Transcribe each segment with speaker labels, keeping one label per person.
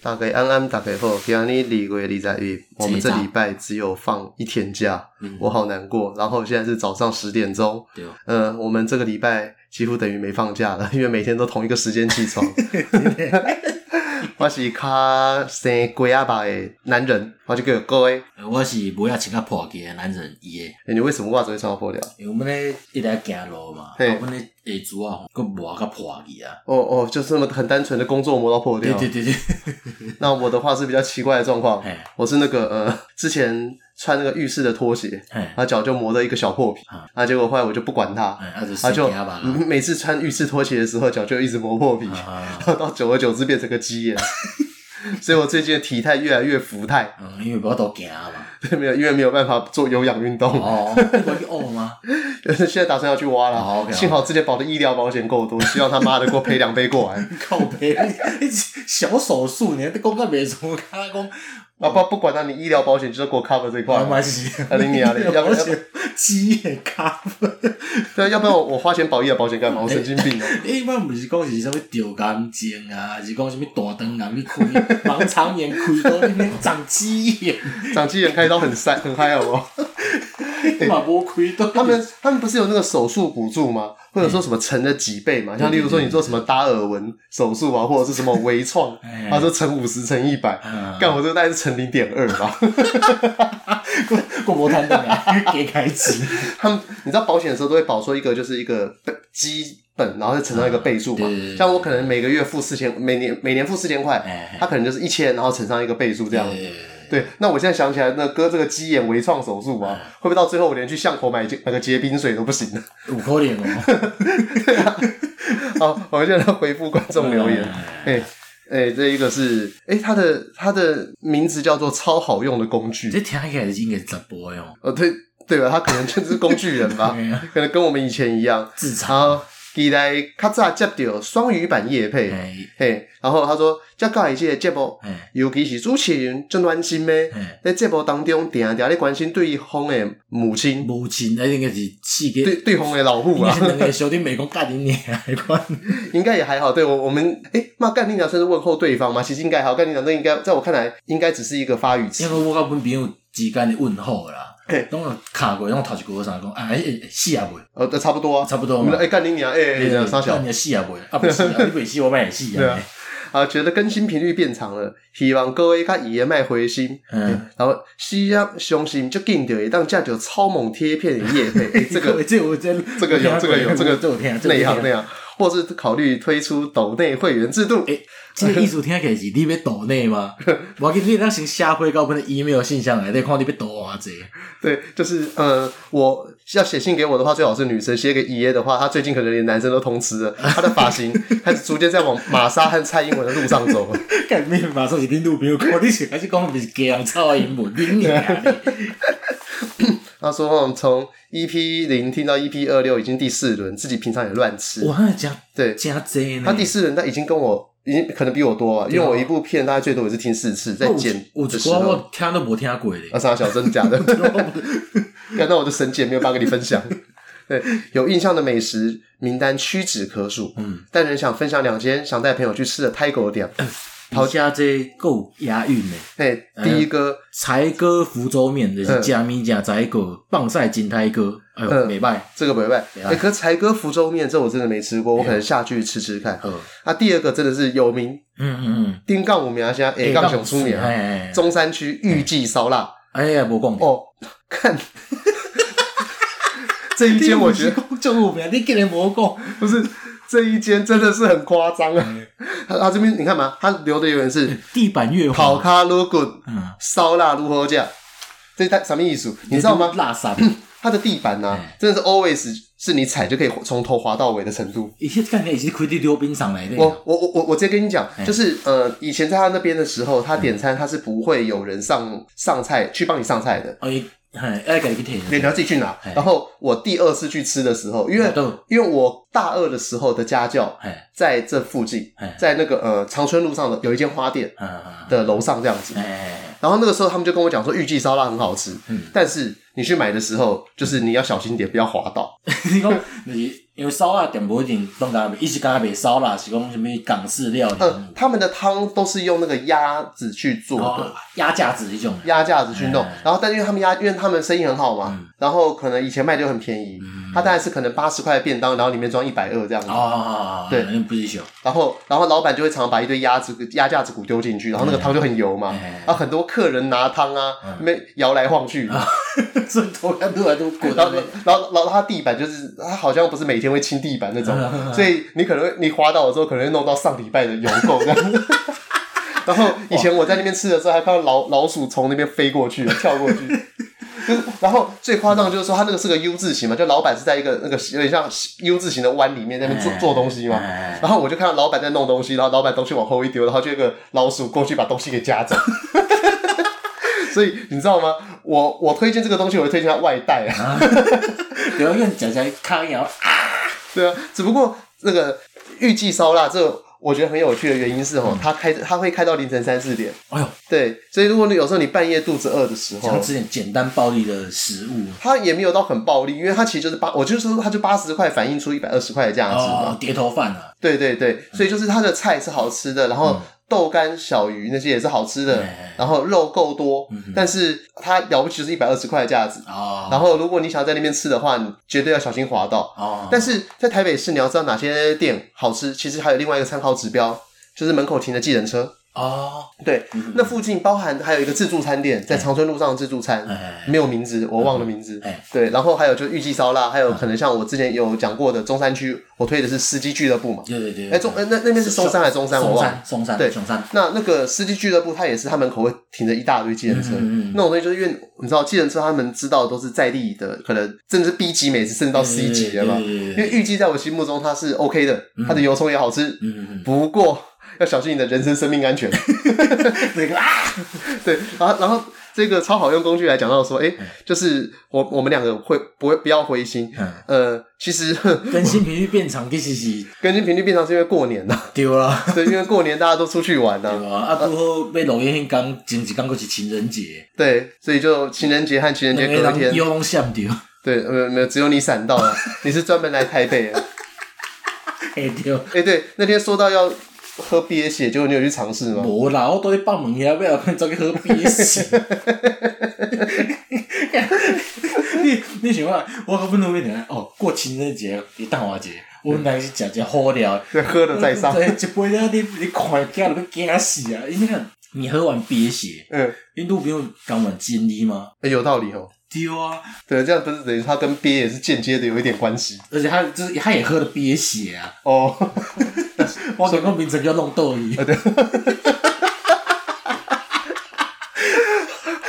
Speaker 1: 大概安安大概后，平安你李鬼李在玉，我们这礼拜只有放一天假，
Speaker 2: 嗯
Speaker 1: 我好难过。然后现在是早上十点钟，
Speaker 2: 对哦，
Speaker 1: 呃，我们这个礼拜几乎等于没放假了，因为每天都同一个时间起 床。我是卡生龟阿爸的男人，我就给各位，
Speaker 2: 呃我是不要请个破鸡的男人伊诶，
Speaker 1: 欸你为什么袜子会穿到破掉？
Speaker 2: 因为我们咧一直在行路嘛，啊
Speaker 1: 嘿
Speaker 2: 我们咧下主啊，佮磨个破鸡啊，
Speaker 1: 哦哦，就是那么很单纯的工作磨到破
Speaker 2: 对
Speaker 1: 掉。
Speaker 2: 对对对，
Speaker 1: 那我的话是比较奇怪的状况，
Speaker 2: 嘿，
Speaker 1: 我是那个呃，之前穿那个浴室的拖鞋，
Speaker 2: 嘿
Speaker 1: 然，后脚就磨了一个小破皮
Speaker 2: 啊，
Speaker 1: 啊，结果后来我就不管它，
Speaker 2: 哎啊就
Speaker 1: 啊
Speaker 2: 生
Speaker 1: 就
Speaker 2: 惊吧啦，
Speaker 1: 嗯每次穿浴室拖鞋的时候，脚就一直磨破皮，
Speaker 2: 啊
Speaker 1: 然
Speaker 2: 啊，
Speaker 1: 后 到久而久之变成个鸡眼， 所以我最近的体态越来越浮态，
Speaker 2: 嗯，因为我都行嘛，
Speaker 1: 没有因为没有办法做有氧运动，
Speaker 2: 哦，你我去哦吗？
Speaker 1: 现在打算要去挖
Speaker 2: 哦
Speaker 1: 了，
Speaker 2: ，OK，
Speaker 1: 幸好之前保的医疗保险够多，希望他妈的给我赔两倍过来，
Speaker 2: 靠背，你小手术，你还讲个袂从卡讲，
Speaker 1: 啊不不管他，你医疗保险就是给我 cover 这一块
Speaker 2: 我，嘛是，
Speaker 1: 啊你娘嘞要不要
Speaker 2: 我是鸡的卡
Speaker 1: 对，要不然我我花钱保医疗保险干嘛？我神经病哦。
Speaker 2: 你一般毋是讲是啥物吊感情啊，还是讲啥物大肠癌去开盲肠炎开到那边长鸡眼，
Speaker 1: 长肌炎开刀很塞很嗨，好不好？
Speaker 2: 你嘛无开到。
Speaker 1: 他们他们不是有那个手术补助吗？或者说什么乘了几倍嘛？像例如说你做什么达尔文手术啊，或者是什么微创，
Speaker 2: 哎
Speaker 1: 他说乘五十乘一百，
Speaker 2: 啊，
Speaker 1: 干我这个大概是乘零点二吧。
Speaker 2: 我无摊档啊， 给开支。
Speaker 1: 他们你知道保险的时候都会保说一个就是一个基本，然后再乘到一个倍数嘛
Speaker 2: 啊对对对。对
Speaker 1: 像我可能每个月付四千，每年每年付四千块，
Speaker 2: 哎，
Speaker 1: 他可能就是一千，然后乘上一个倍数这样。
Speaker 2: 嗯对，
Speaker 1: 对，那我现在想起来，那割这个鸡眼微创手术啊，会不会到最后我连去巷口买买个结冰水都不行了？
Speaker 2: 有可能哦。
Speaker 1: 好，我们现在来回复观众留言。哎、哎、这一个是哎、他的他的名字叫做“超好用的工
Speaker 2: 你这
Speaker 1: 具
Speaker 2: 听起来应该是直播的哦”，。
Speaker 1: 哦，对对吧？他可能就是工具人吧，
Speaker 2: 对啊，
Speaker 1: 可能跟我们以前一样。
Speaker 2: 自嘲。
Speaker 1: 好，期待较早接到双语版夜配，嘿、
Speaker 2: 哎
Speaker 1: 然后他说，这教一届节目，
Speaker 2: 哎
Speaker 1: 尤其是主持人真暖心的，
Speaker 2: 哎，
Speaker 1: 在节目当中，定定咧关心对方的母亲，
Speaker 2: 母亲，哎，应该是四个，
Speaker 1: 对对方的老母
Speaker 2: 应该
Speaker 1: 啊
Speaker 2: 是，两个小弟妹讲干你娘的款。
Speaker 1: 应该也还好。对我，我们诶，骂干你娘算是问候对方吗？其实应该还好。干你娘这应该在我看来，应该只是一个发语词
Speaker 2: 因为。我甲阮朋友之间的问候啦
Speaker 1: 嘿，
Speaker 2: 拢有敲过，拢头一句我啥讲，啊，诶诶死也袂，
Speaker 1: 呃，对差不多啊，
Speaker 2: 差不
Speaker 1: 我
Speaker 2: 多
Speaker 1: 们的。
Speaker 2: 嘛
Speaker 1: 哎干你娘，哎哎哎，三小
Speaker 2: 那你死也袂，啊不死啊，你袂 死我嘛会死
Speaker 1: 对啊
Speaker 2: 啊。
Speaker 1: 啊，觉得更新频率变长了，希望各位甲爷爷卖回心。
Speaker 2: 嗯，
Speaker 1: 然后需要相信就紧着，当价就超猛贴片的叶配， 哎这个
Speaker 2: 这我真
Speaker 1: 这个有这个有这个
Speaker 2: 这我听
Speaker 1: 内行内。行，或是考虑推出抖内会员制度。
Speaker 2: 诶这个意思听起来是你要抖 内吗？我给你当先下回到阮的 email 信箱内底看你要抖 偌济。
Speaker 1: 对，就是呃，我要写信给我的话，最好是女生；写给爷爷的话，他最近可能连男生都通吃了，他的发型开始逐渐在往玛莎和蔡英文的路上走了。
Speaker 2: 干咩马上是恁女朋友看，你是还是讲不是鸡人操英文？你娘的！
Speaker 1: 他说哦从 EP 零听到 EP 二六，已经第四轮，自己平常也乱吃。
Speaker 2: 哇，嗯那真
Speaker 1: 对，
Speaker 2: 真济呢。
Speaker 1: 他第四轮他已经跟我已经可能比我多啊了，因为我一部片大概最多也是听四次，在
Speaker 2: 啊我
Speaker 1: 剪
Speaker 2: 有一
Speaker 1: 的时
Speaker 2: 寡
Speaker 1: 候。
Speaker 2: 我听都无听过咧
Speaker 1: 啊，。傻小，真的假 的？看到我的神姐没有办法跟你分享。 对，有印象的美食名单屈指可数，
Speaker 2: 嗯，
Speaker 1: 但仍想分享两间想带朋友去吃的泰国店。
Speaker 2: 头家这够押韵呢。
Speaker 1: 哎，第一个，
Speaker 2: 才哥福州面就是加米加仔哥，棒赛金泰哥，哎呦，
Speaker 1: 嗯
Speaker 2: 美拜，
Speaker 1: 这个不赖。
Speaker 2: 没
Speaker 1: 哎，
Speaker 2: 办
Speaker 1: 可是才哥福州面这我真的没吃过，
Speaker 2: 哎
Speaker 1: 我可能下去吃吃看。
Speaker 2: 呃，
Speaker 1: 啊，第二个真的是有名
Speaker 2: 嗯嗯嗯，
Speaker 1: 丁杠五名虾，哎杠熊出名，
Speaker 2: 哎哎
Speaker 1: 中山区预计烧腊。
Speaker 2: 哎呀，无讲
Speaker 1: 哦，看 这一间，我觉 得
Speaker 2: 讲就有名，你竟然无讲，
Speaker 1: 不是这一间真的是很夸张啊！他他这边你看嘛，他留的留言是
Speaker 2: 地板越
Speaker 1: “烤
Speaker 2: 滑，
Speaker 1: 卡如滚
Speaker 2: 嗯，
Speaker 1: 烧腊如何价”，这它什么意思？你知道吗？
Speaker 2: 垃圾，
Speaker 1: 它的地板呢、啊真的是 always 是你踩就可以从头滑到尾的程度。
Speaker 2: 伊迄干个是开伫溜冰场内底，
Speaker 1: 我我我我我直接跟你讲，
Speaker 2: 哎
Speaker 1: 就是呃，以前在他那边的时候，他点餐他是不会有人上上菜去帮你上菜的，
Speaker 2: 哦伊，哎，爱家己去摕，
Speaker 1: 你要自己去拿
Speaker 2: 哎。
Speaker 1: 然后我第二次去吃的时候，因为
Speaker 2: 都，
Speaker 1: 因为我大二的时候的家教
Speaker 2: 哎，
Speaker 1: 在这附近
Speaker 2: 哎，
Speaker 1: 在那个呃长春路上的有一间花店
Speaker 2: 啊，
Speaker 1: 的楼上这样子。
Speaker 2: 哎，
Speaker 1: 然后那个时候他们就跟我讲说，预计烧腊很好吃
Speaker 2: 嗯，
Speaker 1: 但是你去买的时候，就是你要小心点，不要滑倒。
Speaker 2: 你讲，就是因为烧腊店无一定拢甲伊是甲卖烧腊，是讲什物港式料理，
Speaker 1: 呃，他们的汤都是用那个鸭子去做的
Speaker 2: 哦，，鸭架子迄种的。
Speaker 1: 鸭架子去弄
Speaker 2: 嗯。
Speaker 1: 然后，但因为他们鸭，因为他们生意很好嘛，然后可能以前卖就很便宜，
Speaker 2: 嗯
Speaker 1: 他大概是可能八十块的便当，然后里面装一百二这样子。
Speaker 2: 哦，
Speaker 1: 对
Speaker 2: 那不是小，
Speaker 1: 然后，然后老板就会常把一堆鸭子、鸭架子骨丢进去，然后那个汤就很油嘛。
Speaker 2: 嗯
Speaker 1: 然后很多客人拿汤啊，没摇来晃去，
Speaker 2: 这头看都来都滚
Speaker 1: 然后，然后，然后他地板就是他好像不是每天会清地板 那种，所以你可能会你滑倒的时候可能会弄到上礼拜的油垢这样。 然后以前我在那边吃的时候，还看到老老鼠从那边飞过去，跳过去。 就是，然后最夸张的就是说，他那个是个 U 字形嘛，就老板是在一个那个有点像 U 字形的弯里面在那边做做东西嘛。
Speaker 2: 哎
Speaker 1: 然后我就看到老板在弄东西，然后老板东西往后一丢，然后就有一个老鼠过去把东西给夹走。 所以你知道吗？我我推荐这个东西，我会推荐它外带啊。
Speaker 2: 对啊，因为食食烤然后
Speaker 1: 对啊，只不过那个预计烧腊这个我觉得很有趣的原因是哦，
Speaker 2: 嗯
Speaker 1: 它开它会开到凌晨三四点。
Speaker 2: 哎呦，
Speaker 1: 对，所以如果你有时候你半夜肚子饿的时候
Speaker 2: 想，吃点简单暴力的食物。
Speaker 1: 它也没有到很暴力，因为它其实就是八，我就是说它就八十块反映出一百二十块的价值嘛。
Speaker 2: 哦，碟头饭啊，
Speaker 1: 对对对，所以就是它的菜是好吃的，然
Speaker 2: 嗯
Speaker 1: 后豆干、小鱼那些也是好吃的
Speaker 2: 哎，
Speaker 1: 然后肉够多，但是它了不起就是一百二十块的价值。
Speaker 2: 嗯哦，
Speaker 1: 然后如果你想要在那边吃的话，你绝对要小心滑到。
Speaker 2: 哦，
Speaker 1: 但是在台北市，你要知道哪些店好吃，其实还有另外一个参考指标，就是门口停的计程车。
Speaker 2: 哦，
Speaker 1: 对，那附近包含还有一个自助餐店，
Speaker 2: 嗯
Speaker 1: 在长春路上的自助餐，
Speaker 2: 哎，
Speaker 1: 没有名字，我忘了名字
Speaker 2: 哎。
Speaker 1: 对，然后还有就是预计烧腊，还有可能像我之前有讲过的中山区，我推的是司机俱乐部嘛。
Speaker 2: 对对对，
Speaker 1: 哎，中哎那那边是松山还是中山？我
Speaker 2: 松
Speaker 1: 忘了。
Speaker 2: 山，松山，
Speaker 1: 对
Speaker 2: 松山，
Speaker 1: 那那个司机俱乐部，它也是他门口会停着一大堆计程车，
Speaker 2: 嗯嗯嗯
Speaker 1: 那种东西就是因为你知道，计程车他们知道的都是在地的，可能甚至 B 级美食，甚至到 C 级的嘛。
Speaker 2: 对对对对
Speaker 1: 因为预计在我心目中它是 OK 的，它的油葱也好吃，
Speaker 2: 嗯嗯
Speaker 1: 不过要小心你的人身生命安全。
Speaker 2: 嗯， 那个啊，
Speaker 1: 对，然后然后这个超好用工具来讲到说，哎、就是我我们两个会不会不要灰心？
Speaker 2: 嗯
Speaker 1: 呃，其实 哼
Speaker 2: 更新频率变长，其实是
Speaker 1: 更新频率变长是因为过年呐、
Speaker 2: 丢啦。
Speaker 1: 对，因为过年大家都出去玩呐、
Speaker 2: 对啊，啊，拄好要录音迄天，前一天佫是情人节，
Speaker 1: 对，所以就情人节和情人节隔
Speaker 2: 两
Speaker 1: 一
Speaker 2: 个
Speaker 1: 天，
Speaker 2: 人腰拢闪着，
Speaker 1: 对，没有没有，只有你闪到 了，你是专门来台北的。
Speaker 2: 嘿对。
Speaker 1: 哎、对，那天说到要喝憋血，结果你有去尝试吗？
Speaker 2: 无啦，我倒去放门遐，要后走去喝啤酒。 你你想看，我根本都没听哦，过情人节一淡华节，我们来去食食好料。
Speaker 1: 对，喝了再上。
Speaker 2: 嗯对，一杯了你你看惊都要惊死啊！因为看你喝完憋血，
Speaker 1: 嗯，
Speaker 2: 因为女朋友刚完建议吗？
Speaker 1: 哎有道理哦。
Speaker 2: 对啊，
Speaker 1: 对，这样不是等于他跟憋也是间接的有一点关系
Speaker 2: 而且他就是他也喝了憋血啊。
Speaker 1: 哦。
Speaker 2: 我感觉名字叫弄豆鱼。对。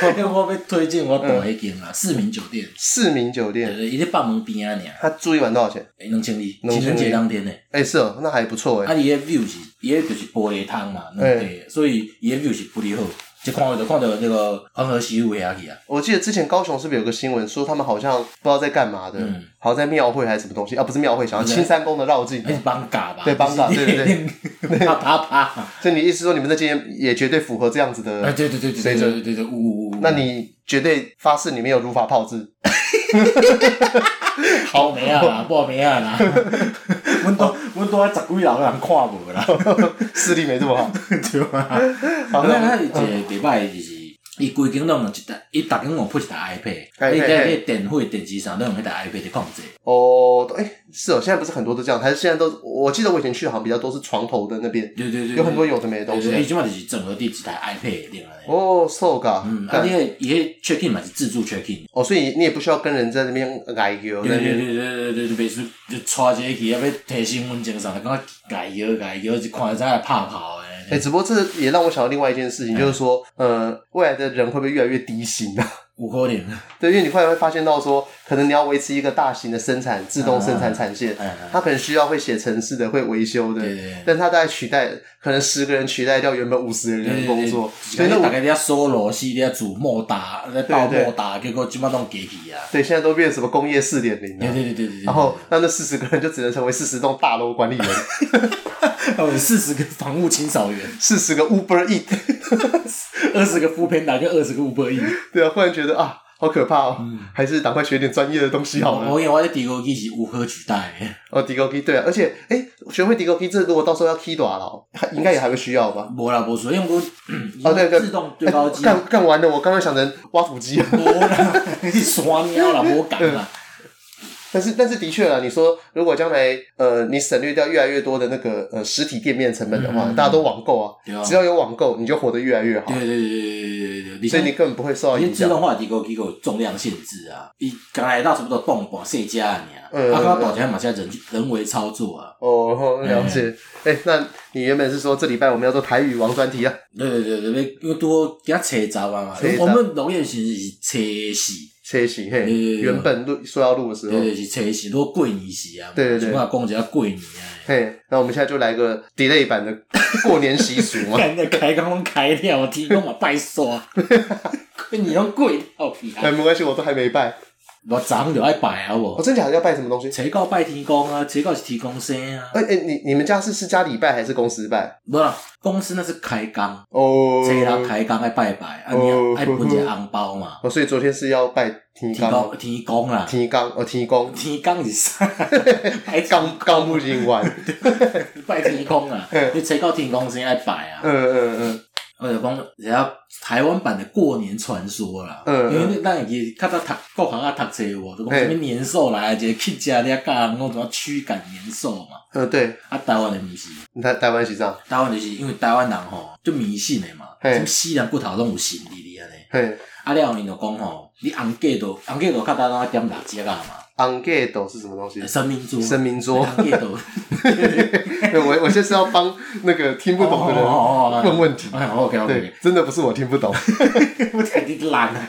Speaker 2: 我要推荐我住迄间啊，市民酒店，
Speaker 1: 市民酒
Speaker 2: 对
Speaker 1: 店，
Speaker 2: 对，伊咧北门边啊尔，
Speaker 1: 他住一晚多少钱？
Speaker 2: 诶，两千二，
Speaker 1: 两
Speaker 2: 情
Speaker 1: 千二
Speaker 2: 人节当天诶，
Speaker 1: 哎、是哦，那还不错
Speaker 2: 啊，
Speaker 1: 哎。
Speaker 2: 伊诶 view 是，伊诶就是玻璃窗嘛，两地，所以伊诶 view 是不离好，一看就看到那个黄河西路遐去啊，
Speaker 1: 我记得之前高雄是不是有个新闻说他们好像不知道在干嘛的，
Speaker 2: 嗯
Speaker 1: 好像在庙会还是什么东西啊？不是庙会，想要
Speaker 2: 对哎
Speaker 1: 青山宫的绕境。
Speaker 2: 迄是绑架吧？
Speaker 1: 对绑架对对
Speaker 2: 对， 啪啪啪，
Speaker 1: 所以你意思说你们那间也绝对符合这样子
Speaker 2: 哎，
Speaker 1: 的？
Speaker 2: 对对对对对对对对对，呜呜呜，
Speaker 1: 那你绝对发誓你没有如法炮制？
Speaker 2: 报名啊啦，报名啊啦， 阮都阮都啊十几楼人看无啦。
Speaker 1: 视力没这么好。
Speaker 2: 对啊，
Speaker 1: 好，
Speaker 2: 那
Speaker 1: 那
Speaker 2: 那一个礼拜就是，伊规间拢用一台，伊逐间用配一台 iPad，
Speaker 1: iPad，
Speaker 2: 伊在迄电费、电视上拢用迄台 iPad 咧控制。
Speaker 1: 哦，哎、是哦，现在不是很多都这样，还是现在都？我记得我以前去好像比较多是床头的那边，
Speaker 2: 对对对，
Speaker 1: 有很多有的没的东
Speaker 2: 对对伊
Speaker 1: 西。
Speaker 2: 即满就是整合伫一台 iPad 顶安尼。
Speaker 1: 哦，so ga，
Speaker 2: 嗯，啊，你迄伊迄 check in 嘛是自助 check in。
Speaker 1: 哦，所以你也不需要跟人在那边挨油
Speaker 2: 对
Speaker 1: 那
Speaker 2: 对
Speaker 1: 边。
Speaker 2: 对对对对，别说就带一个去，啊要提身份证啥，感觉解摇解摇，就看在拍炮
Speaker 1: 哎、
Speaker 2: 诶。
Speaker 1: 只不过这也让我想到另外一件事情，
Speaker 2: 哎
Speaker 1: 就是说，呃，未来的人会不会越来越低薪啊？
Speaker 2: 有可能，
Speaker 1: 对，因为你后来会发现到说，可能你要维持一个大型的生产、自动生产产线，
Speaker 2: 嗯嗯
Speaker 1: 它可能需要会写程式的、会维修的
Speaker 2: 对对对，
Speaker 1: 但它大概取代可能十个人取代掉原本五十个人的工作，所以那
Speaker 2: 大
Speaker 1: 我
Speaker 2: 概咧收螺丝咧煮莫打，咧倒莫打，结果即满拢机器啊。
Speaker 1: 对现在都变成什么工业四点零
Speaker 2: 对
Speaker 1: 了。
Speaker 2: 对对对对对。
Speaker 1: 然后，那那四十个人就只能成为四十栋大楼管理员，
Speaker 2: 有四十个房屋清扫员，
Speaker 1: 四十个 Uber Eat。
Speaker 2: 二十个扶贫打跟二十个五百亿，
Speaker 1: 对啊，忽然觉得啊，好可怕哦！
Speaker 2: 嗯哦
Speaker 1: 还是赶快学点专业的东西好了。
Speaker 2: 我因为我的底沟机是无可取代的，
Speaker 1: 哦，迪高 key 对啊，而且哎，学会迪高 key，这如果到时候要 key 多了，还应该也还会需要吧？
Speaker 2: 无啦无所以我
Speaker 1: 哦对对
Speaker 2: 自动对高机，
Speaker 1: 哎干干完了，我刚刚想成挖土机，啊
Speaker 2: 无啦，你是山鸟啦，无讲啦，
Speaker 1: 但是但是的确啦，你说如果将来呃你省略掉越来越多的那个呃实体店面成本的话，
Speaker 2: 嗯
Speaker 1: 大家都网购啊，
Speaker 2: 对啊，
Speaker 1: 只要有网购，你就活得越来越好
Speaker 2: 对，对对对对对对，
Speaker 1: 嗯所以你
Speaker 2: 你
Speaker 1: 根本不会受到
Speaker 2: 因为
Speaker 1: 影
Speaker 2: 自
Speaker 1: 响。
Speaker 2: 动化的地沟机有重量限制啊，伊刚来到差不多动半世家啊，
Speaker 1: 嗯
Speaker 2: 尔，啊，刚大家嘛现在人人为操作啊，
Speaker 1: 哦，了解。哎、那你原本是说这礼拜我们要做台语王专题啊？
Speaker 2: 对对对对，因为多给他车杂啊嘛
Speaker 1: 初十，
Speaker 2: 我们农业是是车死，
Speaker 1: 切洗嘿，
Speaker 2: 对
Speaker 1: 原本录说要录的时候
Speaker 2: 对，对是车死，都过年时啊嘛，
Speaker 1: 对对对
Speaker 2: 我讲一下过年啊，
Speaker 1: 嘿，那我们现在就来个 delay 版的过年习俗 嘛。
Speaker 2: 干的开工拢开了，天拢嘛 拜煞，过年拢过到去
Speaker 1: 哎，
Speaker 2: 啊，
Speaker 1: 没关系，我都还没拜。
Speaker 2: 我早上就爱拜啊
Speaker 1: 我、
Speaker 2: 无，
Speaker 1: 真假的要拜什么东西？
Speaker 2: 初九拜天公啊，初九是天公生啊，
Speaker 1: 哎、哎，你你们家是是家里拜还是公司拜？
Speaker 2: 无啦，公司那是开工，
Speaker 1: 哦，
Speaker 2: 初六开工爱拜拜，啊你
Speaker 1: 哦
Speaker 2: 爱分一个红包嘛，
Speaker 1: 哦，所以昨天是要拜天
Speaker 2: 天
Speaker 1: 罡，
Speaker 2: 公天公啦，
Speaker 1: 天罡哦，天公，
Speaker 2: 天公 是啥？拜
Speaker 1: 刚刚不灵完。
Speaker 2: 拜天公啊
Speaker 1: 嗯，
Speaker 2: 你找到天公先爱拜啊。
Speaker 1: 嗯嗯嗯，
Speaker 2: 我就讲，人家台湾版的过年传说啦，
Speaker 1: 嗯
Speaker 2: 因为咱也较早读各行啊读册有无，就讲
Speaker 1: 嘿
Speaker 2: 什么年兽来，一个去家咧教人讲怎么驱赶年兽嘛。
Speaker 1: 呃，对，
Speaker 2: 啊，台湾的毋是，
Speaker 1: 台台湾是这样，
Speaker 2: 台湾就是因为台湾人吼就迷信的嘛，
Speaker 1: 嘿
Speaker 2: 什么死人骨头拢有神伫哩安尼。
Speaker 1: 嘿，
Speaker 2: 啊了后因就讲吼，你红粿都红粿都较早拢爱点辣椒啊嘛，
Speaker 1: 昂盖斗是什么东西？
Speaker 2: 生命珠，
Speaker 1: 神明桌。
Speaker 2: 红粿都。
Speaker 1: 对，我我就是要帮那个听不懂的
Speaker 2: 哦
Speaker 1: 人
Speaker 2: 哦哦哦
Speaker 1: 问问题。
Speaker 2: 哎，OK OK
Speaker 1: 对。，真的不是我听不懂。
Speaker 2: 我睇你烂啊！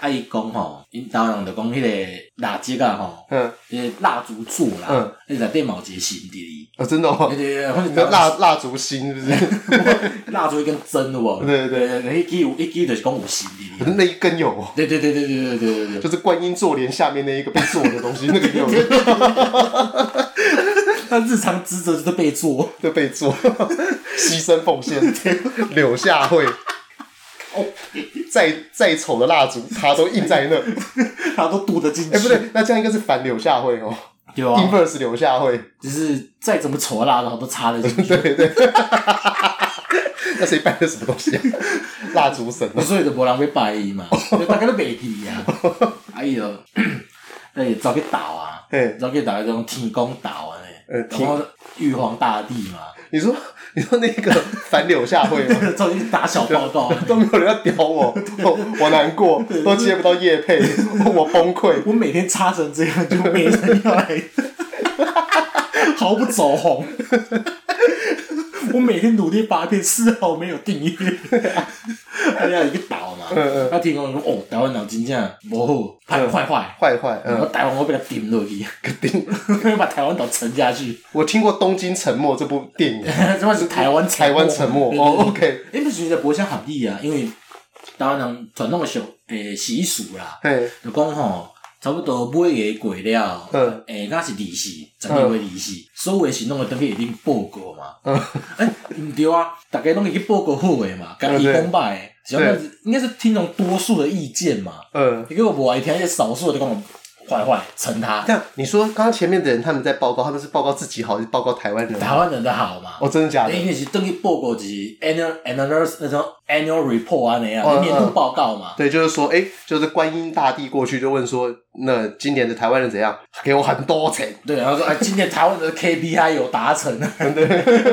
Speaker 2: 啊，伊讲吼，因老人就讲迄个蜡烛啊吼，
Speaker 1: 嗯，
Speaker 2: 迄个蜡烛柱啦
Speaker 1: 嗯，
Speaker 2: 迄内底嘛有一个神伫哩，
Speaker 1: 哦，真的哦
Speaker 2: 迄，个
Speaker 1: 你的蜡蜡烛芯是不是？
Speaker 2: 蜡烛一根针有无？
Speaker 1: 对对
Speaker 2: 对对，迄支有迄支就是讲有神伫哩。
Speaker 1: 那一根有哦，
Speaker 2: 对对对对对对对对对。
Speaker 1: 就是观音坐莲下面那一个被坐的东西，那个有
Speaker 2: 他日常职责就是被做，
Speaker 1: 就被坐， 牺牲奉献，柳下惠。再再丑的蜡烛，它都印在那。
Speaker 2: 他都读得进去。
Speaker 1: 哎、不，对，那这样应该是反柳下惠哦、
Speaker 2: 对
Speaker 1: i n
Speaker 2: 啊，
Speaker 1: v e r s e 柳下惠。
Speaker 2: 就是再怎么丑的蜡烛都插得进去。
Speaker 1: 对对。 那谁拜的什么东西、啊？蜡烛神哦、
Speaker 2: 所以就无人要拜伊嘛，就大家都袂记啊。 啊伊就， 哎，走去斗啊
Speaker 1: 嘿，
Speaker 2: 走去斗迄种天公斗啊
Speaker 1: 呃
Speaker 2: 然后玉皇大帝嘛，
Speaker 1: 你说你说那个反柳下惠吗？
Speaker 2: 走去打小报告。
Speaker 1: 都没有人要屌我，我我难过，都接不到叶配，我崩溃。
Speaker 2: 我每天擦成这样，就没人 要来，毫不走红。我每天努力发片，丝毫没有订阅。 哎呀，一个岛嘛
Speaker 1: 嗯，
Speaker 2: 啊，天公说哦，台湾人真正无好，坏坏坏。
Speaker 1: 坏坏，
Speaker 2: 我
Speaker 1: 嗯，
Speaker 2: 台湾我被他顶落去，
Speaker 1: 顶。
Speaker 2: 要把台湾岛沉 下去。
Speaker 1: 我听过《东京沉没》这部电 影，
Speaker 2: 这嘛是台湾
Speaker 1: 台湾沉没。哦，OK，
Speaker 2: 因为是在博相合理啊，因为台湾人传统的习诶习俗啦，
Speaker 1: 嘿，
Speaker 2: 就讲吼，差不多每月过了，
Speaker 1: 嗯
Speaker 2: 诶，敢是利息，十二月利息，所有的行动的登去一定报告嘛。
Speaker 1: 嗯
Speaker 2: 诶，毋对啊，大家拢会去报告好诶嘛，甲伊
Speaker 1: 嗯对
Speaker 2: 讲歹诶，是要不应该是听从多数的意见嘛。
Speaker 1: 嗯。
Speaker 2: 结果无爱听，那些少数的就讲坏坏，成他
Speaker 1: 但你说刚刚前面的人他们在报告，他们是报告自己好，还是报告台湾人？
Speaker 2: 台湾人的好嘛。
Speaker 1: 哦，真的假的？
Speaker 2: 因为是登去报告就是 annual annual 那种 annual report 啊那样
Speaker 1: 嗯，嗯
Speaker 2: 年度报告嘛。
Speaker 1: 对，就是说，哎，就是观音大帝过去就问说，那今年的台湾人怎样？给我很多钱。
Speaker 2: 对，然后说啊，今年台湾的 KPI 有 达成啊，对，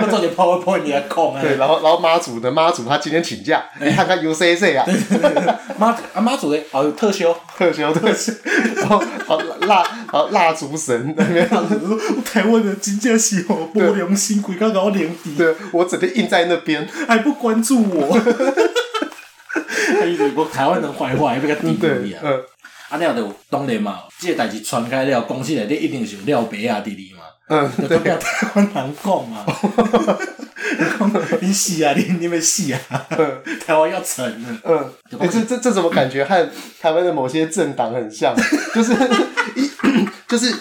Speaker 2: 做点 PowerPoint 你来控啊。
Speaker 1: 对，然后然后妈祖的妈祖他今天请假，你看看 UCC 啊，
Speaker 2: 妈祖啊妈祖的哦有特休，
Speaker 1: 特修特修，然后好蜡好蜡烛神那边，
Speaker 2: 台湾的真正是哦无良心，鬼刚搞连敌，
Speaker 1: 对我整天印在那边，
Speaker 2: 还不关注 我。他一直讲台湾人坏坏，要甲敌
Speaker 1: 对
Speaker 2: 对，啊。
Speaker 1: 嗯
Speaker 2: 啊，了就当然嘛，这个代志传开了，公司内底一定是有廖白啊弟弟嘛。
Speaker 1: 嗯，
Speaker 2: 就代表台湾人讲嘛，讲你死啊，你你们死啊，
Speaker 1: 嗯
Speaker 2: 台湾要沉了。
Speaker 1: 嗯，诶这这这怎 么感觉和台湾的某些政党很像？就是一就是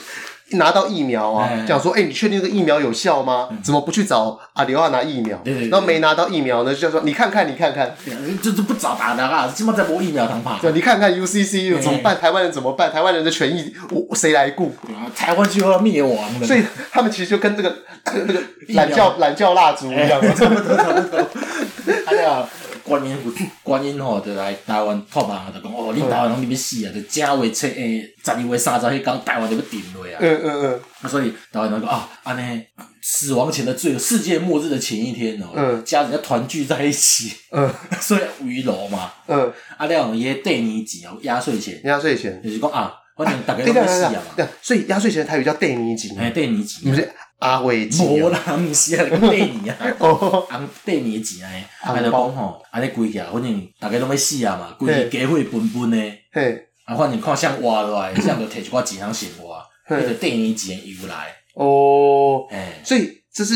Speaker 1: 拿到疫苗啊
Speaker 2: 哎，嗯
Speaker 1: 讲说，哎、你确定这个疫苗有效吗？怎么不去找阿里奥拿疫苗
Speaker 2: 对对？对
Speaker 1: 然后没拿到疫苗呢，就说你看看，你看看，
Speaker 2: 就是不早打的啊，起码在播疫苗堂怕。
Speaker 1: 对，你看看 UCC
Speaker 2: 哎
Speaker 1: 怎么办？台湾人怎么办？台湾人的权益我谁来顾？
Speaker 2: 对啊，台湾就要灭亡了。
Speaker 1: 所以他们其实就跟这个那个那个懒觉懒觉蜡烛一样啊，
Speaker 2: 差不多差不多。啊你啊，观音有观音吼，就来台湾托梦，就讲哦，你台湾拢入要死啊！就正月七诶，十二月三十迄天，台湾就要沉落啊！
Speaker 1: 嗯嗯嗯，
Speaker 2: 啊所以台湾人讲啊，安尼死亡前的最后，世界末日的前一天哦，
Speaker 1: 嗯
Speaker 2: 家人要团聚在一起，
Speaker 1: 嗯
Speaker 2: 所以鱼楼嘛，
Speaker 1: 嗯，
Speaker 2: 啊，你讲伊的第二钱哦，压岁钱，
Speaker 1: 压岁钱，
Speaker 2: 就是讲啊，反正大家
Speaker 1: 对
Speaker 2: 拢
Speaker 1: 对
Speaker 2: 要
Speaker 1: 对
Speaker 2: 死
Speaker 1: 对
Speaker 2: 啊
Speaker 1: 对
Speaker 2: 嘛，
Speaker 1: 对，所以压岁钱的台语叫“对你啊金
Speaker 2: 哎，”，第二钱
Speaker 1: 你。们是阿伟金
Speaker 2: 无
Speaker 1: 啊。
Speaker 2: 啦，毋是啊，讲第二 啊。
Speaker 1: 哦，
Speaker 2: 红底年钱安尼，
Speaker 1: 红
Speaker 2: 啊就讲吼，安尼规起来，反正大家拢要死啊嘛，规
Speaker 1: 嘿
Speaker 2: 日家伙分分诶，
Speaker 1: 嘿，
Speaker 2: 啊反正看谁活落来，谁就摕一寡钱通生活，啊迄个底年钱由来，
Speaker 1: 哦，
Speaker 2: 诶，
Speaker 1: 所以这是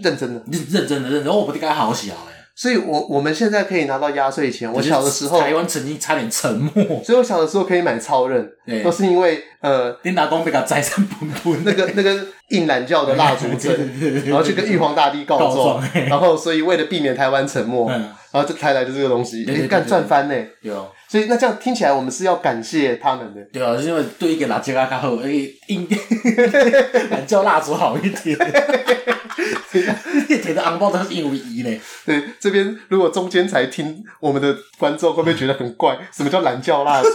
Speaker 1: 认真的。
Speaker 2: 你认真的认真，我不得该好啊笑诶。
Speaker 1: 所以我我们现在可以拿到压岁钱。我小的时候，
Speaker 2: 台湾曾经差点沉 没，
Speaker 1: 所以我小的时候可以买超任，
Speaker 2: 对
Speaker 1: 都，是因为呃
Speaker 2: 恁阿公被甲财产分分，
Speaker 1: 那个那 个印懒教的蜡烛 阵，然后去跟玉皇大帝告
Speaker 2: 告
Speaker 1: 状
Speaker 2: 状，嘿
Speaker 1: 然后所以为了避免台湾沉没，
Speaker 2: 嗯，
Speaker 1: 然后这才来的这个东西，
Speaker 2: 对对
Speaker 1: 哎，
Speaker 2: 对
Speaker 1: 干
Speaker 2: 对
Speaker 1: 赚翻呢。
Speaker 2: 对哦，
Speaker 1: 所以那这样听起来，我们是要感谢他们的。
Speaker 2: 对哦，因为对一个辣椒较较好，诶，应 懒叫蜡烛好一点，你摕到红包都是因为伊咧。
Speaker 1: 对，这边如果中间才听我们的观众，会不会觉得很怪？什么叫懒教蜡烛？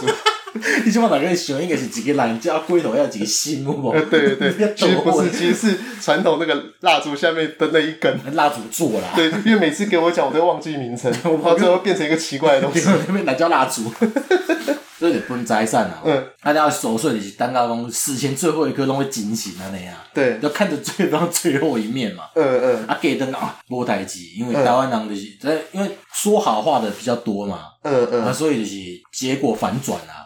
Speaker 2: 你即马大概想应该是一个人家龟头要有一个心，有无
Speaker 1: 呃，？对对对，其
Speaker 2: 其
Speaker 1: 实
Speaker 2: 实
Speaker 1: 不是，其实是传统那个蜡烛下面的那一根。
Speaker 2: 蜡烛做啦，
Speaker 1: 对，因为每次给我讲，我都会忘记名称，然后最后变成一个奇怪的东西。
Speaker 2: 那边来叫蜡烛。所以就分财产啊，
Speaker 1: 嗯
Speaker 2: 啊，然后守岁就是等到讲事前最后一刻拢会警醒安尼啊，
Speaker 1: 对，
Speaker 2: 要看着最后最后一面嘛。
Speaker 1: 嗯嗯
Speaker 2: 啊，给灯啊，无代志，因为
Speaker 1: 嗯
Speaker 2: 台湾人就是，呃因为说好话的比较多嘛，
Speaker 1: 嗯
Speaker 2: 啊，
Speaker 1: 嗯
Speaker 2: 所以就是结果反转啊，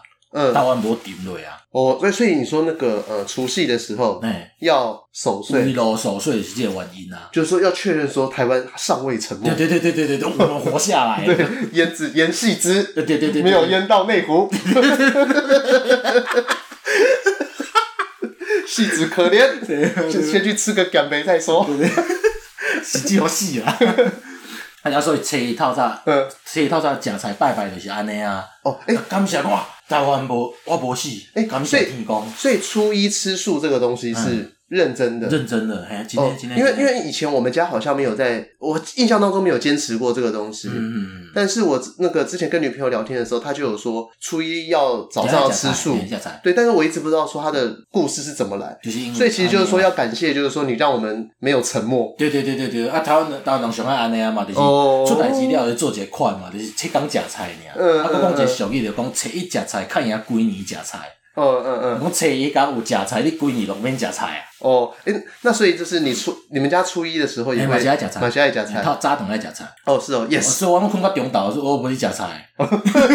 Speaker 2: 台
Speaker 1: 嗯，
Speaker 2: 湾无沉落啊，
Speaker 1: 我所以所以你说那个呃，除夕的时候
Speaker 2: 哎，
Speaker 1: 要守
Speaker 2: 一
Speaker 1: 岁，
Speaker 2: 路守岁就是这个原因啊。
Speaker 1: 就是说要确认说台湾尚未沉没
Speaker 2: 对，对对对对对对，我们活下来了。
Speaker 1: 对，淹子淹戏之
Speaker 2: 对对对对，
Speaker 1: 没有淹到内湖，戏子可怜，就先去吃个干杯再说。
Speaker 2: 实际有戏啦。大家所以初一套早，
Speaker 1: 嗯，
Speaker 2: 初一套早食菜拜拜就是安尼啊。
Speaker 1: 哦，哎，
Speaker 2: 感谢我台湾无我无死，
Speaker 1: 哎
Speaker 2: 感
Speaker 1: 所
Speaker 2: 谢
Speaker 1: 以
Speaker 2: 天公，
Speaker 1: 所以初一吃素这个东西是认真的，
Speaker 2: 嗯认真的嘿，今
Speaker 1: 哦
Speaker 2: 天，今天
Speaker 1: 因为
Speaker 2: 今
Speaker 1: 因
Speaker 2: 天
Speaker 1: 为以前我们家好像没有在，我印象当中没有坚持过这个东西。
Speaker 2: 嗯嗯
Speaker 1: 但是我那个之前跟女朋友聊天的时候，她就有说初一要早
Speaker 2: 嗯，
Speaker 1: 上要吃素，
Speaker 2: 下菜
Speaker 1: 对，但是我一直不知道说她的故事是怎么来，
Speaker 2: 就是因为
Speaker 1: 所以其实就是说
Speaker 2: 安尼啊
Speaker 1: 要感谢，就是说你让我们没有沉默。
Speaker 2: 对对对对对啊，台湾人台湾人上爱安尼啊嘛，就是
Speaker 1: 哦
Speaker 2: 出代志了就做一个款嘛，就是七天食菜
Speaker 1: 嗯
Speaker 2: 尔，啊，佮讲一
Speaker 1: 嗯
Speaker 2: 个俗语就讲初一食菜，看啊赢几年食菜。
Speaker 1: 嗯嗯嗯，
Speaker 2: 讲初一讲有食菜，你几年拢免食菜啊？
Speaker 1: 哦，诶、那所以就是你初你们家初一的时候也
Speaker 2: 哎
Speaker 1: 会
Speaker 2: 马西亚夹菜
Speaker 1: 马西亚夹菜
Speaker 2: 透早顿爱食菜。
Speaker 1: 哦，是哦，yes，
Speaker 2: 所以我拢困到中岛，说哦我无去 食菜，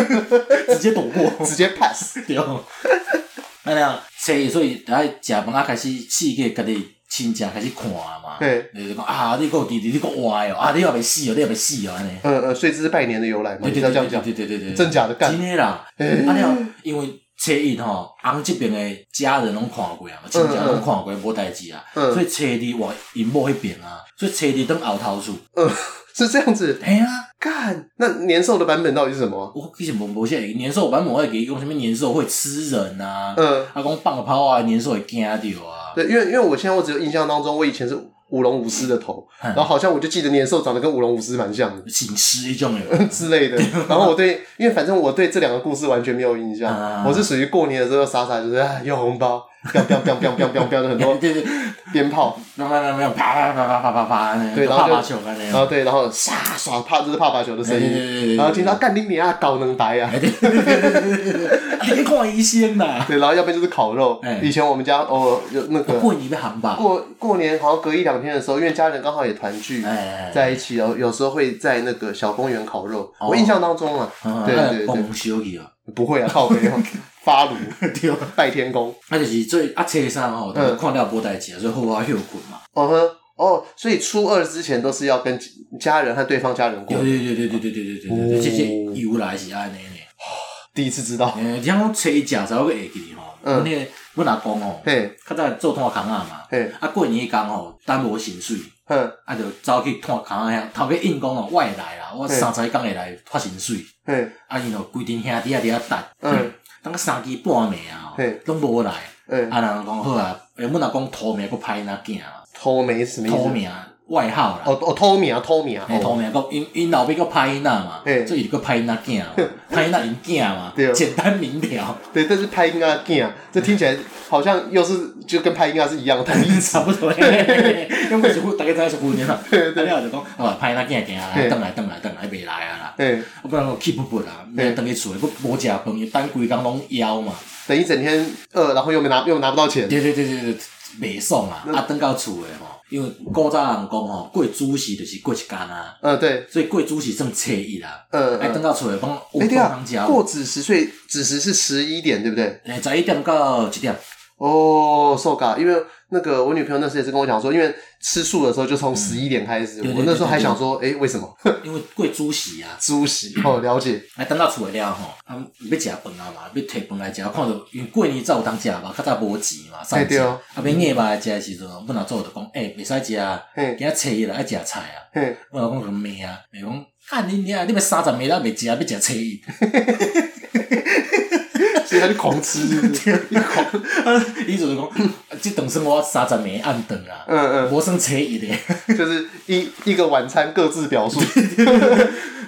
Speaker 2: 直接躲过
Speaker 1: 直接 pass。
Speaker 2: 对。安尼啊，初所以爱食饭啊，开始四界家己亲戚开始看嘛，
Speaker 1: 对
Speaker 2: 就是讲啊，你还有弟弟，你还有活的哦，啊，你也未死哦，你也未死哦，安尼。
Speaker 1: 嗯嗯，所以这是拜年的由来嘛，
Speaker 2: 对
Speaker 1: 你
Speaker 2: 对
Speaker 1: 要
Speaker 2: 对
Speaker 1: 这样
Speaker 2: 对
Speaker 1: 讲，
Speaker 2: 对对对对，
Speaker 1: 真假的干
Speaker 2: 真的啦。啊了，因为初一吼，翁这边的家人拢看过啊嘛，亲戚拢看过，无代志啊，
Speaker 1: 嗯
Speaker 2: 所以初二往因某迄边啊，所以初二当后头厝。
Speaker 1: 嗯，是这样子。
Speaker 2: 嘿啊。
Speaker 1: 干，那年兽的版本到底是什么？
Speaker 2: 我其实无无啥会年兽版本会给伊讲什物年兽会吃人啊，
Speaker 1: 嗯，
Speaker 2: 啊讲放个炮啊，年兽会惊着啊，
Speaker 1: 对，因为因为我现在我只有印象当中，我以前是舞龙舞狮的头，
Speaker 2: 嗯
Speaker 1: 然后好像我就记得年兽长得跟舞龙舞狮蛮像的
Speaker 2: 醒狮迄种诶
Speaker 1: 之类的。然后我对，因为反正我对这两个故事完全没有印象，
Speaker 2: 啊
Speaker 1: 我是属于过年的时候傻傻就是啊有红包，彪彪彪彪彪彪彪的很 多
Speaker 2: 对对，
Speaker 1: 鞭炮，
Speaker 2: 慢慢慢慢啪啪啪啪啪啪啪那
Speaker 1: 对
Speaker 2: 个
Speaker 1: 然后
Speaker 2: 啪
Speaker 1: 就
Speaker 2: 啪球安尼
Speaker 1: 然，后对，然后唰唰啪，这是啪啪球的声
Speaker 2: 对对对
Speaker 1: 音，
Speaker 2: 对对，
Speaker 1: 然后听到干你你啊搞能白啊，
Speaker 2: 嗯哎，对对对对对对对对，啊你去看医生 啦，
Speaker 1: 对，然后要不然就是烤肉
Speaker 2: 哎。
Speaker 1: 以前我们家哦有那个
Speaker 2: 过年要行吧，
Speaker 1: 过过年好像隔一两天的时候，因为家人刚好也团聚，
Speaker 2: 哎，
Speaker 1: 在一起，然后有时候会在那个小公园烤肉。
Speaker 2: 哦嗯
Speaker 1: 我印象当中啊，对
Speaker 2: 哎
Speaker 1: 对对，
Speaker 2: 红烧去啊，
Speaker 1: 不会啊，靠背哦，发炉
Speaker 2: 对，
Speaker 1: 拜天公。
Speaker 2: 啊就是最啊初三
Speaker 1: 嗯
Speaker 2: 吼，就是看了无代志啊，所以好好休困嘛，
Speaker 1: 哦呵，哦，所以初二之前都是要跟家人和对方家人过
Speaker 2: 对。对对对对对对对
Speaker 1: 哦
Speaker 2: 对对，这些由来是安尼呢。
Speaker 1: 第一次知道，
Speaker 2: 诶，听讲初一食才我个会记哩吼，阮迄个阮阿公哦，
Speaker 1: 嗯嘿，
Speaker 2: 较早做炭工啊嘛，
Speaker 1: 嘿，
Speaker 2: 啊过年迄工吼，等无薪水，
Speaker 1: 哼，
Speaker 2: 啊就走去炭工啊遐，头家硬讲哦，我会来啦，我
Speaker 1: 嘿
Speaker 2: 三十一工会来发薪水，
Speaker 1: 嘿，
Speaker 2: 啊因哦规阵兄弟啊伫遐等，
Speaker 1: 嗯，
Speaker 2: 等到三更半暝啊
Speaker 1: 嘿，
Speaker 2: 拢无来，
Speaker 1: 嗯，
Speaker 2: 啊人就讲好啊，诶阮阿公土名佫歹那囝啊，
Speaker 1: 偷眉是什么意
Speaker 2: 土
Speaker 1: 思？
Speaker 2: 名外号啦。
Speaker 1: 哦哦，偷名啊，偷名啊，
Speaker 2: 嘿，
Speaker 1: 哦
Speaker 2: 同名讲，因因老爸叫拍囡仔嘛，
Speaker 1: 嘿
Speaker 2: 所以就叫拍囡仔囝嘛，拍囡仔因囝嘛
Speaker 1: 对，
Speaker 2: 简单明 了，
Speaker 1: 对，这是拍音啊，镜啊，这听起来好像又是就跟拍音啊是一样的同 义词。
Speaker 2: 差不多。嘿嘿 嘿嘿因为是婚，大家知影是婚的嘛，
Speaker 1: 对
Speaker 2: 啊，了就讲，哦，拍囡仔囝行啊，
Speaker 1: 嘿
Speaker 2: 转来转来转来，袂来啊啦，
Speaker 1: 对，
Speaker 2: 我本来讲气不不啦，
Speaker 1: 嘿
Speaker 2: 明等去厝，佫无食饭，伊等规工拢枵嘛，
Speaker 1: 等一整天饿，然后又没拿又拿不到钱。
Speaker 2: 对对对对对，袂爽啊，啊，等到厝的吼，因为古早人讲吼，过主席就是过一天啊，
Speaker 1: 嗯，对，
Speaker 2: 所以过主席算初一啦，
Speaker 1: 嗯
Speaker 2: 啊，
Speaker 1: 嗯。
Speaker 2: 等到厝的讲有
Speaker 1: 哎，对
Speaker 2: 饭
Speaker 1: 啊
Speaker 2: 通食，无，
Speaker 1: 过子时岁子时是十一点，对不对？
Speaker 2: 诶，十一点到一点。
Speaker 1: 哦，受嘎，因为那个我女朋友那时也是跟我讲说，因为吃素的时候就从十一点开始，
Speaker 2: 嗯对对
Speaker 1: 我那时候还想说，哎，为什么？
Speaker 2: 因为过主席啊，
Speaker 1: 猪席哦，了解，
Speaker 2: 啊等到厝内了吼，啊要食饭啊嘛，要摕饭来食，看到因为过年才有通食嘛，较早无钱嘛，
Speaker 1: 哎
Speaker 2: 上
Speaker 1: 对
Speaker 2: 食，
Speaker 1: 哦
Speaker 2: 啊要硬嘛食的时阵，阮阿祖就讲，诶袂使食啊，
Speaker 1: 嘿
Speaker 2: 今仔初一啦爱食菜啊，
Speaker 1: 嘿，
Speaker 2: 阮阿公就骂啊，骂讲，啊你你啊你要三十暝啦袂食，要食初一，
Speaker 1: 所以他就狂吃，是不是
Speaker 2: 啊伊就是讲，啊即顿算我三十暝暗顿啊，
Speaker 1: 嗯
Speaker 2: 无算初一咧，
Speaker 1: 嗯，就是一一个晚餐各自表述，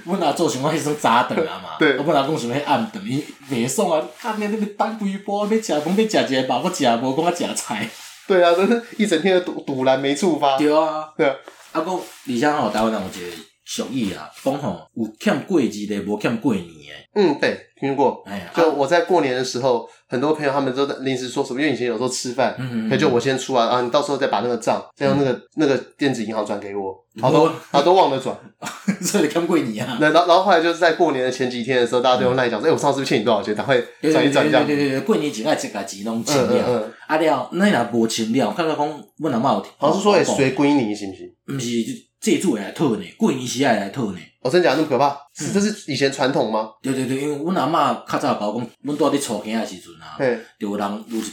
Speaker 2: 阮阿祖想讲迄算早顿啊嘛，
Speaker 1: 对
Speaker 2: 啊阮阿公想要暗顿，伊袂爽啊，啊你你要等规波，要食饭要食一个肉，我食无讲我食菜。
Speaker 1: 对啊，就是一整天的堵堵拦没处发，
Speaker 2: 对啊，
Speaker 1: 对啊，
Speaker 2: 啊，讲而且吼，台湾人有一个俗语啊，讲吼有欠过日的，无欠过年的，
Speaker 1: 嗯，对，听过。
Speaker 2: 哎，啊
Speaker 1: 就我在过年的时候，很多朋友他们都在临时说什么，因为以前有时候吃饭，
Speaker 2: 嗯嗯嗯
Speaker 1: 可就我先出啊，啊，你到时候再把那个账，再用那个那个电子银行转给我，
Speaker 2: 嗯
Speaker 1: 然后都然后都忘了转。
Speaker 2: 所以就欠过年啊，
Speaker 1: 那然后然后后来就是在过年的前几天的时候，大家都用赖讲说，哎，我上次欠你多少钱，赶快
Speaker 2: 嗯对
Speaker 1: 转
Speaker 2: 对
Speaker 1: 一转
Speaker 2: 对
Speaker 1: 这样
Speaker 2: 对。对对，过年前爱一家钱拢
Speaker 1: 嗯
Speaker 2: 清
Speaker 1: 嗯
Speaker 2: 了，
Speaker 1: 嗯，
Speaker 2: 啊了，那若无清了，看到讲阮阿嬷有，
Speaker 1: 好像是说哎，谁归你，行不行？
Speaker 2: 毋是这主会来讨呢，过年时爱来讨呢。
Speaker 1: 哦，真假那么可
Speaker 2: 嗯
Speaker 1: 怕？是这是以前传统吗？
Speaker 2: 对对对，因为阮阿嬷较早甲我讲，阮住伫厝囝的时阵啊，
Speaker 1: 嘿，
Speaker 2: 就有人有一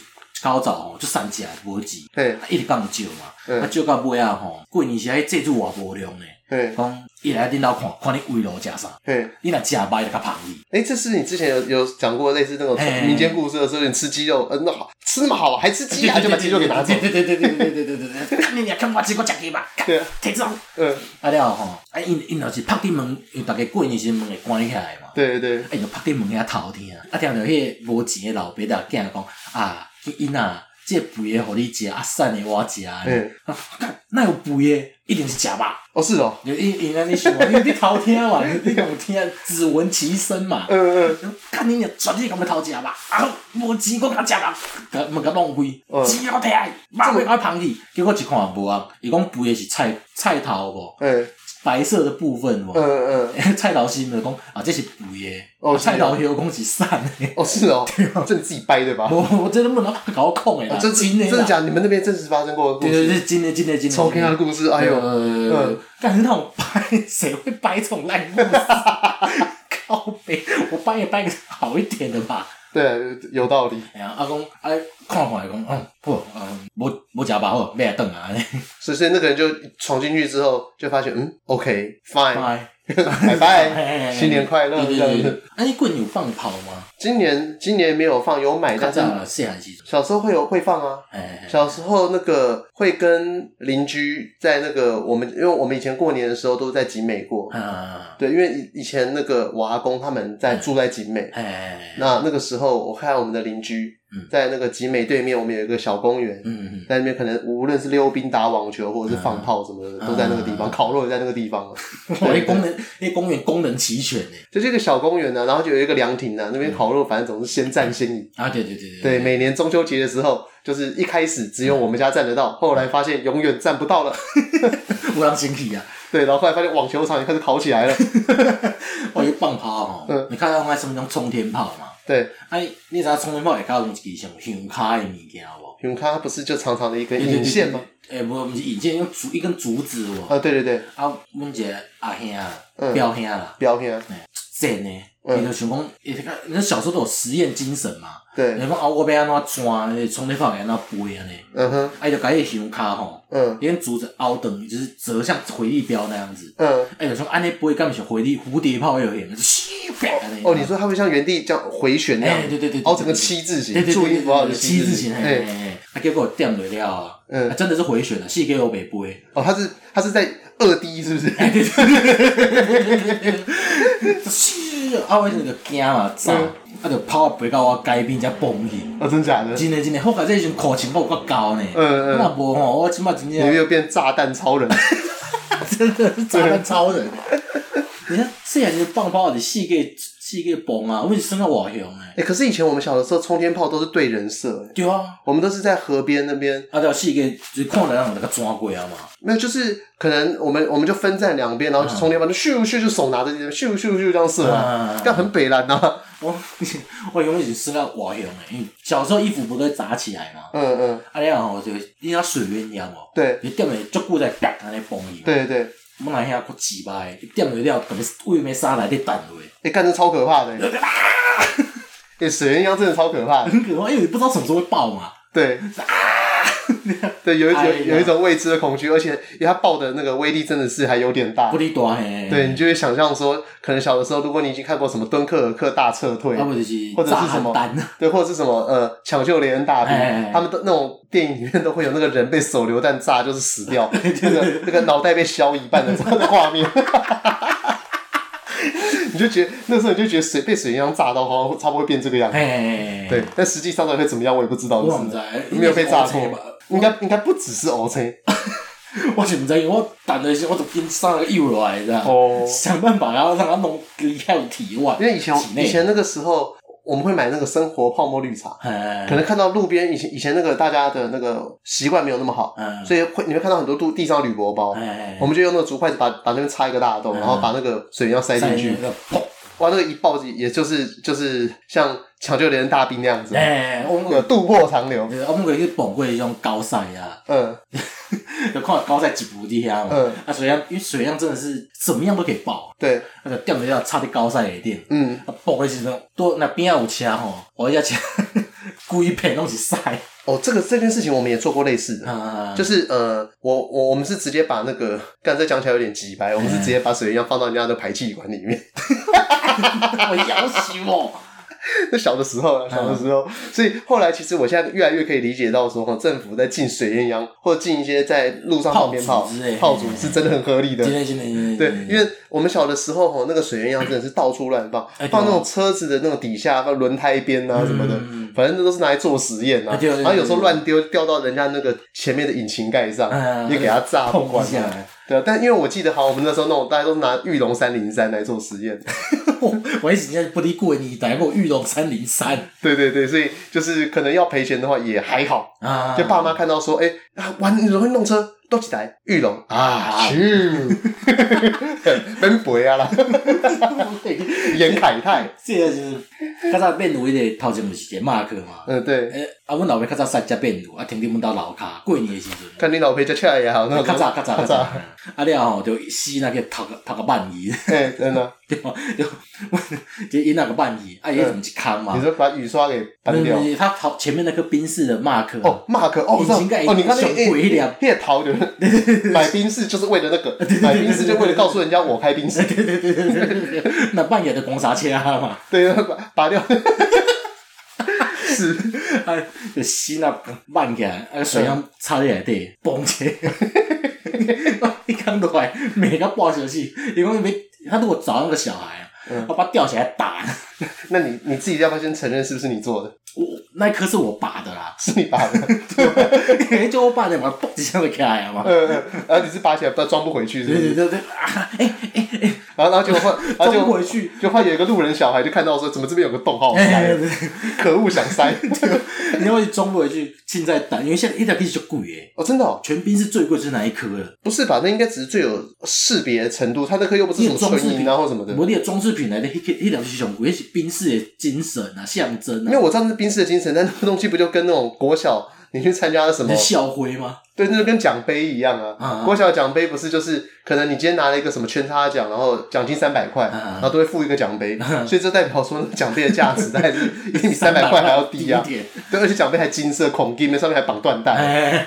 Speaker 2: 口罩吼，就三只无钱，
Speaker 1: 嘿，
Speaker 2: 啊一直讲借嘛，
Speaker 1: 嗯
Speaker 2: 啊借到尾啊吼，过年时迄这主偌无量呢。
Speaker 1: 嘿，
Speaker 2: 讲伊来恁兜看，看你胃路食啥，
Speaker 1: 嘿，
Speaker 2: 你若食歹就较芳你。
Speaker 1: 哎，这是你之前有有讲过类似那种
Speaker 2: 嘿
Speaker 1: 民间故事的时候，你吃鸡肉，呃，那好吃那么好，还吃鸡啊，就把鸡肉给拿走。
Speaker 2: 对对对对对对对对对，干你俩看我吃我食鸡吧，
Speaker 1: 对啊，
Speaker 2: 摕走。
Speaker 1: 嗯，
Speaker 2: 啊了吼，啊因因若是拍伫门，因逐个过年时门会关起来嘛，啊
Speaker 1: 对对对，
Speaker 2: 因就拍伫门遐偷听，啊听着迄个无钱的老爸仔囝讲啊，因啊。这肥的互你食，啊瘦的我食。
Speaker 1: 嗯
Speaker 2: 啊，干那有肥的，一定是食肉。
Speaker 1: 哦，是哦，
Speaker 2: 就因因安尼想嘛，因为你偷听嘛，你讲听只闻其声嘛。
Speaker 1: 嗯嗯，
Speaker 2: 看你也绝对咁要偷食吧，啊，无钱我敢食啦，甲毋甲浪费
Speaker 1: 嗯，
Speaker 2: 钱我摕来，马尾我芳去。结果一看无啊，伊讲肥的是菜菜头无，
Speaker 1: 哎，
Speaker 2: 白色的部分无
Speaker 1: 嗯，嗯， 嗯
Speaker 2: 菜头心就讲啊，这是肥的，
Speaker 1: 哦
Speaker 2: 啊
Speaker 1: 是啊
Speaker 2: 菜头叶讲是瘦的，
Speaker 1: 哦，是哦，
Speaker 2: 啊
Speaker 1: 这你自己掰的吧？
Speaker 2: 我我真的不能搞我控诶
Speaker 1: 哦
Speaker 2: 啦，
Speaker 1: 真
Speaker 2: 真的啦
Speaker 1: 真的假的？你们那边真实发生过的故
Speaker 2: 啊对对啊
Speaker 1: 事？
Speaker 2: 对，真的真的真的。
Speaker 1: 超 K 的故事，哎呦，
Speaker 2: 呃，但是那种掰，谁会掰这种烂故事？ 靠背，我掰也掰个好一点的吧。
Speaker 1: 对，有道理，
Speaker 2: 哎呀，阿公哎，看看伊讲，嗯，好，嗯，无无食饱好，买来顿啊，
Speaker 1: 所以所以那个人就闯进去之后，就发现，嗯，OK，fine，
Speaker 2: 拜
Speaker 1: 拜拜，
Speaker 2: 拜
Speaker 1: 新年快乐
Speaker 2: 哎对
Speaker 1: 这
Speaker 2: 对
Speaker 1: 样
Speaker 2: 对
Speaker 1: 子。
Speaker 2: 对。啊，你棍有放炮吗？
Speaker 1: 今年今年没有放，有买，
Speaker 2: 较
Speaker 1: 但是
Speaker 2: 早啦细汉时阵，
Speaker 1: 小时候会有会放啊。
Speaker 2: 哎，
Speaker 1: 小时候那个会跟邻居在那个我们，因为我们以前过年的时候都在景美过，
Speaker 2: 啊，
Speaker 1: 对，因为以以前那个我阿公他们在住在景美，
Speaker 2: 哎，
Speaker 1: 那那个时候，我看我们的邻居
Speaker 2: 嗯
Speaker 1: 在那个集美对面，我们有一个小公园，
Speaker 2: 嗯，
Speaker 1: 在那边可能无论是溜冰、打网球，或者是放炮什么的，
Speaker 2: 嗯
Speaker 1: 都在那个地方，
Speaker 2: 嗯
Speaker 1: 烤肉也在那个地方。啊
Speaker 2: 我那功能，那公园功能齐全呢。
Speaker 1: 就这个小公园呢，啊然后就有一个凉亭啊呢，那
Speaker 2: 嗯
Speaker 1: 边烤肉反正总是先占先赢。
Speaker 2: 啊，对对对
Speaker 1: 对，每年中秋节的时候，就是一开始只有我们家占得
Speaker 2: 嗯
Speaker 1: 到，后来发现永远占不 到了。
Speaker 2: 有人生气啊！
Speaker 1: 对，然后后来发现网球场也开始烤起来了。
Speaker 2: 嗯我一放炮吼
Speaker 1: 嗯，
Speaker 2: 你看到我什么种冲天炮嘛？
Speaker 1: 对，
Speaker 2: 哎，你知影冲天炮会搞用一支像香卡的物件无？
Speaker 1: 永康不是就长长的一根
Speaker 2: 对对对
Speaker 1: 引线吗？
Speaker 2: 哎，不，不是引线，用竹一根竹子无？
Speaker 1: 啊，对对对，
Speaker 2: 啊，阮一个阿兄啊
Speaker 1: 嗯，
Speaker 2: 表兄啦，
Speaker 1: 标片啊，
Speaker 2: 嘿真诶，
Speaker 1: 嗯
Speaker 2: 伊就想讲，伊这个你小时候都有实验精神嘛，
Speaker 1: 对
Speaker 2: 你，讲啊，我要安怎钻，你冲天炮要安怎飞安尼，
Speaker 1: 嗯哼，
Speaker 2: 啊，伊就改伊胸卡吼，
Speaker 1: 嗯
Speaker 2: 因竹子凹等，就是折像回力镖那样子，
Speaker 1: 嗯。
Speaker 2: 哎，有时候安尼飞，干是回力蝴蝶炮有影，咻啪安尼。
Speaker 1: 哦，你说它会像原地这样回旋那样
Speaker 2: 哎，，对对对，
Speaker 1: 凹成个
Speaker 2: 对
Speaker 1: 七字形
Speaker 2: 对，对
Speaker 1: 注
Speaker 2: 对
Speaker 1: 音符号
Speaker 2: 对，
Speaker 1: 的
Speaker 2: 七字形，哎
Speaker 1: 哎，
Speaker 2: 哎，啊，结果点落了啊，
Speaker 1: 嗯
Speaker 2: 啊真的是回旋了，四给我北飞，
Speaker 1: 哦，它是它是在二 D 是不是？
Speaker 2: 哎咻，啊，我那个惊嘛，走，啊，就跑啊飞到我街边才蹦去，
Speaker 1: 哦，真假的？
Speaker 2: 真的真的，好在这时阵裤情报有够高呢，
Speaker 1: 嗯嗯
Speaker 2: 那无吼，我即码真
Speaker 1: 你
Speaker 2: 正
Speaker 1: 又变炸弹超人，
Speaker 2: 真的是 炸弹超人，你看虽然是放炮的四个四个蹦啊，我是生到外向诶，
Speaker 1: 哎，可是以前我们小的时候冲天炮都是对人射，哎
Speaker 2: 对啊。
Speaker 1: 我们都是在河边那边，
Speaker 2: 啊，对，四个就是看人让那个抓过啊嘛，
Speaker 1: 没有，就是可能我们我们就分在两边，然后就冲天炮就咻咻就手拿着咻咻咻这样射
Speaker 2: 嗯嗯嗯
Speaker 1: 啊
Speaker 2: 嗯，
Speaker 1: 但很北蓝呐，
Speaker 2: 我 我永远是生到外向诶，因为小时候衣服不都会扎起来嘛，
Speaker 1: 嗯嗯，
Speaker 2: 啊，你吼就你像水鸳鸯哦，
Speaker 1: 对
Speaker 2: 你点落足久才啪安尼崩伊，
Speaker 1: 对对，
Speaker 2: 哦我那遐骨鸡巴诶，点落了，可能胃没沙来滴弹落，
Speaker 1: 哎，干这超可怕的，哎， 哎水鸳鸯真的超可怕的，
Speaker 2: 很可 怕，因为你不知道什么时候会爆嘛。
Speaker 1: 对。 对，有一
Speaker 2: 啊哎呀
Speaker 1: 有有一种未知的恐惧，而且因为它爆的那个威力真的是还有点大
Speaker 2: 不。离大嘿，
Speaker 1: 对，，你就会想象说，可能小的时候，如果你已经看过什么敦刻尔克大撤退
Speaker 2: 啊要，不就是
Speaker 1: 或者
Speaker 2: 炸
Speaker 1: 是什
Speaker 2: 邯
Speaker 1: 么
Speaker 2: 郸，
Speaker 1: 对，或者是什么呃抢救雷恩大
Speaker 2: 哎哎哎
Speaker 1: 兵，他们都那种电影里面都会有那个人被手榴弹炸就是死 掉，那个那个脑袋被削一半的这样的画面。 你就觉得那时候你就觉得水被水一样炸到，好像差不多会变这个样子。
Speaker 2: 嘿，
Speaker 1: 对，，但实际上到底会怎么样，我也不知道。
Speaker 2: 哎我唔
Speaker 1: 是
Speaker 2: 知
Speaker 1: 吗，
Speaker 2: 应该是
Speaker 1: 没有被炸
Speaker 2: OK
Speaker 1: 过
Speaker 2: 吧。
Speaker 1: 应该应该不只是 O C，
Speaker 2: 我是唔知，因为我弹的时候我就跟上个右落来，这样
Speaker 1: 哦
Speaker 2: 想办法然后让它弄离开我体外，
Speaker 1: 因为以前
Speaker 2: 体内
Speaker 1: 以前那个时候我们会买那个生活泡沫绿茶，
Speaker 2: 哎
Speaker 1: 可能看到路边以前以前那个大家的那个习惯没有那么好，
Speaker 2: 嗯
Speaker 1: 所以会你会看到很多路地上铝箔包，
Speaker 2: 哎
Speaker 1: 我们就用那个竹筷子把把那边插一个大洞，
Speaker 2: 嗯
Speaker 1: 然后把那个水要塞进去，
Speaker 2: 那个砰，
Speaker 1: 哇，那个一爆也就是就是像抢救连人大兵那样子，
Speaker 2: 哎，我们
Speaker 1: 有渡破长流，
Speaker 2: 呃我们个去蹦过迄种高赛啊。
Speaker 1: 嗯
Speaker 2: 就看高在几步地下嘛，
Speaker 1: 嗯
Speaker 2: 啊水量，因为水量真的是怎么样都可以爆，
Speaker 1: 对，
Speaker 2: 那个掉不掉差点高赛一点，
Speaker 1: 嗯，
Speaker 2: 啊爆的时阵，都那边啊有车吼，我一下车故意骗拢是塞，
Speaker 1: 哦，这个这件事情我们也做过类似的。
Speaker 2: 啊，
Speaker 1: 就是呃，我我我们是直接把那个，刚才讲起来有点急白，我们是直接把水一样放到人家的排气管里面，
Speaker 2: 我要死我，
Speaker 1: 那小的时候啊，小的时
Speaker 2: 嗯
Speaker 1: 候，所以后来其实我现在越来越可以理解到说，哦政府在禁水烟枪或者禁一些在路上放鞭炮
Speaker 2: 炮竹之类的
Speaker 1: 炮竹是真的很合理的
Speaker 2: 今。天今天今天，
Speaker 1: 对，
Speaker 2: 今
Speaker 1: 因
Speaker 2: 天
Speaker 1: 为我们小的时候吼，那个水烟枪真的是到处乱放，
Speaker 2: 哎对啊嗯
Speaker 1: 放那种车子的那种底下、放轮胎边啊什么的，反正那都是拿来做实验啊
Speaker 2: 哎。对啊对啊
Speaker 1: 然后有时候乱丢，掉到人家那个前面的引擎盖上
Speaker 2: 哎，
Speaker 1: 也给它炸不
Speaker 2: 碰
Speaker 1: 管
Speaker 2: 一下
Speaker 1: 啊。，对啊，但因为我记得，好，我们那时候那种大家都拿玉龙三零三来做实验，
Speaker 2: 我我一直在不离过你，逮过玉龙三零三
Speaker 1: 对对对，所以就是可能要赔钱的话也还好，
Speaker 2: 啊，
Speaker 1: 就爸妈看到说，哎、啊，玩你容易弄车，都起来玉龙啊， 去，免赔啊啦，严凯泰，
Speaker 2: 这个就是较早变路迄个头前毋是一个马克嘛，
Speaker 1: 嗯、对，
Speaker 2: 诶，啊，阮老爸较早三只变路，啊，停伫阮兜楼骹，过年的时阵。
Speaker 1: 看你老婆在吃也好，那
Speaker 2: 较
Speaker 1: 种
Speaker 2: 早较早较
Speaker 1: 较
Speaker 2: 早
Speaker 1: 早，，
Speaker 2: 啊了吼，就死那个头头个鳗鱼，
Speaker 1: 哎、真的，
Speaker 2: 对吧？就就因那个鳗鱼，啊，伊
Speaker 1: 嗯
Speaker 2: 怎么去坑嘛
Speaker 1: 你？说把雨刷给搬掉。
Speaker 2: 他头前面那个宾士的马克，
Speaker 1: 哦，Mark，哦，我知道
Speaker 2: 引擎盖
Speaker 1: 哦，你刚才
Speaker 2: 小鬼一辆
Speaker 1: 那个哎桃 的，买冰室就是为了那个，买冰室就为了告诉人家我开冰室，
Speaker 2: 对对对对对
Speaker 1: 哎
Speaker 2: 对， 那扮演的公啥车嘛？
Speaker 1: 对，把拔 掉，是，
Speaker 2: 啊，就死那鳗起来，啊，水箱插在内底，崩起来。一讲落来，每个半小时，因为没他如果找那个小孩啊，他把他吊起来打，
Speaker 1: 那你你自己要不要先承认是不是你做的？
Speaker 2: 我那一颗是我拔的啦，
Speaker 1: 是你拔 的，
Speaker 2: 就我爸在把它嘣一下就起来了嘛。
Speaker 1: 嗯嗯，然后你是拔起来，不知道装不回去，是不
Speaker 2: 对对
Speaker 1: 是？
Speaker 2: 对对，啊，哎哎哎，
Speaker 1: 然后然后结果换，然后
Speaker 2: 装
Speaker 1: 就
Speaker 2: 不回去，
Speaker 1: 就换有一个路人小孩就看到说，怎么这边有个洞，好好
Speaker 2: 哎
Speaker 1: 塞
Speaker 2: 对，
Speaker 1: 可恶，想 塞。
Speaker 2: 你要去装不回去，现在蛋，因为现在一条 K 就贵诶，
Speaker 1: 哦，真的哦，
Speaker 2: 全冰是最贵就是哪一颗了？
Speaker 1: 不是吧？那应该只是最有识别程度，他那颗又不是什么纯银啊或什么的。
Speaker 2: 我的装饰品来的一一条 K 上贵，那是冰室的精神啊，象征
Speaker 1: 因
Speaker 2: 啊
Speaker 1: 为。我知道那是冰室的精神，但那个东西不就跟那种国小你去参加什么
Speaker 2: 你是？校徽吗？
Speaker 1: 对，那就跟奖杯一样啊。
Speaker 2: 嗯嗯
Speaker 1: 国小奖杯不是就是可能你今天拿了一个什么圈叉奖，然后奖金三百块，
Speaker 2: 嗯嗯
Speaker 1: 然后都会附一个奖杯，
Speaker 2: 啊
Speaker 1: 所以这代表说那个奖杯的价值大概是一定比三百块还要低啊
Speaker 2: 低一点。
Speaker 1: 对，而且奖杯还金色孔金，上面还绑缎带。
Speaker 2: 哎，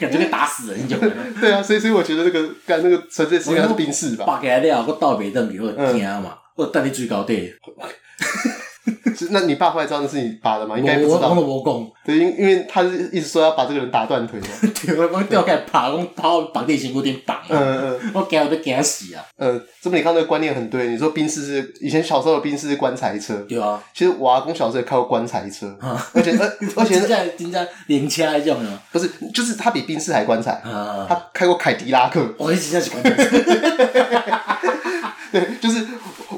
Speaker 2: 感觉跟打死人一 样。
Speaker 1: 对啊，所以所以我觉得那个干那个纯粹是因为它是冰室吧，
Speaker 2: 扒开了，我倒袂等去，我会惊
Speaker 1: 嗯
Speaker 2: 嘛，我等你最高底。
Speaker 1: 是那你爸后来知道那是你拔的吗？应该不
Speaker 2: 我
Speaker 1: 知
Speaker 2: 我我
Speaker 1: 道，
Speaker 2: 都无讲。
Speaker 1: 对，因因为他是一直说要把这个人打断 腿嘛。
Speaker 2: 对，我我吊起来爬，讲爬到绑地身骨顶绑啊！
Speaker 1: 嗯嗯
Speaker 2: 我惊我都惊死啊！
Speaker 1: 嗯，这么你看这个观念很对。你说冰室是以前小时候的冰室是棺材车，
Speaker 2: 对啊，
Speaker 1: 其实我阿公小时候也开过棺材车，
Speaker 2: 啊
Speaker 1: 而且而而且
Speaker 2: 真正真正灵车迄种啊！
Speaker 1: 不是就是他比宾士还棺材，
Speaker 2: 啊，
Speaker 1: 他开过凯迪拉克。
Speaker 2: 我真正是关键。
Speaker 1: 对，就是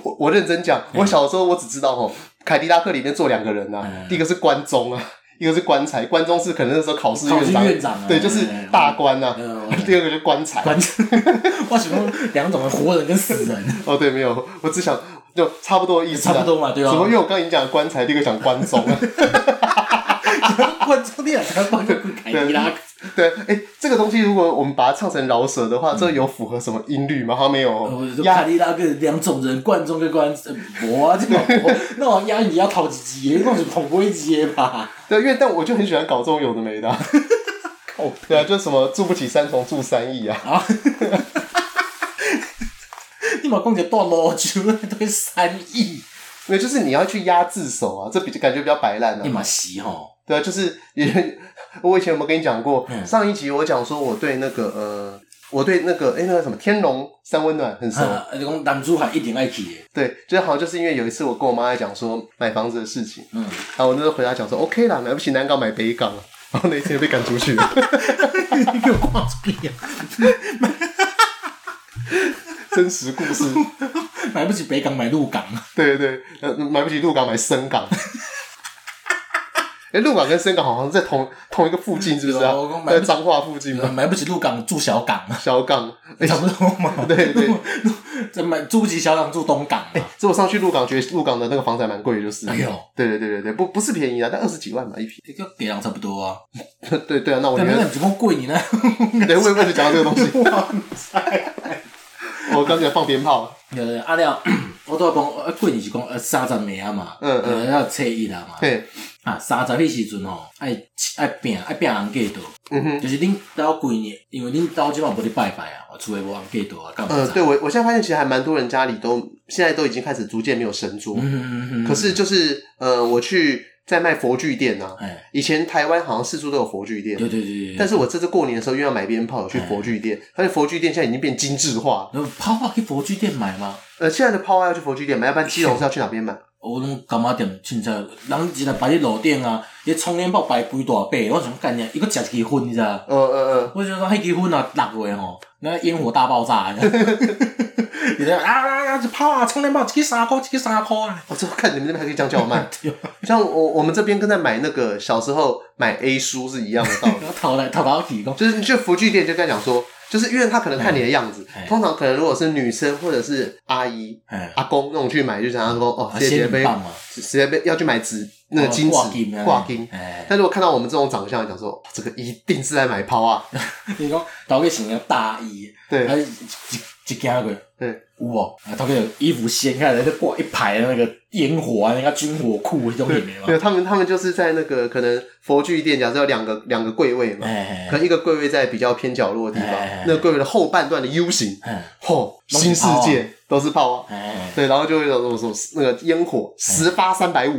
Speaker 1: 我我认真讲，我小时候我只知道哦，凯迪拉克里面坐两个人啊
Speaker 2: 嗯，
Speaker 1: 一个是关中啊，一个是棺材。关中是可能那时候考试
Speaker 2: 考
Speaker 1: 院
Speaker 2: 试
Speaker 1: 长，
Speaker 2: 院长啊
Speaker 1: 对，就是
Speaker 2: 嗯
Speaker 1: 大官啊
Speaker 2: 嗯嗯。
Speaker 1: 第二个就是棺材。
Speaker 2: 关键，我想讲两种的活人跟死人，
Speaker 1: 哦，对，没有，我只想就差不多的意思啊，
Speaker 2: 差不多嘛对啊
Speaker 1: 怎么因为我刚刚已经讲棺材，第一个讲关中啊。
Speaker 2: 我操你啊！才关个凯迪拉克，
Speaker 1: 对，哎，这个东西如果我们把它唱成饶舌的话，这有符合什么音律吗？好像没有
Speaker 2: 嗯呃我
Speaker 1: 哦
Speaker 2: 说。
Speaker 1: 压
Speaker 2: 凯迪拉克两种人，冠中跟冠 无啊，这个无，那我压你要头一集的，那是捧杯集的吧？
Speaker 1: 对，因为但我就很喜欢搞这种有的没的啊、
Speaker 2: 靠
Speaker 1: 对啊，就什么住不起三重住三亿啊，
Speaker 2: 啊！你嘛讲一个大老酒，对三亿，
Speaker 1: 没有，就是你要去压自首啊，这比感觉比较白烂
Speaker 2: 你
Speaker 1: 啊。
Speaker 2: 嘛是吼，
Speaker 1: 对啊，就是也， 我以前有没有跟你讲过？
Speaker 2: 嗯
Speaker 1: 上一集我讲说我对那个呃，我对那个哎、那个什么天龙三温暖很熟。
Speaker 2: 啊，就讲男主还一定爱去的，
Speaker 1: 对，就是好像就是因为有一次我跟我妈在讲说买房子的事情，
Speaker 2: 嗯，
Speaker 1: 然后我那时候回答讲说 OK 啦，买不起南港买北港啊，然后那一天就被赶出去了，
Speaker 2: 你给我挂出去啊！
Speaker 1: 真实故事。
Speaker 2: 买不起北港，买鹿港，啊
Speaker 1: 对对对，呃，买不起鹿港，买深港。哎、鹿港跟深港好像在同同一个附近，是不是、啊
Speaker 2: 有我讲？买
Speaker 1: 在
Speaker 2: 不起
Speaker 1: 彰化附近吗？
Speaker 2: 买不起鹿港住小港，啊
Speaker 1: 小港，哎、
Speaker 2: 差不多嘛。
Speaker 1: 对 对，哎
Speaker 2: 这买住不起小港住东港啊嘛。
Speaker 1: 这我上去鹿港，觉得鹿港的那个房子还蛮贵的，就是。
Speaker 2: 哎呦，
Speaker 1: 对对对对对，不不是便宜啊，但二十几万吧一平。
Speaker 2: 这个给人差不多啊。
Speaker 1: 对对啊，那我觉
Speaker 2: 但那
Speaker 1: 得，
Speaker 2: 你怎么贵你呢？
Speaker 1: 对，我也为了讲到这个东西，我刚才放鞭炮，
Speaker 2: 呃，啊了， 我都要讲，呃贵你是讲呃三十暝啊嘛，
Speaker 1: 嗯嗯
Speaker 2: 呃，要七亿啦嘛。
Speaker 1: 嘿，
Speaker 2: 啊，三十迄时阵吼，爱爱拼爱拼红过道，
Speaker 1: 嗯哼。
Speaker 2: 就是恁兜几年，因为恁兜即满无咧拜拜啊，厝内无红过道啊，干嘛？
Speaker 1: 呃，对，我，我现在发现其实还蛮多人家里都现在都已经开始逐渐没有神桌，
Speaker 2: 嗯嗯嗯。
Speaker 1: 可是就是呃，我去在卖佛具店啊，
Speaker 2: 哎，
Speaker 1: 以前台湾好像四处都有佛具店，
Speaker 2: 对对对哎对，
Speaker 1: 但是我这次过年的时候又要买鞭炮，有去佛具店，而且佛具店现在已经变精致化。
Speaker 2: 那泡泡去佛具店买吗？
Speaker 1: 呃，现在的炮啊要去佛具店买，要不然基隆是要去哪边买？
Speaker 2: 我拢感觉点凊彩，人一来摆伫路顶啊，伊窗帘包摆规大摆，我想干啥？伊佫食一支烟，你知道吗？
Speaker 1: 呃呃
Speaker 2: 我就说迄支烟啊，六月吼，那烟火大爆炸，你知道吗你知道吗啊啊啊！一泡啊，窗帘包一支三箍，一支三箍啊！
Speaker 1: 呃，我、这看你们那边还可以这样叫我卖
Speaker 2: 对，
Speaker 1: 像我我们这边跟在买那个小时候买 A 书是一样的道理
Speaker 2: 然，后头来头头去讲，
Speaker 1: 就是你去佛具店就跟他讲说，就是因为他可能看你的样子
Speaker 2: 哎，
Speaker 1: 通常可能如果是女生或者是阿姨、
Speaker 2: 哎，
Speaker 1: 阿公那种去买，就想要说哦，
Speaker 2: 啊
Speaker 1: 直接
Speaker 2: 仙
Speaker 1: 被
Speaker 2: 女棒嘛，
Speaker 1: 直接被要去买纸那个金
Speaker 2: 挂
Speaker 1: 纸
Speaker 2: 金啊
Speaker 1: 挂金，
Speaker 2: 哎，
Speaker 1: 但如果看到我们这种长相，讲说哦这个一定是在买抛 啊，
Speaker 2: 你讲头家穿个大衣，
Speaker 1: 对
Speaker 2: 啊一一一件过，
Speaker 1: 对，
Speaker 2: 有无？啊，头家有衣服掀开来，就挂一排的那个烟火啊，那个军火库那种里面嘛
Speaker 1: 没，有他们，他们就是在那个可能佛具店，假设有两个两个柜位嘛，
Speaker 2: 哎
Speaker 1: 可能一个柜位在比较偏角落的地
Speaker 2: 哎
Speaker 1: 方，那个柜位的后半段的 U 型，
Speaker 2: 哎
Speaker 1: 嚯，
Speaker 2: 都是
Speaker 1: 新世
Speaker 2: 炮啊
Speaker 1: 界都是炮啊，
Speaker 2: 哎，
Speaker 1: 对，然后就会有什么什么那个烟火十发三百 五，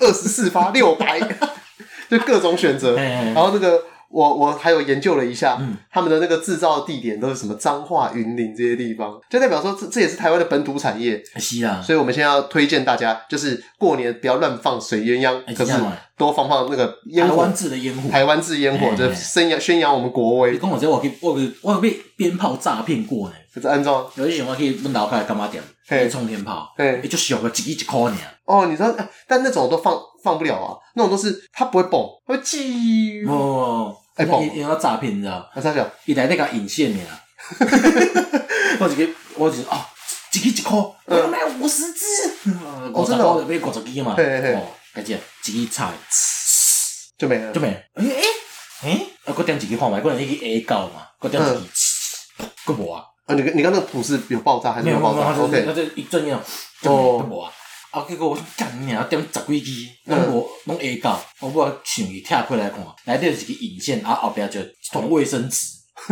Speaker 1: 二十四发六百， 就各种选择，
Speaker 2: 哎
Speaker 1: 然后那个。我我还有研究了一下，
Speaker 2: 嗯
Speaker 1: 他们的那个制造地点都是什么彰化、云林这些地方，就代表说这这也是台湾的本土产业，
Speaker 2: 是啊啦，
Speaker 1: 所以我们现在要推荐大家，就是过年不要乱放水鸳鸯，
Speaker 2: 哎
Speaker 1: 可是
Speaker 2: 这样啊
Speaker 1: 多放放那个烟
Speaker 2: 台
Speaker 1: 火
Speaker 2: 湾，制的烟火。
Speaker 1: 台湾制烟火，
Speaker 2: 哎
Speaker 1: 就宣扬宣扬我们国
Speaker 2: 你
Speaker 1: 威。
Speaker 2: 讲我这我去我去我有被鞭炮诈骗过呢。
Speaker 1: 可是安装
Speaker 2: 有一阵我去阮楼下的干妈店，
Speaker 1: 嘿
Speaker 2: 去冲天炮，
Speaker 1: 嘿
Speaker 2: 伊就俗个一支一箍尔，
Speaker 1: 哦，你知道，哎但那种都放放不了啊，那种都是它不会蹦，它会叽。
Speaker 2: 哦，
Speaker 1: 哎
Speaker 2: 伊
Speaker 1: 爆
Speaker 2: 伊要诈骗，你知道吗？
Speaker 1: 啊，三小，
Speaker 2: 伊内底甲引 线尔。我一个，我就是哦，一支一箍，我要买五十支，
Speaker 1: 嗯哦
Speaker 2: 五十
Speaker 1: 真的哦
Speaker 2: 箍就买五十支嘛。
Speaker 1: 嘿嘿嘿
Speaker 2: 哦，而且一支菜，
Speaker 1: 就没了
Speaker 2: 就。没了。哎哎哎，啊，搁点一个看嘛，搁点一个 A 到嘛，搁点一
Speaker 1: 嗯
Speaker 2: 个，搁无啊，
Speaker 1: 啊，你你刚刚那个谱是有爆炸还是
Speaker 2: 没有
Speaker 1: 有
Speaker 2: 没有
Speaker 1: 爆
Speaker 2: 没有，
Speaker 1: 炸？OK，
Speaker 2: 他就是他就一转样，就
Speaker 1: 哦
Speaker 2: 无啊。啊，结果我干你啊，点十几支，
Speaker 1: 嗯
Speaker 2: 拢无拢 A 到，我不想去拆开来看，内底是一个引线，啊后壁就一团卫生纸，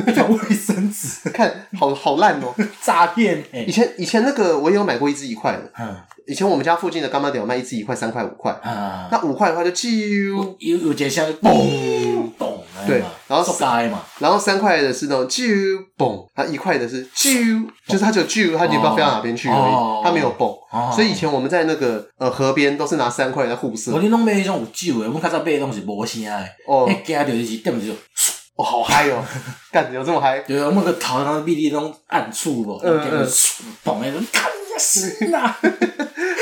Speaker 2: 一团卫生纸，
Speaker 1: 看好好烂哦。
Speaker 2: 诈骗
Speaker 1: 以
Speaker 2: 诶。
Speaker 1: 前以前那个我也有买过一支一块的，
Speaker 2: 嗯
Speaker 1: 以前我们家附近的干妈店有卖一支一块、三块、五块，
Speaker 2: 啊，
Speaker 1: 那五块的话就啾，
Speaker 2: 有有一个声嘣咚，
Speaker 1: 哦
Speaker 2: 哎
Speaker 1: 对然后
Speaker 2: 塑胶的嘛，
Speaker 1: 然后三块的是那种啾嘣，它一块的是啾，就是它只有啾，它就不知道飞到哪边去而
Speaker 2: 哦
Speaker 1: 已，它没有蹦。
Speaker 2: 哦
Speaker 1: 所以以前我们在那个呃河边都是拿三块在互射
Speaker 2: 我，你拢买迄种有酒的，阮较早买的拢是无声的，
Speaker 1: 哦
Speaker 2: 迄惊着就是点着，
Speaker 1: 哦，好嗨哦，干有这么嗨？
Speaker 2: 就是阮个头上秘密拢暗处无，
Speaker 1: 嗯
Speaker 2: 点着砰的，看呀死啊啦！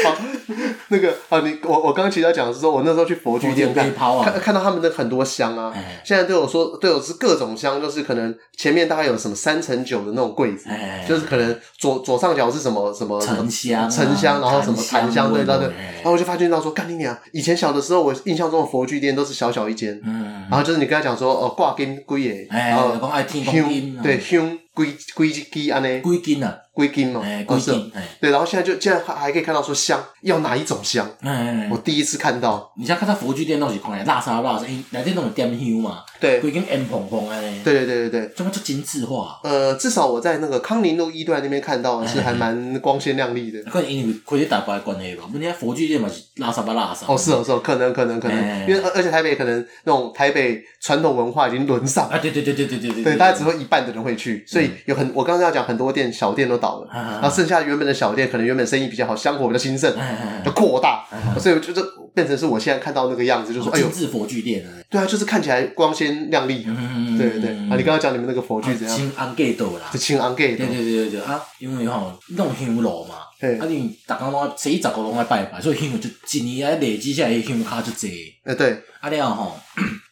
Speaker 1: 好， 那个啊，你我我刚刚其实要讲的是说，我那时候去佛具店
Speaker 2: 佛具店
Speaker 1: 看
Speaker 2: 可以抛啊
Speaker 1: 看看到他们的很多香啊
Speaker 2: 哎，
Speaker 1: 现在对我说对我是各种香，就是可能前面大概有什么三乘九的那种柜子
Speaker 2: 哎，
Speaker 1: 就是可能左左上角是什么什么什么
Speaker 2: 沉香啊，
Speaker 1: 沉香，然后什么檀香，对哦对对，然后
Speaker 2: 后
Speaker 1: 我就发现到说，干你娘！以前小的时候，我印象中的佛具店都是小小一间，
Speaker 2: 嗯，
Speaker 1: 然后就是你跟他讲说，哦，挂金龟耶，
Speaker 2: 哎，
Speaker 1: 然后
Speaker 2: 讲爱天公金
Speaker 1: 哦香
Speaker 2: 啊，
Speaker 1: 对香龟龟鸡安呢，
Speaker 2: 贵金啊，
Speaker 1: 龟金嘛
Speaker 2: 哎，，
Speaker 1: 哦
Speaker 2: 贵
Speaker 1: 是哦，
Speaker 2: 金，哎
Speaker 1: 对，然后现在就竟然还还可以看到说香要哪一种香，
Speaker 2: 哎哎，
Speaker 1: 我
Speaker 2: 哎
Speaker 1: 第一次看到，
Speaker 2: 你像看到佛具店拢是看来蜡沙蜡沙，因内底拢有点香嘛，
Speaker 1: 对
Speaker 2: 规间烟蓬蓬安尼，
Speaker 1: 对对对对对。
Speaker 2: 怎么就精致化？
Speaker 1: 呃，至少我在那个康宁路一段那边看到的是还蛮光鲜亮丽的。
Speaker 2: 可能因为开始大伯的关系吧，阮遐佛具店嘛是拉萨巴拉萨。
Speaker 1: 哦，是哦，是哦，可能，可能，可能，
Speaker 2: 哎
Speaker 1: 因为而呃而且台北可能那种台北传统文化已经沦丧，
Speaker 2: 啊，对对对对对对对
Speaker 1: 对，大概只会一半的人会去，所以有很，我刚刚要讲很多店小店都倒了，
Speaker 2: 嗯啊
Speaker 1: 然后剩下原本的小店可能原本生意比较好，香火比较兴盛，
Speaker 2: 哎啊哎
Speaker 1: 就扩大，所以我就这变成是我现在看到那个样子，就
Speaker 2: 哎
Speaker 1: 说哎呦
Speaker 2: 精，致佛具店啊，
Speaker 1: 对啊，就是看起来光鲜亮丽，
Speaker 2: 嗯
Speaker 1: 对对对，啊，你刚刚讲你们那个佛具怎样？
Speaker 2: 新安街道啦
Speaker 1: 就，清昂 gay
Speaker 2: 对
Speaker 1: 的，
Speaker 2: 对对对对啊，因为吼弄香炉嘛，
Speaker 1: 对
Speaker 2: 啊你逐工拢初一十五拢爱拜拜，所以香就一年啊累积下来香卡就济，
Speaker 1: 哎对，
Speaker 2: 啊了吼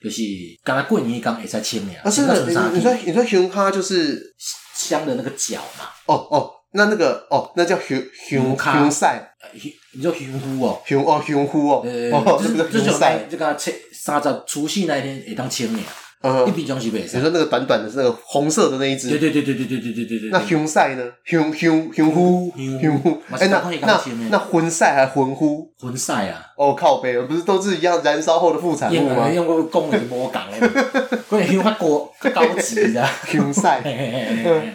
Speaker 2: 就是敢若过年刚会使清俩，
Speaker 1: 啊是
Speaker 2: 清到
Speaker 1: 的，
Speaker 2: 剩
Speaker 1: 你
Speaker 2: 三
Speaker 1: 你说
Speaker 2: 片
Speaker 1: 你说熊咖就是
Speaker 2: 香的那个角嘛，
Speaker 1: 哦哦，那那个哦，那叫熊熊
Speaker 2: 熊咖
Speaker 1: 熊赛
Speaker 2: 呃香你说香菇哦。
Speaker 1: 熊哦熊呼哦，
Speaker 2: 呃，
Speaker 1: 哦那
Speaker 2: 就是
Speaker 1: 个
Speaker 2: 就
Speaker 1: 熊
Speaker 2: 是
Speaker 1: 赛，
Speaker 2: 这个切三十除夕那一天会当清俩，
Speaker 1: 呃，
Speaker 2: 一平常是袂
Speaker 1: 你
Speaker 2: 使。
Speaker 1: 说那个短短的那个红色的那一只，
Speaker 2: 对对对对对对对对对对。
Speaker 1: 那熊赛呢？熊熊熊呼
Speaker 2: 熊
Speaker 1: 熊呼，
Speaker 2: 嘛
Speaker 1: 哎，
Speaker 2: 是
Speaker 1: 那
Speaker 2: 同款的
Speaker 1: 那
Speaker 2: 钢琴耶
Speaker 1: 那魂赛还魂呼？
Speaker 2: 婚晒啊，
Speaker 1: 哦靠北，不是都是一样燃烧后的副产
Speaker 2: 用
Speaker 1: 物吗
Speaker 2: 我？用我讲的无共的，可能香较高较高级啦。
Speaker 1: 熊赛，
Speaker 2: 嘿嘿嘿嘿嘿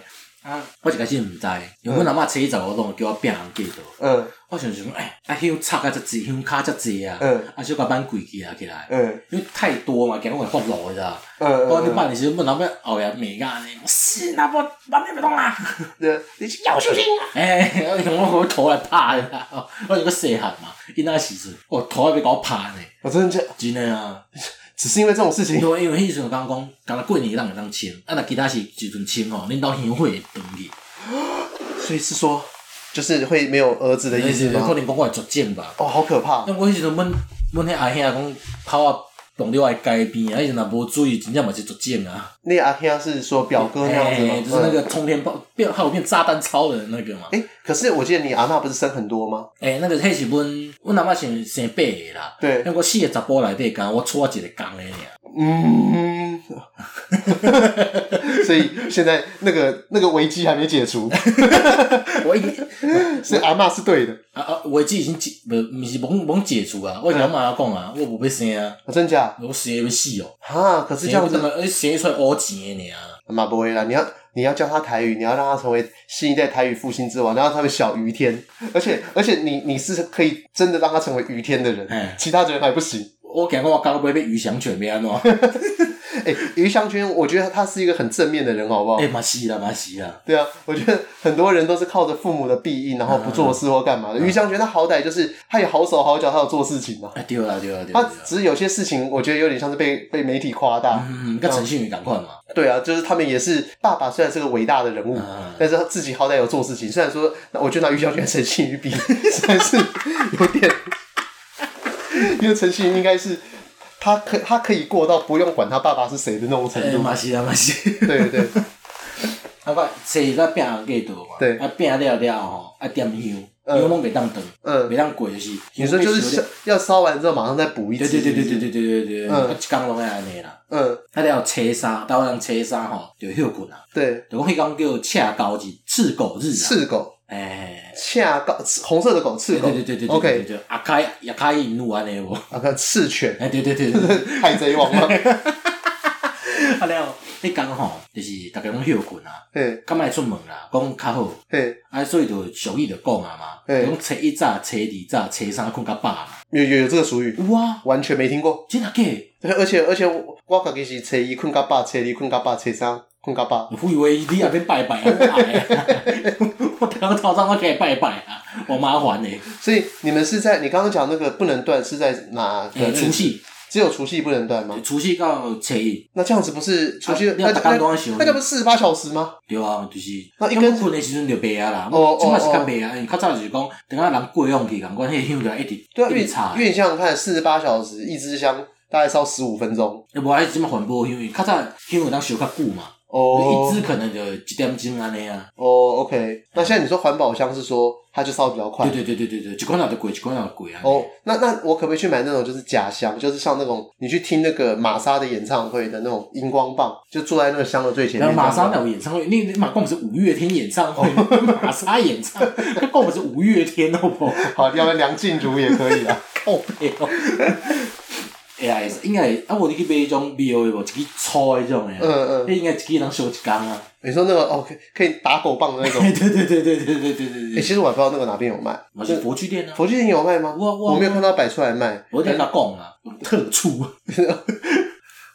Speaker 2: 啊，我一开始毋知，因为阮阿嬷初一十五拢叫我拼人记到，
Speaker 1: 嗯
Speaker 2: 我想想，哎，啊香插啊遮济，香卡遮济啊
Speaker 1: 嗯，
Speaker 2: 啊小甲板跪起啊起来，
Speaker 1: 嗯
Speaker 2: 因为太多嘛，惊我会发怒你知道。
Speaker 1: 嗯嗯
Speaker 2: 哦我你
Speaker 1: 嗯
Speaker 2: 办的时候，阮阿嬷后壁骂甲安尼，死那不把你不动啦。
Speaker 1: 呃，你是要小心啊！
Speaker 2: 哎、我用我个头来拍的啦，哦我是个细汉嘛，因那时阵，我头还被我拍呢，
Speaker 1: 我真的这
Speaker 2: 真的啊。
Speaker 1: 只是因为这种事情
Speaker 2: 因为因为迄时阵刚讲，敢若过年人会当签，啊若其他是时阵签吼，恁兜香火会断去，
Speaker 1: 所以是说，就是会没有儿子的意思
Speaker 2: 可
Speaker 1: 吗？
Speaker 2: 能讲我会绝症吧。
Speaker 1: 哦，好可怕！
Speaker 2: 啊因为我迄时阵阮阮迄阿兄讲跑啊撞到我的街边啊，迄时阵若无注意，真正嘛是绝症啊。
Speaker 1: 那阿天是说表哥那样子吗？
Speaker 2: 哎就是那
Speaker 1: 嗯。
Speaker 2: 个冲天炮变，还有变炸弹超人那个嘛。
Speaker 1: 哎，可是我记得你阿嬷不是生很多吗？
Speaker 2: 诶、那个迄是阮阮阿嬷生生八个啦，
Speaker 1: 对
Speaker 2: 因为我四个查甫内底讲，我娶我一个公的尔。
Speaker 1: 嗯，所以现在那个那个危机还没解除，
Speaker 2: 我已经
Speaker 1: 所以阿 嬷是对的。
Speaker 2: 啊啊，危机已经解，无，毋是罔罔解除啊。我跟我妈讲啊，
Speaker 1: 嗯
Speaker 2: 我无要生啊，
Speaker 1: 啊、真假
Speaker 2: 我生要死哦、
Speaker 1: 啊？可是
Speaker 2: 生
Speaker 1: 这样
Speaker 2: 那
Speaker 1: 子
Speaker 2: 个，哎，生出来乌钱的尔。
Speaker 1: 嘛不会啦，你要你要教他台语，你要让他成为新一代台语复兴之王，然后他们小于天，而且而且你你是可以真的让他成为于天的人
Speaker 2: 哎，
Speaker 1: 其他人还不行。
Speaker 2: 我讲我搞不会被鱼翔犬安怎？ 诶、
Speaker 1: 哎、于香君，我觉得他是一个很正面的人，好不好？
Speaker 2: 哎嘛是啦，嘛是啦。
Speaker 1: 对啊，我觉得很多人都是靠着父母的庇荫，然后不做事或干嘛的。于香君他好歹就是他也好手好脚，他有做事情啊。
Speaker 2: 啊，对啦，对啦，对啦。
Speaker 1: 他
Speaker 2: 对啦
Speaker 1: 只是有些事情，我觉得有点像是被被媒体夸大。
Speaker 2: 嗯，跟陈信宇共款嘛。
Speaker 1: 对啊，就是他们也是爸爸，虽然是个伟大的人物，
Speaker 2: 嗯
Speaker 1: 但是他自己好歹有做事情。虽然说，我觉得拿于小娟陈信宇比， 实在是有点，因为陈信宇应该是他可他可以过到不用管他爸爸是谁的那种程
Speaker 2: 诶、
Speaker 1: 度。
Speaker 2: 哎 嘛是啦，嘛是。
Speaker 1: 对对对，
Speaker 2: 啊，我切甲饼过度嘛，
Speaker 1: 对
Speaker 2: 啊饼了了吼，啊点香，
Speaker 1: 嗯
Speaker 2: 香拢袂当断，
Speaker 1: 嗯
Speaker 2: 袂，当过就是。
Speaker 1: 你说就
Speaker 2: 香
Speaker 1: 是
Speaker 2: 被
Speaker 1: 烧
Speaker 2: 烧了
Speaker 1: 要烧完之后马上再补一
Speaker 2: 对
Speaker 1: 次，
Speaker 2: 对对对
Speaker 1: 是不是，
Speaker 2: 对对对对对，
Speaker 1: 嗯
Speaker 2: 啊一工拢爱安尼啦。
Speaker 1: 嗯，
Speaker 2: 啊了切衫，台湾人切衫吼，就休困啊，
Speaker 1: 对，
Speaker 2: 就讲迄工叫赤狗日、赤狗日啊。
Speaker 1: 赤狗，
Speaker 2: 哎，
Speaker 1: 恰狗，红色的狗，赤
Speaker 2: 对
Speaker 1: 狗
Speaker 2: 对对对对对对
Speaker 1: ，OK，
Speaker 2: 对，阿开阿开引路安尼无？
Speaker 1: 啊，看赤犬，
Speaker 2: 哎，对对对对，
Speaker 1: 海贼王 嘛，
Speaker 2: 啊了，迄工吼，就是逐个拢休困啊，
Speaker 1: 嘿，
Speaker 2: 敢莫出门啦，讲较好。
Speaker 1: 嘿，
Speaker 2: 啊，所以就俗语就讲啊嘛，
Speaker 1: 嘿
Speaker 2: 就讲初一早、初二早、初三困较饱啦。
Speaker 1: 有有有这个俗语，
Speaker 2: 有啊，
Speaker 1: 完全没听过，
Speaker 2: 真啊假的？
Speaker 1: 对而且而且我我自己是初一困到八，初二困到八，初三困到八，
Speaker 2: 我以为你也免拜拜啊，我哎呀 我等下早上我给你拜拜啊，我麻烦呢、
Speaker 1: 所以你们是在你刚刚讲那个不能断是在哪
Speaker 2: 欸。
Speaker 1: 个
Speaker 2: 除？夕，
Speaker 1: 只有除夕不能断吗？
Speaker 2: 除夕到初一，
Speaker 1: 那这样子不是嗯除夕
Speaker 2: 啊你
Speaker 1: 那
Speaker 2: 要
Speaker 1: 那
Speaker 2: 每天都要休息
Speaker 1: 那个不是四十八小时吗？
Speaker 2: 对啊，就是。
Speaker 1: 那一
Speaker 2: 因
Speaker 1: 根
Speaker 2: 为我困的时阵就白啊啦，
Speaker 1: 哦
Speaker 2: 我即摆是
Speaker 1: 哦
Speaker 2: 较
Speaker 1: 哦
Speaker 2: 白啊，因为较早就是讲，等下人过用去，感觉迄香就一直
Speaker 1: 对啊，因
Speaker 2: 一
Speaker 1: 为
Speaker 2: 直差
Speaker 1: 因。为你想想看，四十八小时一支香大概烧十五分钟
Speaker 2: 要无爱即摆环保香，因为较早香有当烧较久嘛，
Speaker 1: 哦
Speaker 2: 一支可能就一点钟安尼啊。
Speaker 1: 哦，OK。那现在你说环保香是说它就烧比较快
Speaker 2: 对对对对对对，一罐也就过，一罐也就过啊。
Speaker 1: 哦，那那我可不可以去买那种就是假香，就是像那种你去听那个玛莎的演唱会的那种荧光棒，就坐在那个香的最前
Speaker 2: 然
Speaker 1: 面
Speaker 2: 后
Speaker 1: 这样
Speaker 2: 马
Speaker 1: 子。
Speaker 2: 莎有演唱会，你你马光不是五月天演唱会，马莎演唱，他光不是五月天，好不好？
Speaker 1: 啊好，要不然梁静茹也可以 啊。
Speaker 2: 靠背哦。哎呀，应该啊，我你去买迄种 B O 的无，一支粗的迄种
Speaker 1: 嗯
Speaker 2: 诶，
Speaker 1: 嗯
Speaker 2: 那，应该一支能烧一工啊。
Speaker 1: 你说那个哦，可以可以打狗棒的那 种。
Speaker 2: 对对对对对对对对
Speaker 1: 哎，
Speaker 2: 对
Speaker 1: 其实我还不知道那个哪边有卖，
Speaker 2: 嘛是佛具店啊，
Speaker 1: 佛具店有卖吗？
Speaker 2: 我我
Speaker 1: 我没有看到摆出来卖。
Speaker 2: 我听他讲啊，有特出啊，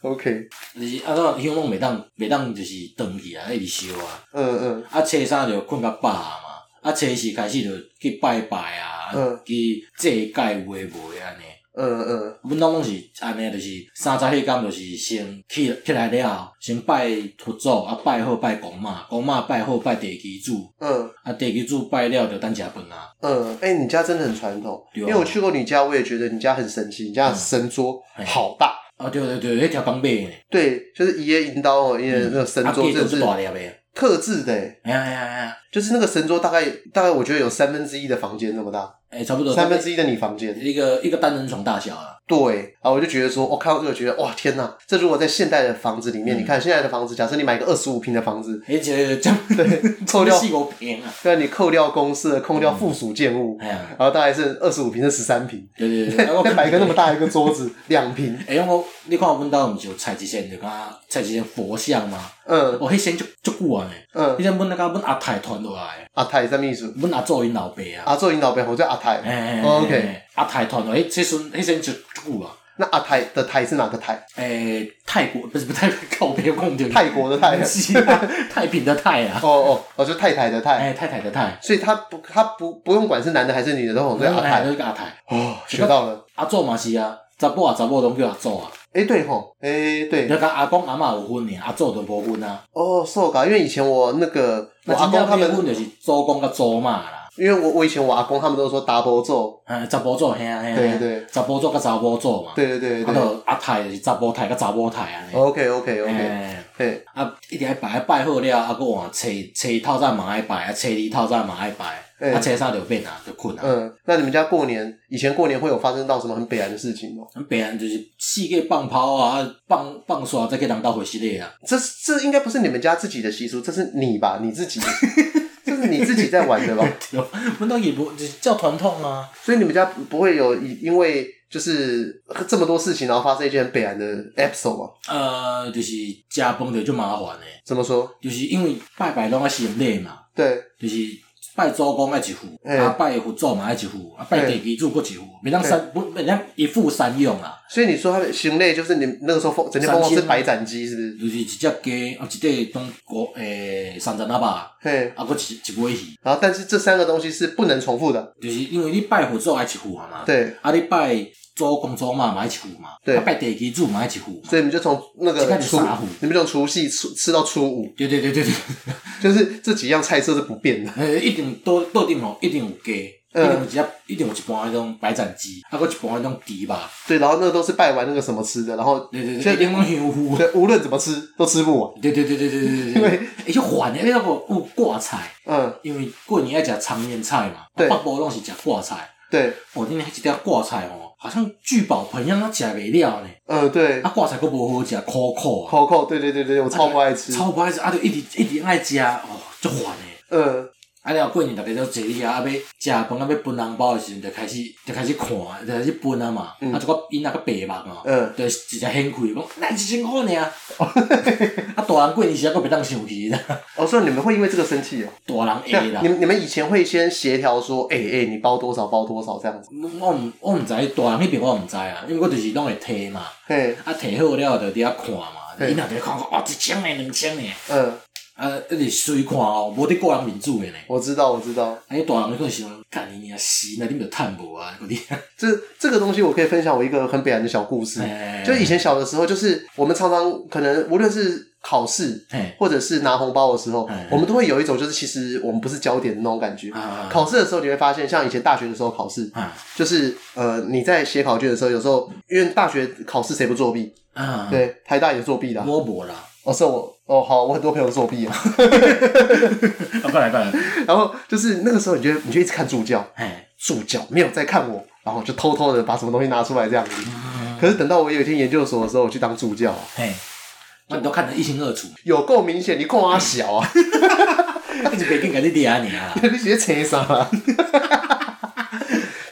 Speaker 1: OK，
Speaker 2: 就是啊，那香拢袂当袂当就是断去啊，一直烧啊。
Speaker 1: 嗯嗯
Speaker 2: 啊，初三就困较饱啊嘛，啊，初四开始就去拜拜啊，
Speaker 1: 嗯
Speaker 2: 去祭拜有诶无诶安尼。
Speaker 1: 嗯嗯
Speaker 2: 阮拢拢是安尼，就是三十迄天，就是先起起来了，先拜佛祖，啊拜好拜公妈，公妈拜好拜地基主，
Speaker 1: 嗯
Speaker 2: 啊地基主拜了就等食饭啊。
Speaker 1: 嗯，哎，你家真的很传统，
Speaker 2: 对
Speaker 1: 因
Speaker 2: 啊
Speaker 1: 为我去过你家，我也觉得你家很神奇，你家的神桌
Speaker 2: 嗯
Speaker 1: 好大。
Speaker 2: 啊对对对，迄条刚买的呢，
Speaker 1: 对，就是一夜银刀哦，因为那个神
Speaker 2: 啊
Speaker 1: 桌
Speaker 2: 计
Speaker 1: 真
Speaker 2: 都
Speaker 1: 的
Speaker 2: 是
Speaker 1: 是
Speaker 2: 大粒的。
Speaker 1: 特制的欸，
Speaker 2: 哎呀哎呀哎呀，
Speaker 1: 就是那个神桌大概大概我觉得有三分之一的房间那么大，
Speaker 2: 哎差不多
Speaker 1: 三分之一的你房间。
Speaker 2: 一个一个单人床大小 啊。
Speaker 1: 对，然后我就觉得说，我看到这个觉得哇天哪，这如果在现代的房子里面，
Speaker 2: 嗯
Speaker 1: 你看现在的房子，假设你买一个二十五平的房子，
Speaker 2: 而且这样
Speaker 1: 对，扣掉
Speaker 2: 四五平啊。
Speaker 1: 对啊，你扣掉公社，扣掉附属建物，
Speaker 2: 哎呀，
Speaker 1: 然后大概是二十五平是十三平，
Speaker 2: 对对对，啊我
Speaker 1: 再摆一个 那么大一个桌 子，两平，
Speaker 2: 哎，我你看阮兜毋是有菜一仙，就讲啊菜一仙佛像嘛，
Speaker 1: 嗯
Speaker 2: 哦，迄仙足足久啊呢。迄
Speaker 1: 嗯，
Speaker 2: 阵阮那个阮阿太传落来的，
Speaker 1: 阿泰在秘书，
Speaker 2: 阮阿祖因老爸啊。
Speaker 1: 阿做引导背后叫阿泰，
Speaker 2: 诶
Speaker 1: 哦 OK
Speaker 2: 啊泰团哦，迄这阵迄阵就久啊，
Speaker 1: 那阿泰的泰是哪个泰？
Speaker 2: 诶、泰国不是不是泰 国，靠别讲对，
Speaker 1: 泰国的泰
Speaker 2: 不。 是啊太平的泰啊，
Speaker 1: 哦哦，哦，就太太的太，
Speaker 2: 诶、太太的泰，
Speaker 1: 所以他不，他不不用管是男的还是女的，都统叫阿
Speaker 2: 哎
Speaker 1: 太。
Speaker 2: 就是叫阿泰，
Speaker 1: 哦，学到了。
Speaker 2: 阿祖嘛是啊，查甫啊查某拢叫阿祖啊，
Speaker 1: 哎，对吼，哎，对
Speaker 2: 你，甲阿公阿嬷有分呢，阿祖就无分啊，
Speaker 1: 哦，受噶，因为以前我那个我
Speaker 2: 那
Speaker 1: 阿
Speaker 2: 真
Speaker 1: 公
Speaker 2: 正
Speaker 1: 他
Speaker 2: 要分
Speaker 1: 们，
Speaker 2: 就是祖公甲祖嬷啦，
Speaker 1: 因为我我以前我阿公他们都说 double 咒，
Speaker 2: 诶、查甫祖兄嘿，
Speaker 1: 对对
Speaker 2: 查甫祖甲查某祖嘛，
Speaker 1: 对对对
Speaker 2: 啊
Speaker 1: 对对
Speaker 2: 就阿泰就是查甫泰甲查某泰安尼，
Speaker 1: ，OK OK
Speaker 2: 诶、
Speaker 1: OK，对，
Speaker 2: 啊，一直爱拜，拜好了，啊，佫换初初透早嘛爱拜，啊，初二透早嘛爱拜，
Speaker 1: 欸
Speaker 2: 啊，初三就变啊，就困啊。
Speaker 1: 嗯，那你们家过年以前过年会有发生到什么很北然的事情吗？
Speaker 2: 咱别人就是四界放炮啊，啊放放煞再去人兜回室内 啊。
Speaker 1: 这这应该不是你们家自己的习俗，这是你吧，你自己，这是你自己在玩的吧？
Speaker 2: 对，阮兜也无就是叫传统啊。
Speaker 1: 所以你们家不不会有因因为就是这么多事情，然后发生一件很北然的 episode 吗？
Speaker 2: 呃，就是食饭就就麻烦诶，
Speaker 1: 怎么说？
Speaker 2: 就是因为拜拜拢爱先礼嘛，
Speaker 1: 对，
Speaker 2: 就是拜祖公爱一副，
Speaker 1: 欸
Speaker 2: 啊拜佛祖嘛爱一副，啊拜
Speaker 1: 欸
Speaker 2: 地基主搁一副，免当
Speaker 1: 哎
Speaker 2: 三不免当一副三用啊，
Speaker 1: 所以你说他的行类就是你那个时候风整天疯狂吃白斩鸡，是不是？
Speaker 2: 就是一只鸡啊一块当国诶三层阿吧，
Speaker 1: 嘿，
Speaker 2: 啊搁一一尾鱼。
Speaker 1: 然后但是这三个东西是不能重复的，
Speaker 2: 就是因为你拜佛祖爱一副啊嘛，
Speaker 1: 对，
Speaker 2: 啊你拜祖公祖妈嘛爱一副嘛，
Speaker 1: 对
Speaker 2: 啊拜地基主嘛爱一副嘛，
Speaker 1: 所以你们就从那
Speaker 2: 这
Speaker 1: 个
Speaker 2: 个是
Speaker 1: 初
Speaker 2: 啥虎，
Speaker 1: 你们从除夕吃吃到初五，
Speaker 2: 对对对对对，
Speaker 1: 就是这几样菜色是不变的。
Speaker 2: 呃一定桌桌顶吼一定有鸡，
Speaker 1: 嗯
Speaker 2: 一定有一只一定有一盘迄种白斩鸡，啊，搁一盘迄种猪肉，
Speaker 1: 对，然后那个都是拜完那个什么吃的，然后
Speaker 2: 对对对，
Speaker 1: 现在
Speaker 2: 一定拢香菇。
Speaker 1: 对无论怎么吃都吃不完。
Speaker 2: 对对对对对对对对，而且烦的，你那个有挂菜，
Speaker 1: 嗯，
Speaker 2: 因为过年爱食长年菜嘛，
Speaker 1: 对
Speaker 2: 北部拢是食挂菜。
Speaker 1: 对，
Speaker 2: 哦，恁迄一条挂菜哦，好像聚宝盆一样，咱食袂了呢。
Speaker 1: 嗯，对
Speaker 2: 啊，挂菜佫无好食，苦苦啊，
Speaker 1: ，Coco，对对对对，我超不爱吃。
Speaker 2: 超不爱食，啊，就一直一直爱食，哦，足烦的。
Speaker 1: 嗯，
Speaker 2: 啊了过年逐个都坐伫遐，啊要食饭啊要分红包的时阵，就开始就开始看，就开始分啊嘛。
Speaker 1: 嗯
Speaker 2: 啊，就个因那个白目哦，
Speaker 1: 嗯
Speaker 2: 就直接掀开，讲那一千块尔。啊，大人过年时啊，佫袂当生气啦，
Speaker 1: 哦，所以你们会因为这个生气哦？
Speaker 2: 大人
Speaker 1: 这样
Speaker 2: 会啦
Speaker 1: 你。们你们以前会先协调说，哎、哎、你包多少包多少这样子。
Speaker 2: 我毋我毋知，大人迄边我毋知啊，因为我就是拢会摕嘛，
Speaker 1: 嘿，
Speaker 2: 啊摕好了就伫遐看嘛，
Speaker 1: 嘿
Speaker 2: 伊若伫遐看看，哦一千诶两千诶，
Speaker 1: 嗯，
Speaker 2: 啊一直随看哦，无伫个人面子诶呢。
Speaker 1: 我知道，我知道。
Speaker 2: 啊，迄大人可能想，干你娘死，那你著趁无啊，嗰啲。
Speaker 1: 这这个东西我可以分享我一个很北然的小故事。
Speaker 2: 嘿
Speaker 1: 就以，前小的时候，就是我们常常可能无论是考试
Speaker 2: 嘿，
Speaker 1: 或者是拿红包的时候
Speaker 2: 嘿嘿，
Speaker 1: 我们都会有一种就是其实我们不是焦点的那种感觉。
Speaker 2: 哎啊，
Speaker 1: 考试的时候你会发现，像以前大学的时候考试，
Speaker 2: 啊
Speaker 1: 就是呃你在写考卷的时候，有时候因为大学考试谁不作弊？
Speaker 2: 啊，，
Speaker 1: 对，台大也作弊的啊。
Speaker 2: 我无啦，
Speaker 1: 哦，是我哦，好，我很多朋友作弊啊。
Speaker 2: 啊，过来过来，
Speaker 1: 然后就是那个时候，你就你就一直看助教，
Speaker 2: 嘿，
Speaker 1: 助教没有在看我，然后我就偷偷的把什么东西拿出来这样子。可是等到我有一天研究所的时候，我去当助教啊，
Speaker 2: 嘿，我都看得一清二 楚，
Speaker 1: 有够明显，你控阿小啊，
Speaker 2: 一直袂紧甲你掠你啊，
Speaker 1: 你直接切上啊。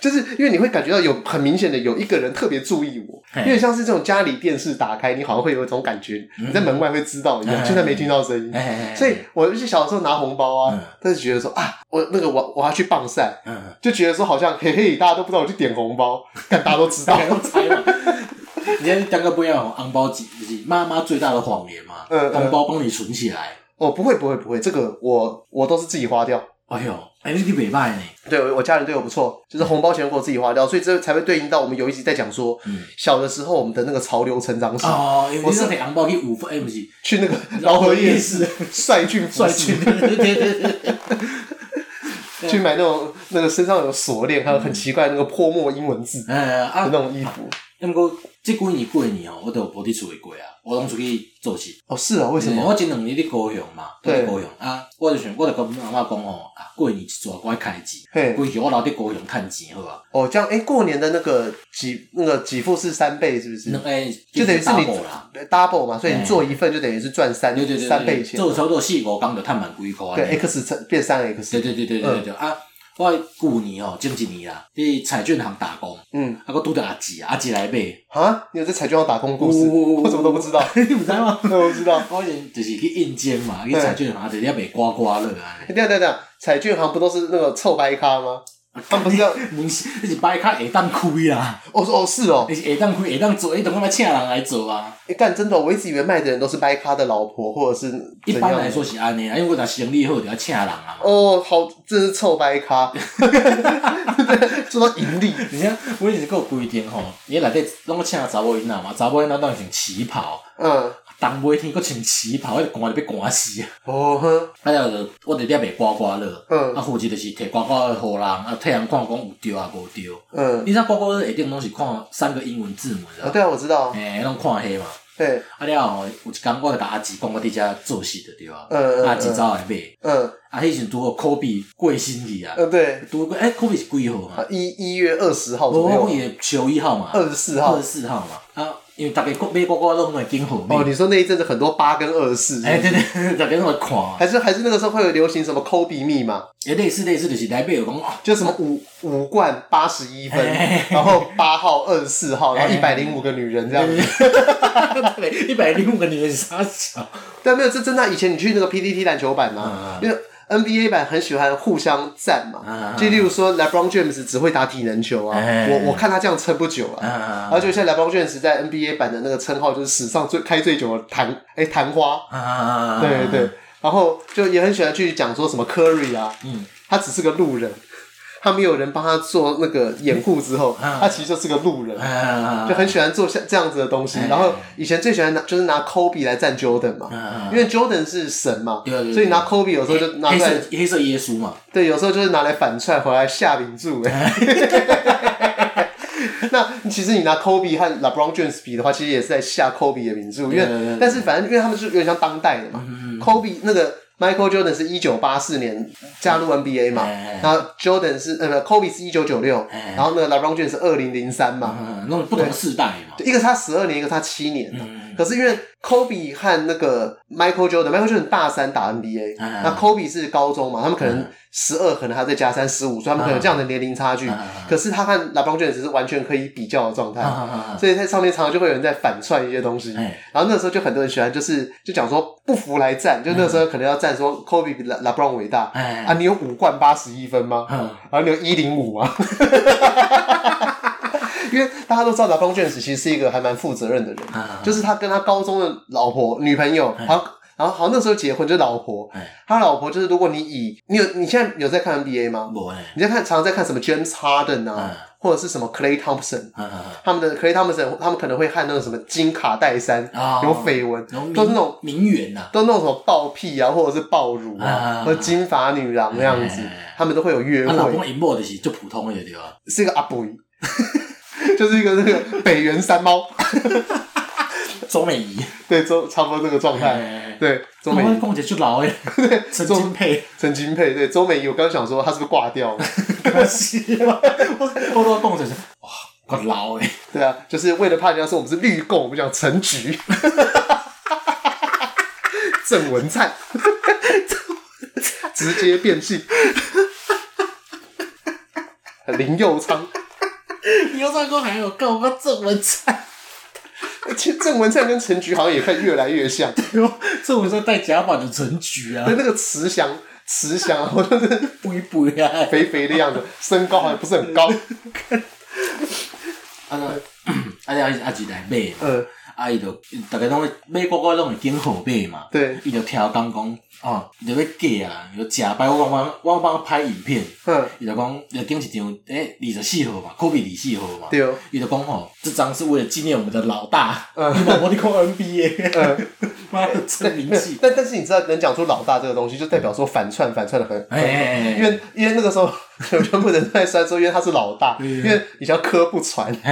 Speaker 1: 就是因为你会感觉到有很明显的有一个人特别注意我，
Speaker 2: 嘿
Speaker 1: 有点像是这种家里电视打开，你好像会有一种感觉，你在门外会知道一样，
Speaker 2: 嗯
Speaker 1: 现在没听到声音。
Speaker 2: 嘿嘿嘿
Speaker 1: 所以，我就是小时候拿红包啊
Speaker 2: 嗯，
Speaker 1: 但是觉得说啊，我那个我我要去棒赛，
Speaker 2: 嗯，
Speaker 1: 就觉得说好像嘿嘿，大家都不知道我去点红包，但大家都知
Speaker 2: 大
Speaker 1: 道。
Speaker 2: 家都猜嘛。你看当个不要红包机，就是妈妈最大的谎言嘛，
Speaker 1: 嗯嗯
Speaker 2: 红包帮你存起来。
Speaker 1: 哦，不会不会不会，这个我我都是自己花掉。
Speaker 2: 哎呦，哎，你你袂歹呢，
Speaker 1: 对我我家人对我不错，就是红包钱给我自己花掉，所以这才会对应到我们有一集在讲说，
Speaker 2: 嗯
Speaker 1: 小的时候我们的那个潮流成长史，
Speaker 2: 哦，因为
Speaker 1: 我
Speaker 2: 你
Speaker 1: 是
Speaker 2: 说摕红包去五分，哎，不是，
Speaker 1: 去那 个饶河夜市 率俊服
Speaker 2: 帅
Speaker 1: 饰
Speaker 2: 去，对对对对，
Speaker 1: 去买那种那个身上有锁链，还有
Speaker 2: 嗯
Speaker 1: 很奇怪那个泼墨英文字的
Speaker 2: 呃
Speaker 1: 那
Speaker 2: 啊，
Speaker 1: 种衣服。
Speaker 2: 那么过这几年过年哦，我都无伫厝里过啊，我拢出去做事。
Speaker 1: 哦，是啊，为什
Speaker 2: 嗯
Speaker 1: 么？
Speaker 2: 我前两年伫高雄嘛，都
Speaker 1: 对
Speaker 2: 伫高雄啊，我就想，我就跟阮阿嬷讲吼，啊，过年一逝我要开钱，
Speaker 1: 嘿，
Speaker 2: 规矩我留伫高雄趁钱好啊，
Speaker 1: 哦，这样，哎，过年的那个几那个几副是三倍，是不是？
Speaker 2: 两诶
Speaker 1: 嗯就等于是你
Speaker 2: double 啦，
Speaker 1: double 嘛，所以你
Speaker 2: 嗯
Speaker 1: 做一份就等于是赚三
Speaker 2: 对对对
Speaker 1: 三倍
Speaker 2: 对，
Speaker 1: 钱，
Speaker 2: 做差不多四五工就趁万几箍啊，
Speaker 1: 对 x 乘变三 x，
Speaker 2: 对对对对对对啊，我旧年吼前一年啦，伫彩券行打工，
Speaker 1: 嗯，
Speaker 2: 啊，我拄着阿姊，阿姊来买，
Speaker 1: 啊，你有在彩券行打工的故事，
Speaker 2: 呜
Speaker 1: 我怎么都不知道，
Speaker 2: 你毋知吗？
Speaker 1: 对，我不知道。
Speaker 2: 我以前就是去应征嘛，去彩券行就是遐卖刮刮乐啊，
Speaker 1: 等一下等一下等一下，彩券行不都是那个臭白咖吗？他们不是 要，
Speaker 2: 门市你是摆卡下当开啦，
Speaker 1: 我说哦是哦，
Speaker 2: 你是下当开下当做，你等我来请人来做啊。
Speaker 1: 哎干真的哦，我一直以为卖的人都是白咖的老婆或者是
Speaker 2: 一
Speaker 1: 怎
Speaker 2: 般
Speaker 1: 样
Speaker 2: 来说
Speaker 1: 的。
Speaker 2: 是安尼啊，因为我若生理好就要请人啊嘛。
Speaker 1: 哦，好，这是臭白咖， 说到盈利，
Speaker 2: 而且我以前还有规定吼，伊内底拢请查某囡仔嘛，查某囡仔当然穿旗袍，
Speaker 1: 嗯，
Speaker 2: 冬尾天佫穿旗袍，迄寒就要寒死啊！
Speaker 1: 哦哼，
Speaker 2: 啊了就我伫遐卖刮刮乐，
Speaker 1: 嗯
Speaker 2: 啊负责就是摕刮刮乐互人，啊替人看讲有对啊无对。
Speaker 1: 嗯，
Speaker 2: 你知道刮刮乐下顶拢是看三个英文字母
Speaker 1: 啊
Speaker 2: 的，
Speaker 1: 对啊，我知道，
Speaker 2: 诶，拢看迄嘛。
Speaker 1: 对，
Speaker 2: 啊了后有一工我就甲阿姊讲我伫遮做事的对啊，
Speaker 1: 嗯嗯
Speaker 2: 啊阿姊
Speaker 1: 嗯
Speaker 2: 走来买，
Speaker 1: 嗯
Speaker 2: 啊迄时阵拄好科比过身去啊，
Speaker 1: 嗯对，
Speaker 2: 拄过诶科比是几号嘛哦
Speaker 1: 啊？一一月二十号
Speaker 2: 无
Speaker 1: 左
Speaker 2: 我
Speaker 1: 右，
Speaker 2: 也球一号嘛，
Speaker 1: 二十四号
Speaker 2: 二十，四号嘛。啊，因为大家买刮刮乐买金号
Speaker 1: 哦，
Speaker 2: 买，
Speaker 1: 你说那一阵子很多八跟二四，
Speaker 2: 哎对对，大家拢来看，
Speaker 1: 还是还是那个时候会有流行什么抠鼻密码，
Speaker 2: 也类似类似就是来买有讲哦，
Speaker 1: 就什么五五冠八十一分
Speaker 2: 哎，
Speaker 1: 然后八号二十四号，然后一
Speaker 2: 哎
Speaker 1: 百零五个女人这样子。
Speaker 2: 一百零五个女人傻笑，
Speaker 1: 但没有，这真的啊以前你去那个 PTT 篮球版嘛
Speaker 2: 啊，
Speaker 1: 因为 NBA 版很喜欢互相赞嘛
Speaker 2: 啊，
Speaker 1: 就例如说 LeBron James 只会打体能球啊，
Speaker 2: 哎
Speaker 1: 我我看他这样撑不久啊。
Speaker 2: 啊
Speaker 1: 而且现在 LeBron James 在 NBA 版的那个称号就是史上最开最久的昙哎昙花，
Speaker 2: 啊
Speaker 1: 对对，对，然后就也很喜欢去讲说什么 Curry 啊，
Speaker 2: 嗯，
Speaker 1: 他只是个路人， 他没有人帮他做那个掩护之后，
Speaker 2: 嗯
Speaker 1: 他其实就是个路人，
Speaker 2: 啊
Speaker 1: 就很喜欢做像这样子的东西。
Speaker 2: 哎
Speaker 1: 然后以前最喜欢拿就是拿 Kobe 来占 Jordan 嘛，
Speaker 2: 啊，
Speaker 1: 因为 Jordan 是神嘛，
Speaker 2: 对啊对啊
Speaker 1: 所以拿 Kobe 有时候就拿
Speaker 2: 黑
Speaker 1: 出来
Speaker 2: 色黑色耶稣嘛，
Speaker 1: 对，有时候就是拿来反串回来下名著 哎。那其实你拿 Kobe 和 LeBron James 比的话，其实也是在下 Kobe 的名著，因
Speaker 2: 对对嗯
Speaker 1: 为
Speaker 2: 对
Speaker 1: 但是反正因为他们是有点像当代的嘛。Kobe 那个 Michael Jordan 是一九八四年加入 NBA 嘛
Speaker 2: 哎，
Speaker 1: 然后 Jordan 是呃不 Kobe 是一九九六
Speaker 2: 哎，
Speaker 1: 然后那个 LeBron James 是二零零三嘛，
Speaker 2: 嗯，那种不同世代嘛，嗯
Speaker 1: 对一个差十二年，一个差七年啊、可是因为 Kobe 和那个 Michael Jordan，Michael Jordan 大三打 NBA，、
Speaker 2: 嗯
Speaker 1: 那 Kobe 是高中嘛，他们可能十二、可能还要再加三十五，所以他们可能有这样的年龄差距。
Speaker 2: 嗯嗯
Speaker 1: 可是他和 LeBron James 是完全可以比较的状态。
Speaker 2: 啊啊啊，
Speaker 1: 所以在上面常常就会有人在反串一些东西，
Speaker 2: 哎
Speaker 1: 然后那时候就很多人喜欢，就是就讲说不服来战，就那时候可能要站
Speaker 2: 嗯
Speaker 1: 说 Kobe 比 La LeBron 伟大
Speaker 2: 哎
Speaker 1: 啊，你有五冠八十一分吗？
Speaker 2: 嗯
Speaker 1: 然后你有一零五 啊。因为大家都知道 LeBron James 其实是一个还蛮负责任的人，
Speaker 2: 啊，
Speaker 1: 就是他跟他高中的老婆女朋友，然后然后好像那时候结婚就是老婆
Speaker 2: 哎，
Speaker 1: 他老婆就是如果你以你有你现在有在看 NBA 吗？
Speaker 2: 我哎，
Speaker 1: 你在看常常在看什么 James Harden
Speaker 2: 嗯
Speaker 1: 啊，或者是什么 Clay Thompson，
Speaker 2: 啊啊
Speaker 1: 他们的 Clay Thompson 他们可能会和那种什么金卡戴珊
Speaker 2: 啊
Speaker 1: 有绯闻
Speaker 2: 然后，名
Speaker 1: 都是那种
Speaker 2: 名媛呐，
Speaker 1: 都那种什么暴屁啊，或者是暴乳啊，
Speaker 2: 啊
Speaker 1: 和金发女郎那样子
Speaker 2: 哎哎哎，
Speaker 1: 他们都会有约
Speaker 2: 她老公
Speaker 1: 会，
Speaker 2: 赢过的是就普通的对吧？
Speaker 1: 是一个阿布， 就是一个那个北原山猫，
Speaker 2: 周美仪，
Speaker 1: 对，就差不多那个状态。
Speaker 2: 哎，
Speaker 1: 对，周美
Speaker 2: 我
Speaker 1: 仪、
Speaker 2: 公姐就 老哎，陈金佩，
Speaker 1: 陈金佩，对，周美仪，我刚想说她是不是挂掉 了？
Speaker 2: 可惜嘛，我我都公姐是哇，我老哎，
Speaker 1: 对啊，就是为了怕人家说我们是绿共，我们讲陈菊、 郑文 灿，直接变性，林佑昌。
Speaker 2: 你又唱歌还有够我郑文灿，
Speaker 1: 其实郑文灿跟陈菊好像也快越来越像，
Speaker 2: 郑文灿戴假发的陈菊啊
Speaker 1: 对，那个慈祥慈祥， 然后就是
Speaker 2: 不一不一啊，
Speaker 1: 肥肥的样子，身高好像不是很 高，
Speaker 2: 啊，啊，啊，啊，就来买嘛。
Speaker 1: 呃，
Speaker 2: 啊，伊就逐个拢会买个个拢会拣号码嘛，
Speaker 1: 对，
Speaker 2: 伊就挑工讲，哦，伊就要假啊，伊就假摆我帮我帮拍影片，
Speaker 1: 嗯，
Speaker 2: 伊就讲，伊就顶一张诶二十四号嘛，科比二十四号嘛，
Speaker 1: 对哦，
Speaker 2: 伊就讲吼，这张是为了纪念我们的老大，
Speaker 1: 嗯
Speaker 2: 你老婆你看 NBA，
Speaker 1: 呃，
Speaker 2: 妈的真名
Speaker 1: 但
Speaker 2: 气，
Speaker 1: 但但是你知道能讲出老大这个东西，就代表说反串反串的很。
Speaker 2: 哎哎
Speaker 1: 因
Speaker 2: 哎，
Speaker 1: 为因为那个时候 有全部人在酸说，因为他是老大，因为以前科不传，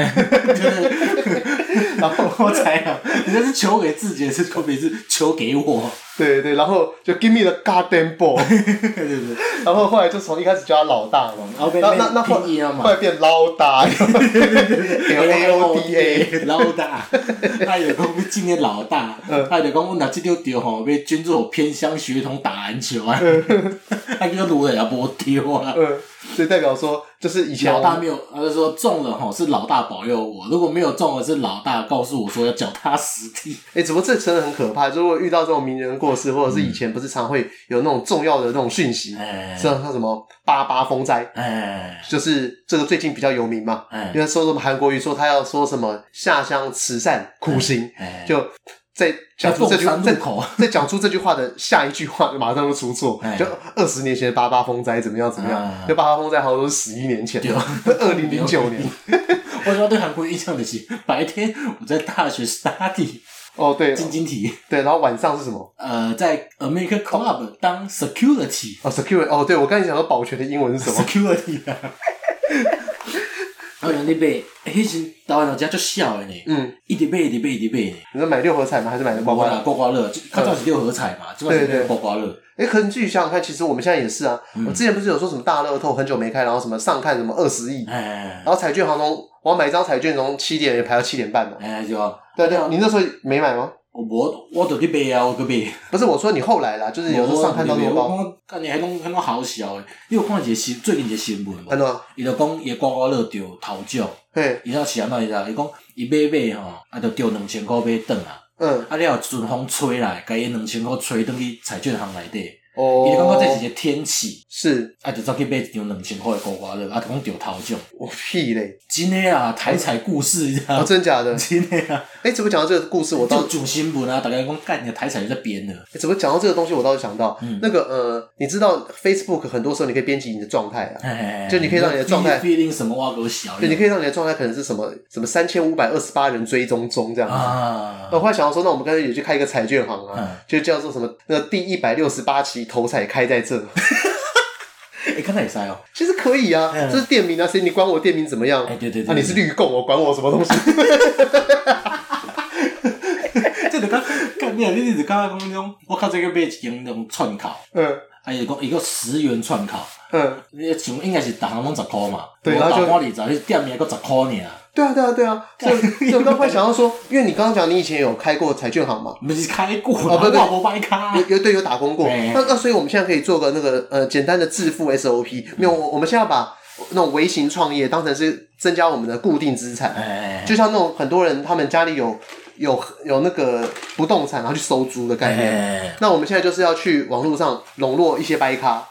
Speaker 1: 然后
Speaker 2: 我猜啊，人家是球给自己，是科比是球给我，
Speaker 1: 对对对，然后就 give me the goddamn ball，
Speaker 2: 对对对，
Speaker 1: 然后后来就从一开始叫他老大嘛，
Speaker 2: 哦然后被
Speaker 1: 那那那后
Speaker 2: 拼音了嘛
Speaker 1: 后来变老大 ，L A O D A，
Speaker 2: 老大，他有讲今年老大，他有讲阮若即条丢吼，要捐助偏乡学童打篮球啊，他叫卢也无丢啊。
Speaker 1: 嗯，所以代表说就是以前
Speaker 2: 老
Speaker 1: 我
Speaker 2: 大
Speaker 1: 们
Speaker 2: 没有，他就说中了吼是老大保佑我，如果没有中了是老大告诉我说要脚踏实地。
Speaker 1: 哎、只不过这真的很可怕。如果遇到这种名人过世，或者是以前不是常会有那种重要的那种讯息，
Speaker 2: 哎
Speaker 1: 像像什么八八风灾，
Speaker 2: 哎
Speaker 1: 就是这个最近比较有名嘛。因
Speaker 2: 哎
Speaker 1: 为说什么韩国瑜说他要说什么下乡慈善苦行，
Speaker 2: 哎，
Speaker 1: 就在讲出这句
Speaker 2: 在凤山
Speaker 1: 在
Speaker 2: 路口
Speaker 1: 在讲出这句话的下一句话，马上就出错
Speaker 2: 哎。
Speaker 1: 就二十年前的八八风灾怎么样怎么
Speaker 2: 啊
Speaker 1: 样？就八八风灾好像都是十一年前
Speaker 2: 对
Speaker 1: 的，二零零九年。
Speaker 2: 我主要对韩国印象的是，白天我在大学 study
Speaker 1: 哦，对
Speaker 2: 晶晶体，
Speaker 1: 对，然后晚上是什么？
Speaker 2: 呃，在 America Club 当 security。
Speaker 1: 哦，security。哦，对我刚才想说保全的英文是什么？
Speaker 2: security 啊。啊，人咧买，迄时台湾人家足痟的呢，
Speaker 1: 嗯，
Speaker 2: 一直买一直买一直买呢。
Speaker 1: 你说买六合彩吗？还是买刮
Speaker 2: 包
Speaker 1: 刮
Speaker 2: 括
Speaker 1: 乐
Speaker 2: 啦，？刮刮乐，就较早是六合彩嘛，即摆是
Speaker 1: 嗯对对
Speaker 2: 刮刮乐。
Speaker 1: 哎，可能自己想想看，其实我们现在也是啊。
Speaker 2: 嗯
Speaker 1: 我之前不是有说什么大乐透很久没开，然后什么上看什么二十亿，
Speaker 2: 哎
Speaker 1: 然后彩券行从我要买一张彩券从七点也排到七点半嘛。
Speaker 2: 哎，对啊，
Speaker 1: 对啊对啊，你那时候没买吗？
Speaker 2: 我无我就去买啊，我去买。
Speaker 1: 不是，我说你后来啦，嗯就是有时候上看到多
Speaker 2: 啊我
Speaker 1: 高，
Speaker 2: 讲，干你还拢还拢好笑的。你有看一个新最近一个新闻
Speaker 1: 安
Speaker 2: 无？
Speaker 1: 怎？
Speaker 2: 伊就讲伊的刮刮乐中头奖，
Speaker 1: 嘿，
Speaker 2: 伊是安怎啊伊知道？伊讲伊买买吼，啊，就中两千箍买转啊。
Speaker 1: 嗯
Speaker 2: 啊，了有一阵风吹来，甲伊两千箍吹转去彩券行内底。
Speaker 1: 哦
Speaker 2: 伊就感觉这是一个天气，
Speaker 1: 是，
Speaker 2: 啊，就走去买一张两千块的五花肉，啊，就讲中头奖。
Speaker 1: 我屁嘞！
Speaker 2: 真的啊，台彩故事
Speaker 1: 哦，
Speaker 2: 啊，
Speaker 1: 真假 的？
Speaker 2: 真的啊，
Speaker 1: 哎，怎么讲到这个故事？我倒
Speaker 2: 就主新闻啊，大家讲干你的台彩就在编了。
Speaker 1: 诶怎么讲到这个东西，我倒是想到、
Speaker 2: 嗯
Speaker 1: 那个呃，你知道 Facebook 很多时候你可以编辑你的状态啊，
Speaker 2: 哎
Speaker 1: 就你可以让你的状态
Speaker 2: feeling 什么挖沟小，
Speaker 1: 对，你可以让你的状态可能是什么什么三千五百二十八人追踪中这样子。
Speaker 2: 啊
Speaker 1: 那我后来想到说，那我们干脆也去开一个彩券行啊，
Speaker 2: 嗯
Speaker 1: 就叫做什么那个第一百六十八期头彩开在 这，
Speaker 2: 哎，刚才也塞哦，
Speaker 1: 其实可以啊，
Speaker 2: 嗯
Speaker 1: 这是店名啊，谁你管我店名怎么样？
Speaker 2: 哎，对对
Speaker 1: 啊，
Speaker 2: 对，
Speaker 1: 你是绿共，我管我什么东 西？
Speaker 2: 这就讲，干你啊！你就是讲讲种，我较早去买一间那种串烤，
Speaker 1: 嗯
Speaker 2: 啊伊讲伊个十元串烤，
Speaker 1: 嗯，
Speaker 2: 你想应该是逐项拢十箍嘛，
Speaker 1: 对
Speaker 2: 无
Speaker 1: 然后就
Speaker 2: 大碗二十，你店面还佫十箍尔，
Speaker 1: 对啊对啊对啊，所以所以我刚才想到说，因为你刚刚讲你以前有开过彩券行嘛，
Speaker 2: 毋是开过
Speaker 1: 哦
Speaker 2: 啦，
Speaker 1: 不
Speaker 2: 我
Speaker 1: 不
Speaker 2: 也无摆卡
Speaker 1: 有，啊有对有打工过，
Speaker 2: 哎
Speaker 1: 那那所以我们现在可以做个那个呃简单的致富 SOP，没有，我我们现在把那种微型创业当成是增加我们的固定资产，
Speaker 2: 哎，
Speaker 1: 就像那种很多人他们家里有有有那个不动产，然后去收租的概念。
Speaker 2: 哎，
Speaker 1: 那我们现在就是要去网络上笼络一些掰 咖，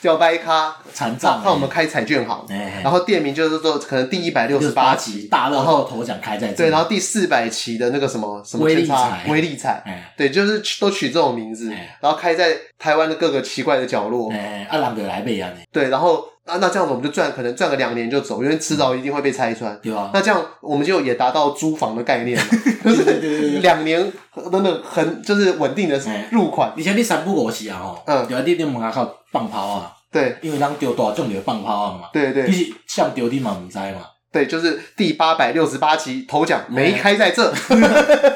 Speaker 1: 叫掰咖，
Speaker 2: 残障
Speaker 1: 让
Speaker 2: 欸，
Speaker 1: 让我们开彩券行，
Speaker 2: 哎
Speaker 1: 然后店名就是说可能第一百六十
Speaker 2: 68
Speaker 1: 八期，
Speaker 2: 期大乐透头奖开在这，
Speaker 1: 对，然后第四百期的那个什么什么
Speaker 2: 嗯威力
Speaker 1: 千差
Speaker 2: 彩
Speaker 1: 威力彩，
Speaker 2: 哎
Speaker 1: 对，就是取都取这种名字
Speaker 2: 哎，
Speaker 1: 然后开在台湾的各个奇怪的角落，
Speaker 2: 哎，啊人就来买安尼，
Speaker 1: 对，然后啊那这样子我们就赚，可能赚个两年就走，因为迟早一定会被拆穿。
Speaker 2: 对吧？
Speaker 1: 那这样我们就也达到租房的概念嘛，就
Speaker 2: 对对对对
Speaker 1: 是
Speaker 2: 对
Speaker 1: 两年等等很就是稳定的
Speaker 2: 哎
Speaker 1: 入款，
Speaker 2: 而且你三不五时啊吼，
Speaker 1: 嗯
Speaker 2: 对啊，你你门口放炮啊，
Speaker 1: 对
Speaker 2: 因为人中大奖就会放炮啊嘛，
Speaker 1: 对对
Speaker 2: 你。是上中你嘛毋知 嘛。
Speaker 1: 对，就是第八百六十八期头奖没
Speaker 2: 哎
Speaker 1: 开在 这。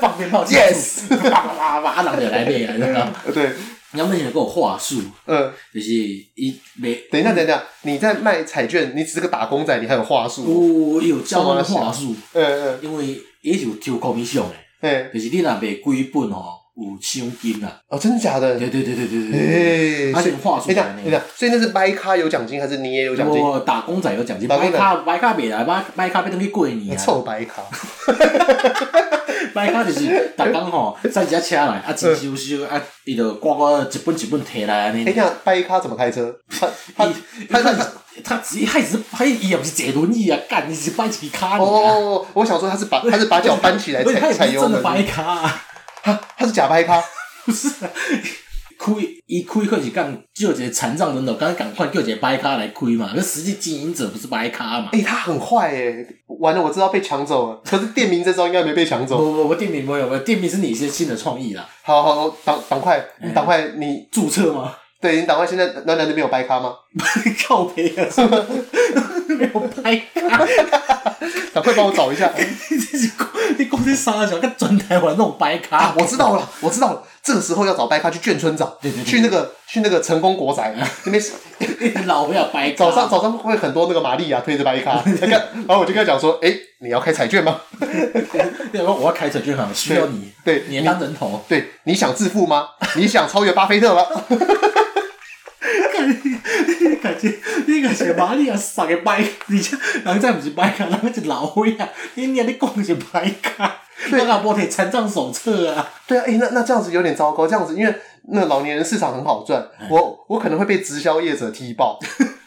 Speaker 2: 放鞭炮
Speaker 1: Yes
Speaker 2: 叭叭叭叭，啊，人就来买啊，你知道 吗？
Speaker 1: 对，
Speaker 2: 然后那有个话术，
Speaker 1: 呃，
Speaker 2: 就是伊卖，
Speaker 1: 等一下，等一下，你在卖彩券，你只是个打工仔，你还有话术？
Speaker 2: 有有教我话术，
Speaker 1: 呃呃，
Speaker 2: 因为伊是有抽 commission 的，
Speaker 1: 哎、
Speaker 2: 就是你若卖几本吼，有奖金啊啦。
Speaker 1: 哦，真的假的？
Speaker 2: 对对对对对对
Speaker 1: 哎、
Speaker 2: 对，而
Speaker 1: 所
Speaker 2: 且
Speaker 1: 以
Speaker 2: 话术
Speaker 1: 哎，等一下，
Speaker 2: 来
Speaker 1: 等一
Speaker 2: 呢。
Speaker 1: 下，所以那是掰咖有奖金，还是你也有奖金？
Speaker 2: 我打工仔有奖金，
Speaker 1: 打工
Speaker 2: 白
Speaker 1: 仔哎
Speaker 2: 卡白卡袂来，白白卡要等去过
Speaker 1: 你
Speaker 2: 年啊。
Speaker 1: 臭白咖，
Speaker 2: 白卡就是逐 工吼，载一只车来，
Speaker 1: 嗯
Speaker 2: 啊，钱收收，啊，伊就挂挂一本一本摕来安尼
Speaker 1: 哎、。等一下，掰咖怎么开车？他他他
Speaker 2: 他他
Speaker 1: 他
Speaker 2: 他他只他只他伊也不是坐轮椅啊，干你是掰起卡你啊，
Speaker 1: 哦，我想说他是把他是把脚搬起来
Speaker 2: 而且他
Speaker 1: 踩踩
Speaker 2: 也不是
Speaker 1: 油
Speaker 2: 真的
Speaker 1: 门，
Speaker 2: 掰卡啊，
Speaker 1: 他他是假掰咖，
Speaker 2: 不是啊。开伊开可是讲叫一个残障人头，刚赶快叫一个掰卡来开嘛，那实际经营者不是掰卡嘛？
Speaker 1: 哎、他很坏哎、完了，我知道被抢走了，可是店名这招应该没被抢
Speaker 2: 不
Speaker 1: 走。
Speaker 2: 不不，我店名没有，我店名是你一些新的创意啦，
Speaker 1: 好好，好赶赶快，你赶快你
Speaker 2: 注册吗？
Speaker 1: 对你打快现在男男那边有白咖吗？
Speaker 2: 靠背啊， 什么没有掰卡，
Speaker 1: 赶快帮我找一下
Speaker 2: 你这是讲你讲这啥小，跟转台湾那种掰
Speaker 1: 啊
Speaker 2: 卡！，
Speaker 1: 我知道了，我知道了，这个时候要找白咖去眷村找，
Speaker 2: 对对对啊
Speaker 1: 去那个去那个成功国宅那边，
Speaker 2: 老不要掰卡。
Speaker 1: 早上早上会很多那个玛丽啊亚推着白 咖，他看然后我就跟他讲说，哎，你要开彩券吗？
Speaker 2: 对，我我要开车就好，需要你，
Speaker 1: 对
Speaker 2: 你当人头。
Speaker 1: 对，你想致富 吗？你想超越巴菲特吗？
Speaker 2: 你感觉你感觉玛利亚三个摆，而且人再不是摆卡，人家是老灰啊！你你你讲是摆卡，
Speaker 1: 对
Speaker 2: 人家无摕残障手册啊！
Speaker 1: 对啊，哎，那那这样子有点糟糕，这样子因为那老年人市场很好赚，
Speaker 2: 哎
Speaker 1: 我我可能会被直销业者踢 爆，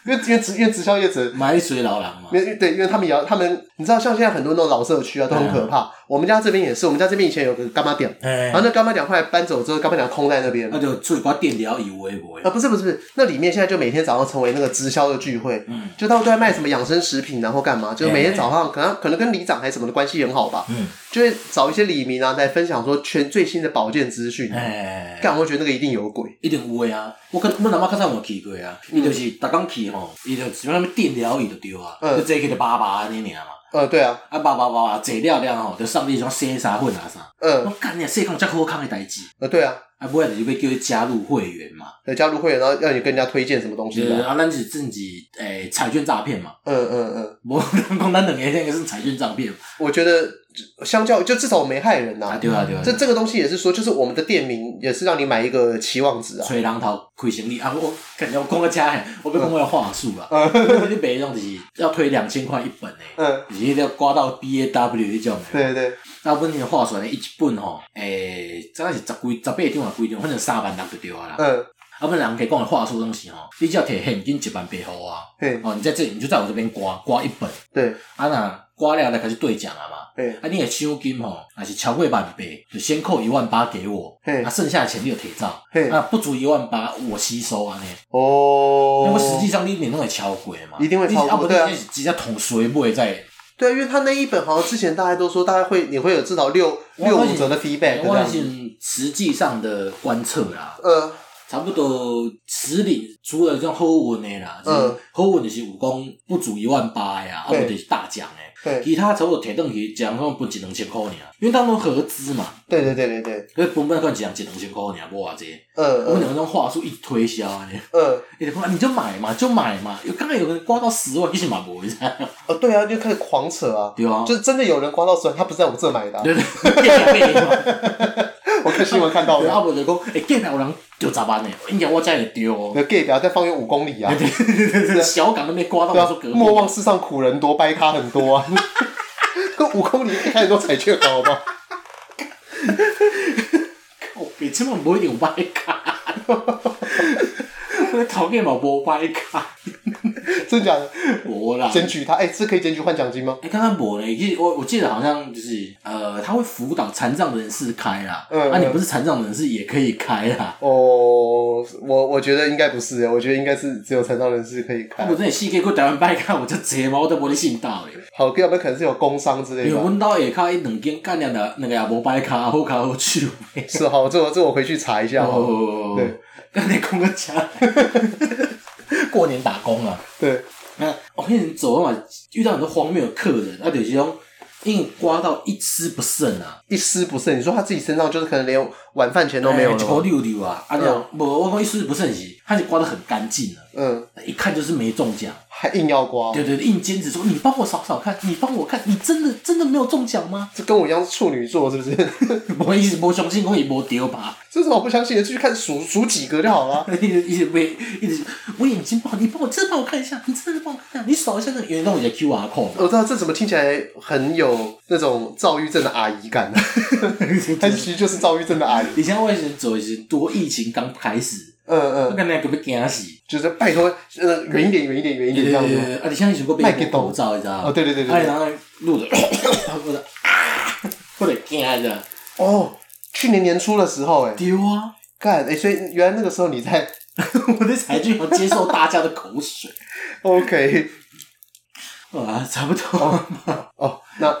Speaker 1: 因为因为直因为直销业者
Speaker 2: 买水老人嘛，
Speaker 1: 因为对，因为他们也要，他们你知道，像现在很多那种老社区啊，都很可怕。我们家这边也是，我们家这边以前有个干妈店，
Speaker 2: 哎
Speaker 1: 啊
Speaker 2: 嗯
Speaker 1: 然后，那干妈店后来搬走之后，干妈店空在那边。
Speaker 2: 那就做一寡电疗以为为
Speaker 1: 啊，不是不是不是，那里面现在就每天早上成为那个直销的聚会，
Speaker 2: 嗯哎
Speaker 1: 就他们都在卖什么养生食品，然后干嘛，就是每天早上可能可能跟里长还是什么的关系很好吧，
Speaker 2: 嗯，
Speaker 1: 就会找一些里民啊来分享说全最新的保健资讯。
Speaker 2: 哎，
Speaker 1: 干，我觉得那个一定有鬼。
Speaker 2: 一定有诶啊！我跟阮阿妈较早有去过啊，
Speaker 1: 嗯
Speaker 2: 伊就是逐工去吼，伊就什么电疗伊就对啊，
Speaker 1: 嗯
Speaker 2: 就坐起就叭叭安尼尔嘛，
Speaker 1: 呃，对啊，
Speaker 2: 啊叭叭叭叭坐了了吼，就上你种洗啥粉啊啥，我
Speaker 1: 呃
Speaker 2: 干你世讲遮好康诶代志。
Speaker 1: 呃，对啊，
Speaker 2: 啊，尾仔就是要叫伊加入会员嘛，
Speaker 1: 呃加入会员，然后要你跟人家推荐什么东
Speaker 2: 就
Speaker 1: 西
Speaker 2: 是
Speaker 1: 的，
Speaker 2: 啊，咱是政治诶彩券诈骗嘛，
Speaker 1: 嗯嗯嗯，
Speaker 2: 无人讲咱两个那个是彩券诈骗嘛，
Speaker 1: 我觉得相较就至少我没害人呐、
Speaker 2: 啊对啊对啊，
Speaker 1: 嗯这这个东西也是说，就是我们的店名也是让你买一个期望值 啊。
Speaker 2: 吹人头开行李啊，我感觉我讲到遮嘿，我要讲我的话术啦，
Speaker 1: 呃
Speaker 2: 你别种就是要推两千块一本诶，
Speaker 1: 嗯，
Speaker 2: 就是迄个刮到 B A W 迄种诶，
Speaker 1: 对对，
Speaker 2: 大部分的话术呢，伊一本吼，诶，大概是十几十八张啊，几张，反正三万六就对啊啦，
Speaker 1: 嗯
Speaker 2: 啊，不然人可以讲话术的东西吼，你只要摕现金一万八互我，
Speaker 1: 嘿，
Speaker 2: 哦，你在这里你就在我这边刮刮一本，
Speaker 1: 对，
Speaker 2: 啊那刮了再开始兑奖啊嘛。
Speaker 1: 嘿，
Speaker 2: 啊，你的奖金吼，若是超过万八，就先扣一万八给我，
Speaker 1: 嘿
Speaker 2: 啊，，剩下的钱你就提走，
Speaker 1: 嘿，
Speaker 2: 啊，不足一万八我吸收安尼。
Speaker 1: 哦
Speaker 2: 因，为实际上你你弄会超过嘛，
Speaker 1: 一定会超过
Speaker 2: 你啊不
Speaker 1: 对啊
Speaker 2: 你是直接捅水尾在。
Speaker 1: 对，因为他那一本好像之前大家都说，大概会你会有至少六
Speaker 2: 我
Speaker 1: 六五折的 feedback 这样
Speaker 2: 我相
Speaker 1: 子。
Speaker 2: 信实际上的观测啦，
Speaker 1: 呃，
Speaker 2: 差不多十领除了这种好运的啦，就
Speaker 1: 嗯
Speaker 2: 是好运就是有讲不足一万八的啊，啊
Speaker 1: 对
Speaker 2: 不就是大奖的，
Speaker 1: 对，
Speaker 2: 其他差不多提顿去奖可能分一两千块尔，因为当中合资嘛，
Speaker 1: 对对对对对，
Speaker 2: 所以分本可能一人一两千块尔，无偌济。我们
Speaker 1: 呃
Speaker 2: 两个用话术一直推销啊，你
Speaker 1: 呃，
Speaker 2: 你就说你就买嘛，就买嘛，有刚才有人刮到十万，其实嘛无，你知道 吗
Speaker 1: 哦，对啊，就开始狂扯啊，
Speaker 2: 对啊，
Speaker 1: 就真的有人刮到手，他不是在我这买的啊，
Speaker 2: 对对， 骗骗嘛。
Speaker 1: 我看新闻看到
Speaker 2: 对，啊
Speaker 1: 的。
Speaker 2: 无 就讲，诶，见来有人丢十万诶，应该我才会丢。哦
Speaker 1: 那 gay 表在方圆五公里啊，对
Speaker 2: 小港那边刮到我
Speaker 1: 啊
Speaker 2: 说隔，壁，
Speaker 1: 莫忘世上苦人多，掰咖很多啊， 跟五公里一开始都彩雀高吧，
Speaker 2: 哦，你千万无一定有摆卡。我的头家嘛无摆卡，
Speaker 1: 真假的？
Speaker 2: 无啦。
Speaker 1: 检举他，哎，这可以检举换奖金吗？
Speaker 2: 哎，刚刚无呢，其实我我记得好像就是呃，他会辅导残障人士开啦，
Speaker 1: 嗯
Speaker 2: 啊，你
Speaker 1: 嗯
Speaker 2: 不是残障人士也可以开啦。
Speaker 1: 哦，我我觉得应该不是，我觉得应该是只有残障人士可以
Speaker 2: 啊
Speaker 1: 开
Speaker 2: 我。真的四界过台湾摆卡，我就坐嘛，我都无咧信道咧。
Speaker 1: 好，要不然可能是有工伤之类
Speaker 2: 因为
Speaker 1: 的吧。
Speaker 2: 阮兜下骹伊两间干两个两个也无摆卡，好卡好手的。
Speaker 1: 是好，这我这我回去查一下好了。
Speaker 2: 哦，
Speaker 1: 对，
Speaker 2: 刚才空个家， 过年打工啊。
Speaker 1: 对，
Speaker 2: 那我跟你走嘛，遇到很多荒谬的客人，啊，就是讲硬刮到一丝不剩啊，
Speaker 1: 一丝不剩。你说他自己身上就是可能连晚饭钱都没有
Speaker 2: 哎
Speaker 1: 了
Speaker 2: 一口
Speaker 1: 吗。
Speaker 2: 溜溜啊，啊，
Speaker 1: 嗯
Speaker 2: 这样无我讲一丝不剩是，他就刮得很干净了，
Speaker 1: 嗯，
Speaker 2: 一看就是没中奖。
Speaker 1: 还硬要刮，
Speaker 2: 对对，对硬坚持说你帮我扫扫看，你帮我看，你真的真的没有中奖吗？
Speaker 1: 这跟我一样是处女座是不是？
Speaker 2: 我一直无相信，我也无丢吧，
Speaker 1: 这是我不相信的，就去看数数几个就好了。
Speaker 2: 一直一直被一直我眼睛不好，你帮我真的帮我看一下，你真的帮我看一下，你扫一下那个有人让我的 QR code 嘛。
Speaker 1: 我知道这怎么听起来很有那种躁郁症的阿姨感，啊 但其实 就是躁郁症的阿姨。
Speaker 2: 以前我以前走是多疫情刚开始，
Speaker 1: 嗯
Speaker 2: 我
Speaker 1: 嗯，
Speaker 2: 感觉个要惊死。
Speaker 1: 就是拜托，呃，远一点，远一点，远一点这样子。
Speaker 2: 呃，啊，你像以前过被
Speaker 1: 麦
Speaker 2: 戴
Speaker 1: 克风
Speaker 2: 口罩，你知道吗？
Speaker 1: 哦，对对对
Speaker 2: 啊，
Speaker 1: 对。
Speaker 2: 然后录 的，我的啊或者惊啊着，
Speaker 1: 哦，去年年初的时候，哎，
Speaker 2: 丢啊！
Speaker 1: 干，哎，所以原来那个时候你在
Speaker 2: 我的才俊要接受大家的口水
Speaker 1: OK。
Speaker 2: 啊，差不多。
Speaker 1: 哦，那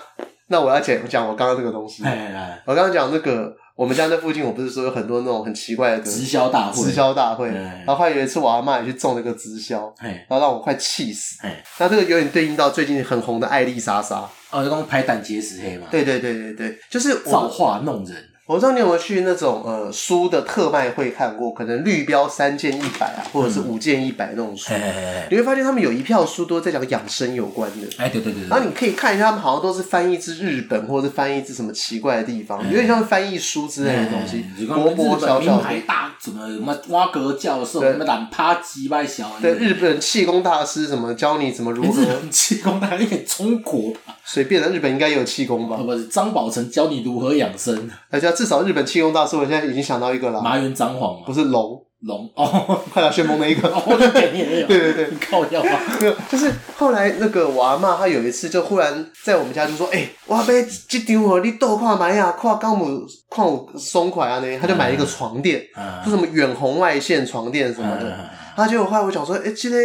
Speaker 1: 那我要讲讲我刚刚这个东西。
Speaker 2: 哎哎，
Speaker 1: 我刚刚讲那个，我们家那附近，我不是说有很多那种很奇怪的
Speaker 2: 直销大会，
Speaker 1: 直，销大会，
Speaker 2: 哎
Speaker 1: 然后还有一次我阿妈也去中了一个直销，
Speaker 2: 哎
Speaker 1: 然后让我快气死。
Speaker 2: 哎，
Speaker 1: 那这个有点对应到最近很红的艾丽莎莎。
Speaker 2: 哦，就讲拍胆结石黑嘛，，
Speaker 1: 对对对对对，就是
Speaker 2: 造
Speaker 1: 我
Speaker 2: 化弄人，
Speaker 1: 我不知道你有没有去那种呃书的特卖会看过，可能绿标三件一百啊，或者是
Speaker 2: 嗯
Speaker 1: 五件一百那种书，
Speaker 2: 哎哎
Speaker 1: 你会发现他们有一票书都在讲养生有关的。
Speaker 2: 哎，对对对
Speaker 1: 然后
Speaker 2: 对，
Speaker 1: 你可以看一下，他们好像都是翻译自日本，或者是翻译自什么奇怪的地方，有点像是翻译书之类的东西，
Speaker 2: 哎
Speaker 1: 薄薄小小
Speaker 2: 名
Speaker 1: 的
Speaker 2: 牌。大什么什么挖格教授，
Speaker 1: 对
Speaker 2: 什么懒趴鸡巴小，
Speaker 1: 对，日本气功大师什么教你怎么如
Speaker 2: 日
Speaker 1: 何
Speaker 2: 本气功大练中国吧，
Speaker 1: 随便的，日本应该也有气功吧
Speaker 2: 啊？不是张宝成教你如何养生，
Speaker 1: 而且至少日本气功大师，我现在已经想到一个了，
Speaker 2: 麻原彰晃
Speaker 1: 不
Speaker 2: 嘛，
Speaker 1: 是龙，
Speaker 2: 龙哦，
Speaker 1: 快乐旋风那一个。
Speaker 2: 哦，我就给你也有，
Speaker 1: 对对对，
Speaker 2: 你靠药啊，
Speaker 1: 没有，就是后来那个我阿妈，她有一次就忽然在我们家就说：“哎、我要买这张哦，你倒看买啊，看刚有看有松快啊呢。”她就买了一个床垫，
Speaker 2: 啊
Speaker 1: 就什么远红外线床垫什么
Speaker 2: 嗯
Speaker 1: 的。啊，结果后来我想说，诶、这个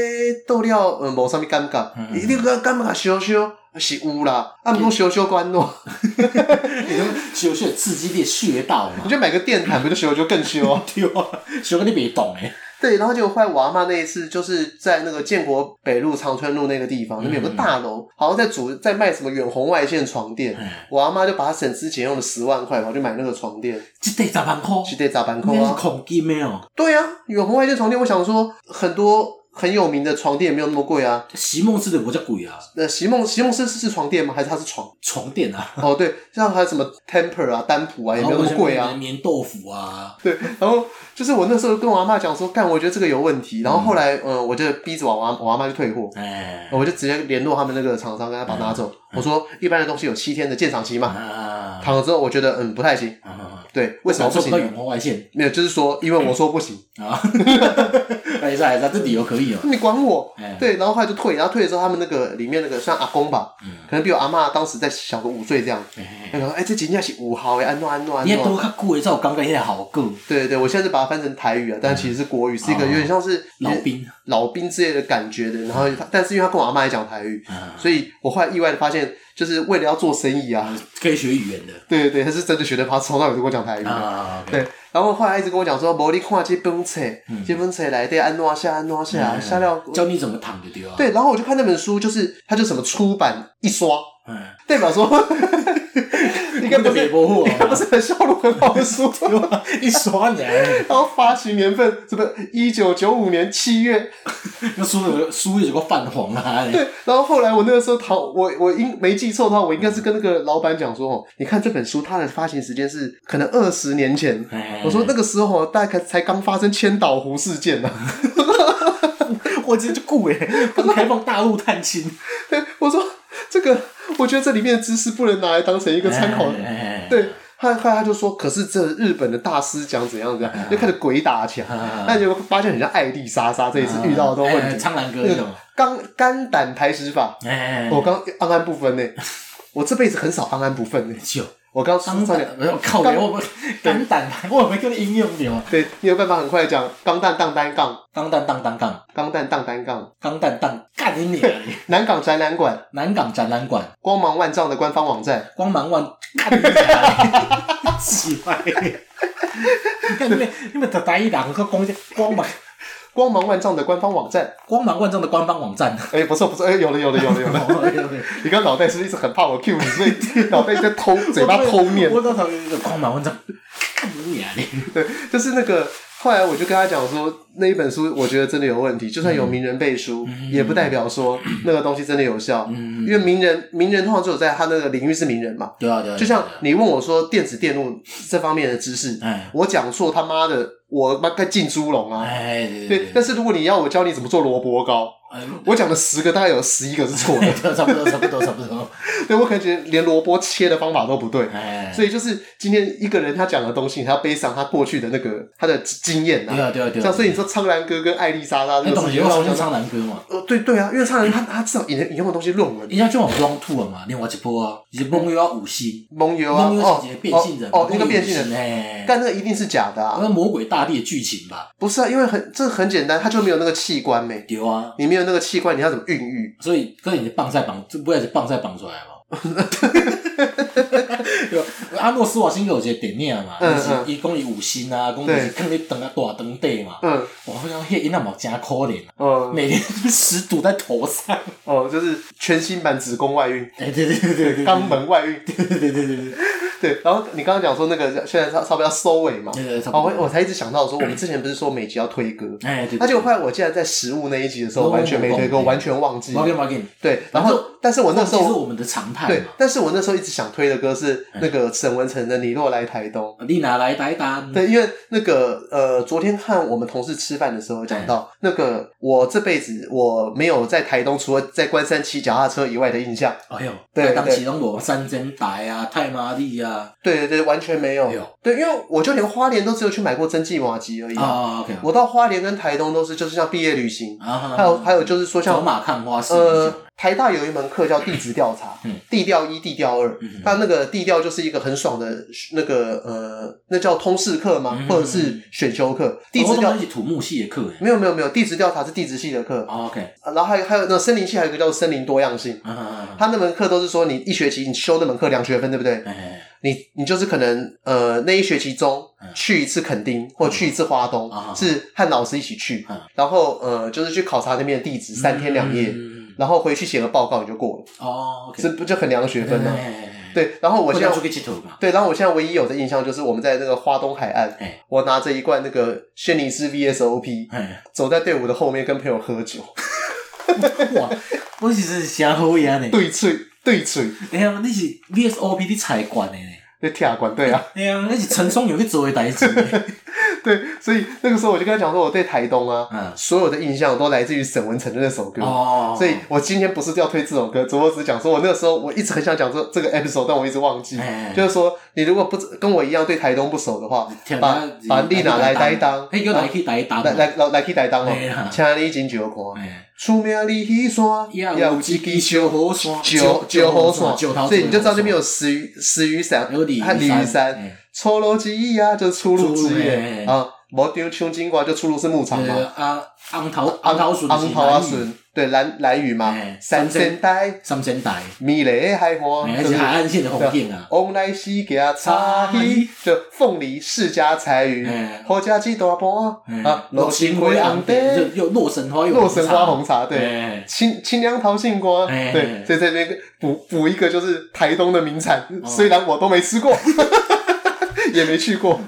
Speaker 1: 豆料，呃，无啥物感觉，
Speaker 2: 嗯
Speaker 1: 一定个感觉小小是有啦，啊，不过小小关 喏，
Speaker 2: 你就学学刺激你的穴道嘛
Speaker 1: 你，就买个电毯，不就小就更 小？
Speaker 2: 对啊，学个你别懂哎，
Speaker 1: 对，然后结果后来我阿妈那一次就是在那个建国北路长春路那个地方，那边有个大
Speaker 2: 嗯
Speaker 1: 楼，好像在主在卖什么远红外线床垫，
Speaker 2: 哎
Speaker 1: 我阿妈就把她省吃俭用的十万块，跑去买那个床垫，
Speaker 2: 这得十万块，
Speaker 1: 去得砸板
Speaker 2: 应
Speaker 1: 空
Speaker 2: 该哦是
Speaker 1: 啊。
Speaker 2: 恐金没有，
Speaker 1: 对啊，远红外线床垫，我想说很多很有名的床垫也没有那么贵啊。
Speaker 2: 席梦思的我叫鬼啊，
Speaker 1: 那席梦席梦思是是床垫吗？还是它是床？
Speaker 2: 床垫啊，
Speaker 1: 哦，对，像还有什么 Temper 啊、单普啊，也
Speaker 2: 然
Speaker 1: 没
Speaker 2: 后
Speaker 1: 有那么贵啊。
Speaker 2: 棉豆腐啊，
Speaker 1: 对，然后就是我那时候跟我阿妈讲说，干，我觉得这个有问题。然后后来，嗯，我就逼着我阿我阿妈去退货，
Speaker 2: 哎，
Speaker 1: 我就直接联络他们那个厂商，跟他把它拿走。我说一般的东西有七天的鉴赏期嘛，
Speaker 2: 啊，
Speaker 1: 躺了之后我觉得嗯不太行，
Speaker 2: 啊
Speaker 1: 对，为什么不
Speaker 2: 感受到
Speaker 1: 行？
Speaker 2: 远红外线
Speaker 1: 没有，就是说，因为我说不行，
Speaker 2: 啊？没事没事，这理由可以哦。
Speaker 1: 你管我
Speaker 2: 哎？
Speaker 1: 对，然后后来就退，然后退的时候，他们那个里面那个像阿公吧，
Speaker 2: 嗯
Speaker 1: 可能比我阿妈当时再小个五岁这样。
Speaker 2: 哎
Speaker 1: 然后哎，这真正是五号哎，安诺安诺安
Speaker 2: 你也多
Speaker 1: 诺。
Speaker 2: 较久的才有感觉迄个效果。
Speaker 1: 对对对，我现在是把它翻成台语啊，但其实是国语，是一个有点像是
Speaker 2: 嗯老兵
Speaker 1: 老兵之类的感觉的。然后他，但是因为他跟我阿妈也讲台语，
Speaker 2: 啊，
Speaker 1: 所以我后来意外的发现，就是为了要做生意啊，
Speaker 2: 可以学语言的
Speaker 1: 对对对，他是真的学的，他从头到尾都跟我讲台语的。
Speaker 2: 啊。
Speaker 1: 对，然后后来一直跟我讲说，无你看这本册，
Speaker 2: 嗯
Speaker 1: 这本册来对安怎写安怎写，写了。
Speaker 2: 教你怎么躺就对啊。
Speaker 1: 对，然后我就看那本书，就是它就什么出版一刷，
Speaker 2: 嗯，
Speaker 1: 代表 说应该不是
Speaker 2: 你的美国货啊
Speaker 1: 应该不是很销路很好的 书。
Speaker 2: 一刷 你，啊
Speaker 1: 然后发行年份什么一九九五年七月，
Speaker 2: 那书有书有个泛黄啊。
Speaker 1: 对。然后后来我那个时候淘，我我应没记错的话，我应该是跟那个老板讲说，哦，你看这本书它的发行时间是可能二十年前。
Speaker 2: 哎
Speaker 1: 我说那个时候哦大概才刚发生千岛湖事件啊 呢、
Speaker 2: 我直接就顾哎，刚开放大陆探 亲，
Speaker 1: 对，我说这个，我觉得这里面的知识不能拿来当成一个参考的。
Speaker 2: 哎。
Speaker 1: 对，后来后来他就说，可是这日本的大师讲怎样怎
Speaker 2: 啊
Speaker 1: 样，就开始鬼打墙。那你有没有发现很像艾丽莎莎这一次遇到的
Speaker 2: 哎
Speaker 1: 问题？
Speaker 2: 苍兰哥
Speaker 1: 那
Speaker 2: 那
Speaker 1: 个
Speaker 2: 种。
Speaker 1: 肝肝胆排石法，
Speaker 2: 哎，
Speaker 1: 我刚安安不分呢，我这辈子很少安安不分呢。
Speaker 2: 就
Speaker 1: 我刚说
Speaker 2: 钢
Speaker 1: 差点
Speaker 2: 蛋，，没有靠
Speaker 1: 钢
Speaker 2: 我我钢蛋，我有没有叫你应用牛？
Speaker 1: 对你有办法很快地讲钢蛋荡单杠，
Speaker 2: 钢蛋当当杠，
Speaker 1: 钢蛋荡单杠，
Speaker 2: 钢蛋当干你娘 的！
Speaker 1: 南港展览馆
Speaker 2: 南港展览馆，
Speaker 1: 光芒万丈的官方网站，
Speaker 2: 光 芒万干你娘的！奇怪，你们你们台一人个光光芒
Speaker 1: 光芒万丈的官方网站。
Speaker 2: 光芒万丈的官方网站。
Speaker 1: 哎，不错不错，哎，有了有了有了 有了。你刚刚脑袋是不是一直很怕我 Q 你，所以脑袋在 偷 嘴巴偷念
Speaker 2: 我。我到头有一个光芒万丈，干你娘的！
Speaker 1: 对，就是那个。后来我就跟他讲说，那一本书我觉得真的有问题，就算有
Speaker 2: 嗯
Speaker 1: 名人背书，也不代表说那个东西真的有效，
Speaker 2: 嗯
Speaker 1: 因为名人名人通常只有在他那个领域是名人嘛。
Speaker 2: 对啊对啊，
Speaker 1: 就像你问我说电子电路这方面的知识，
Speaker 2: 哎
Speaker 1: 我讲错他妈的，我妈该进猪笼啊！
Speaker 2: 哎对
Speaker 1: 对，但是如果你要我教你怎么做萝卜糕，
Speaker 2: 嗯
Speaker 1: 我讲的十个大概有十一个是错 的，
Speaker 2: 差不多差不多差不多，
Speaker 1: 对我可能觉得连萝卜切的方法都不对。
Speaker 2: 哎，
Speaker 1: 所以就是今天一个人他讲的东西，他要背上他过去的那个他的经验
Speaker 2: 对
Speaker 1: 啊。
Speaker 2: 啊对啊对啊，哎
Speaker 1: 像所以你说苍兰哥跟艾丽莎莎
Speaker 2: 那
Speaker 1: 这个
Speaker 2: 董
Speaker 1: 事
Speaker 2: 洁
Speaker 1: 情，
Speaker 2: 我
Speaker 1: 让我
Speaker 2: 是
Speaker 1: 想到
Speaker 2: 唱男歌嘛，
Speaker 1: 呃，对对啊，因为苍兰他他至少引引用的东西论文
Speaker 2: 人，家就往 Round Two 了嘛，另外一波啊，是梦游啊五星，
Speaker 1: 蒙牛啊，
Speaker 2: 梦游
Speaker 1: 哦
Speaker 2: 是一个变性人嘛，
Speaker 1: 哦，哦那个变性人，
Speaker 2: 人哎，
Speaker 1: 但那个一定是假的啊，
Speaker 2: 那魔鬼大地的剧情吧，
Speaker 1: 不是啊，因为很这很简单，他就没有那个器官没，
Speaker 2: 对啊，
Speaker 1: 你没有那个器官，你要怎么孕育？
Speaker 2: 所以跟你的棒赛绑，这不也是棒赛绑 出来嘛？对吧阿诺斯瓦辛格有一个电影嘛，
Speaker 1: 嗯
Speaker 2: 就是伊讲伊有心啊，讲就是
Speaker 1: 对
Speaker 2: 放咧长啊大长地嘛。
Speaker 1: 嗯
Speaker 2: 我发现迄囡仔嘛真可怜啊，
Speaker 1: 哦
Speaker 2: 每天食堵在头 上。
Speaker 1: 哦，就是全新版子宫外孕、
Speaker 2: 哎，对对对对对，
Speaker 1: 肛门外孕，
Speaker 2: 对对对对对对
Speaker 1: 对。然后你刚刚讲说那个现在差差不多要收尾嘛，
Speaker 2: 对对，差
Speaker 1: 哦，
Speaker 2: 不
Speaker 1: 我
Speaker 2: 多。
Speaker 1: 我才一直想到说，我们之前不是说每集要推歌，
Speaker 2: 哎，对，
Speaker 1: 那就后来我竟然在食物那一集的时候完全没推歌，
Speaker 2: 哦
Speaker 1: 完全忘记。
Speaker 2: 毛给毛给，
Speaker 1: 对，然后但是我那时
Speaker 2: 是
Speaker 1: 候
Speaker 2: 我们的常态
Speaker 1: 对
Speaker 2: 嘛。，嗯
Speaker 1: 但是我那时候一直想推的歌是那个沈文成的《你若来台东》。
Speaker 2: 你拿来打一打，
Speaker 1: 对，因为那个呃，昨天和我们同事吃饭的时候
Speaker 2: 嗯
Speaker 1: 讲到，那个我这辈子我没有在台东除了在关山骑脚踏车以外的印象，
Speaker 2: 哎呦，
Speaker 1: 对
Speaker 2: 台东
Speaker 1: 对
Speaker 2: 其中我三珍台啊、泰马利啊，
Speaker 1: 对对对，完全没有
Speaker 2: 没有。
Speaker 1: 对，因为我就连花莲都只有去买过蒸汽麻吉而已。
Speaker 2: 啊，OK，
Speaker 1: 我到花莲跟台东都是就是像毕业旅行，
Speaker 2: 啊，
Speaker 1: 还有还有就是说
Speaker 2: 走
Speaker 1: 像
Speaker 2: 马看花式，
Speaker 1: 呃，台大有一门课叫地质调查，
Speaker 2: 嗯
Speaker 1: 地调一、地调二
Speaker 2: 嗯，
Speaker 1: 那那个地调就是一个很爽的那个呃，那叫通识课吗
Speaker 2: 嗯？哦
Speaker 1: 或者是选修课？地质调
Speaker 2: 是土木系的课哎
Speaker 1: 没有没有没有，地质调查是地质系的课，
Speaker 2: 啊，OK，
Speaker 1: 啊然后还有还有那个森林系，还有一个叫森林多样性。
Speaker 2: 啊啊啊，啊
Speaker 1: 他那门课都是说，你一学期你修那门课两学分，对不对？
Speaker 2: 哎，
Speaker 1: 你你就是可能呃那一学期中
Speaker 2: 嗯
Speaker 1: 去一次垦丁或去一次花东
Speaker 2: 啊，
Speaker 1: 是和老师一起去
Speaker 2: 嗯，
Speaker 1: 然后呃就是去考察那边的地质，三天两夜，
Speaker 2: 嗯
Speaker 1: 然后回去写个报告你就过了。
Speaker 2: 哦，OK，
Speaker 1: 这不就很量学分吗？
Speaker 2: 哎，
Speaker 1: 对，然后我
Speaker 2: 我
Speaker 1: 现在
Speaker 2: 出去佚佗嘛，
Speaker 1: 对，然后我现在唯一有的印象就是我们在那个花东海岸
Speaker 2: 哎，
Speaker 1: 我拿着一罐那个轩尼诗 VSOP，
Speaker 2: 哎，
Speaker 1: 走在队伍的后面跟朋友喝酒，
Speaker 2: 哇，我其实真好呀呢，
Speaker 1: 对醉对醉，
Speaker 2: 哎呀，你是 VSOP 你才管的呢，
Speaker 1: 那铁管对啊，
Speaker 2: 哎呀，你是陈松勇你做的代志呢，
Speaker 1: 对，所以那个时候我就跟他讲说，我对台东啊，
Speaker 2: 嗯
Speaker 1: 所有的印象都来自于沈文成的那首歌。
Speaker 2: 哦，
Speaker 1: 所以我今天不是要推这首歌，只不过只是讲说，我那个时候我一直很想讲这这个 episode，但我一直忘记。
Speaker 2: 哎
Speaker 1: 就是说，你如果不跟我一样对台东不熟的话，
Speaker 2: 听
Speaker 1: 把
Speaker 2: 咱
Speaker 1: 把丽娜来台东，
Speaker 2: 迄叫来去台东
Speaker 1: 来来来来去台东
Speaker 2: 哎
Speaker 1: 哦，
Speaker 2: 呀
Speaker 1: 请你真少看，
Speaker 2: 哎，
Speaker 1: 出名离迄山，
Speaker 2: 也有一支小河山，
Speaker 1: 九九河山，
Speaker 2: 九头，
Speaker 1: 所以你就知道那边有石鱼石鱼山，
Speaker 2: 有鲤鱼
Speaker 1: 和鲤
Speaker 2: 山
Speaker 1: 鱼山
Speaker 2: 哎，
Speaker 1: 出路之一啊，就是出路之
Speaker 2: 哎
Speaker 1: 一啊，无丢像金瓜就出路是牧场嘛，
Speaker 2: 呃啊，红头红头笋，
Speaker 1: 昂头啊笋，对蓝蓝雨嘛
Speaker 2: 哎，
Speaker 1: 三
Speaker 2: 三
Speaker 1: 仙带
Speaker 2: 三仙台，
Speaker 1: 米雷海花，对
Speaker 2: 哎，
Speaker 1: 不
Speaker 2: 而且
Speaker 1: 对
Speaker 2: 海岸线的风景啊，
Speaker 1: 往来西加差异，就凤梨世家柴鱼
Speaker 2: 哎，
Speaker 1: 好家鸡大盘啊，罗心花红茶，
Speaker 2: 就又洛神花，
Speaker 1: 洛神花红茶，对。
Speaker 2: 哎，
Speaker 1: 清清凉桃杏瓜，
Speaker 2: 哎
Speaker 1: 对，所以在这边补补一个就是台东的名产，
Speaker 2: 哦
Speaker 1: 虽然我都没吃过， 也没去过，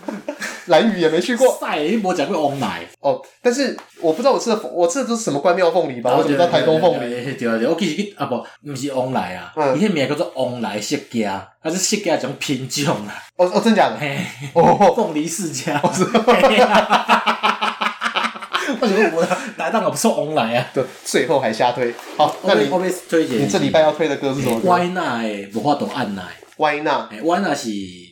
Speaker 1: 蓝屿也没去过
Speaker 2: 晒你无食过王奶，
Speaker 1: 哦，但是我不知道我吃的凤我吃的都是什么关庙凤梨吧，我怎么知道台东凤梨？
Speaker 2: 哦对对对，我其实去啊不，毋是王奶啊，伊迄名叫做王奶释迦，它是释迦一种品种啦，
Speaker 1: 哦哦，真假的？
Speaker 2: 嘿，
Speaker 1: 哦，
Speaker 2: 凤梨世家，我是，我觉得我来当我不是王奶啊，
Speaker 1: 对，最后还瞎推。好，那
Speaker 2: 我被
Speaker 1: 你
Speaker 2: 我被推荐，
Speaker 1: 你这礼拜要推的歌是什么歌
Speaker 2: 哦哎歪那诶，无法度按奶，
Speaker 1: 歪娜。
Speaker 2: 诶，歪那是。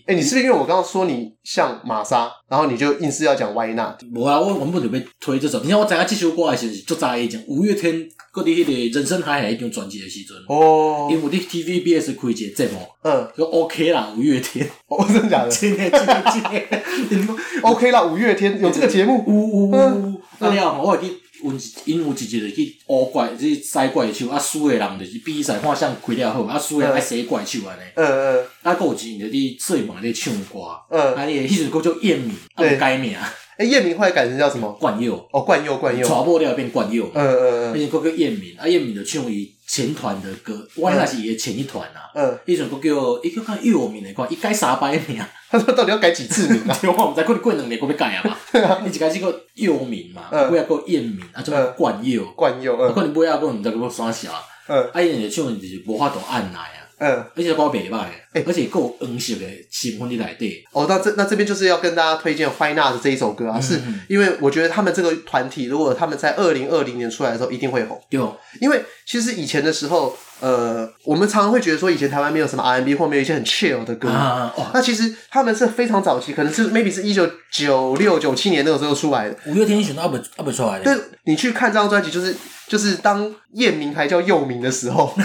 Speaker 1: 哎，你是不是因为我刚刚说你像玛莎，然后你就硬是要讲歪娜？
Speaker 2: 无啊，我原本就要推这首，而且我知影这首歌诶时阵是足早以前，五月天搁伫迄个《人生海海》迄张专辑诶时阵，
Speaker 1: 哦，
Speaker 2: 因为伫 TVBS 开一个节目，
Speaker 1: 嗯，
Speaker 2: 就 OK 啦，五月天，
Speaker 1: 哦，真的假的
Speaker 2: 真诶真诶真诶，因为
Speaker 1: ？OK 啦，五月天有这个节目，
Speaker 2: 呜呜
Speaker 1: 嗯
Speaker 2: 呜，啊了后我会去。有一因有一日就去乌怪，就是使怪手，啊输诶人就是比赛看像开了好，啊输诶人爱洗怪手安尼。
Speaker 1: 嗯嗯
Speaker 2: 啊，佫有一年就伫水门咧唱歌，啊，
Speaker 1: 嗯。
Speaker 2: 迄个迄阵佫叫燕明，啊，
Speaker 1: 对
Speaker 2: 有改名
Speaker 1: 哎，叶明后来改成叫什么？
Speaker 2: 冠佑，
Speaker 1: 哦，冠佑，冠
Speaker 2: 娶
Speaker 1: 佑。
Speaker 2: 某了变冠佑嘛。
Speaker 1: 嗯嗯嗯
Speaker 2: 而且佫叫燕明，啊燕明就唱伊前团的歌，我那是伊的前一团啊。
Speaker 1: 嗯，
Speaker 2: 迄阵佫叫伊叫看幼名的款，伊改三摆 名，啊
Speaker 1: 他说到底要改几次名啊？
Speaker 2: 对，我毋知过过两年佫要改啊嘛。伊一开始佫幼名嘛，
Speaker 1: 嗯
Speaker 2: 尾仔佫燕明，啊，再冠幼，
Speaker 1: 冠佑，
Speaker 2: 啊，
Speaker 1: 嗯
Speaker 2: 可能尾仔佫毋知佫要啥啥，
Speaker 1: 嗯
Speaker 2: 啊伊就唱的就是无法度按来啊，
Speaker 1: 嗯。
Speaker 2: 而且歌袂歹
Speaker 1: 欸，
Speaker 2: 而且佫有黄色的成分伫内底，
Speaker 1: 哦，那这那这边就是要跟大家推荐《欢娜》的这一首歌啊，是因为我觉得他们这个团体，如果他们在二零二零年出来的时候，一定会红。
Speaker 2: 对，
Speaker 1: 因为其实以前的时候，呃，我们常常会觉得说，以前台湾没有什么 R&B 或没有一些很 chill 的歌。
Speaker 2: 啊，哇，
Speaker 1: 那其实他们是非常早期，可能是 maybe 是一九九六九七年那个时候出来的。
Speaker 2: 五月天选到阿袂阿袂出来咧，
Speaker 1: 对，你去看这张专辑，就是就是当叶明还叫佑明的时候，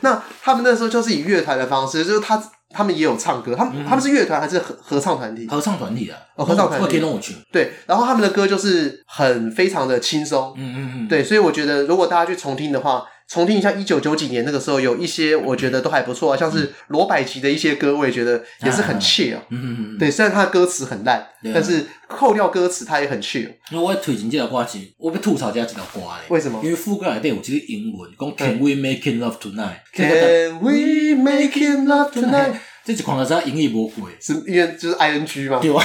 Speaker 1: 那他们那时候就是以乐团的方式，就是他他们也有唱歌，他们、他们是乐团还是合合唱团体？
Speaker 2: 嗯合唱团体啊，
Speaker 1: 哦合唱团体
Speaker 2: 我听拢有唱，
Speaker 1: 对，然后他们的歌就是很非常的轻松，
Speaker 2: 嗯嗯嗯，
Speaker 1: 对，所以我觉得如果大家去重听的话。重听一下一九九几年那个时候，有一些我觉得都还不错啊，像是罗百吉的一些歌，我也觉得也是很 chill、
Speaker 2: 嗯嗯嗯。
Speaker 1: 对，虽然他的歌词很烂，
Speaker 2: 对啊
Speaker 1: 但是扣掉歌词，他也很 chill。
Speaker 2: 因为我要推荐这条歌是，我要吐槽这条歌咧。
Speaker 1: 为什么
Speaker 2: 因为副歌内底有一个英文，讲 Can we make it love tonight？
Speaker 1: Can we make it love tonight？
Speaker 2: 这一看就知道英语无过，
Speaker 1: 是因为就是 I N G 嘛。
Speaker 2: 对吧？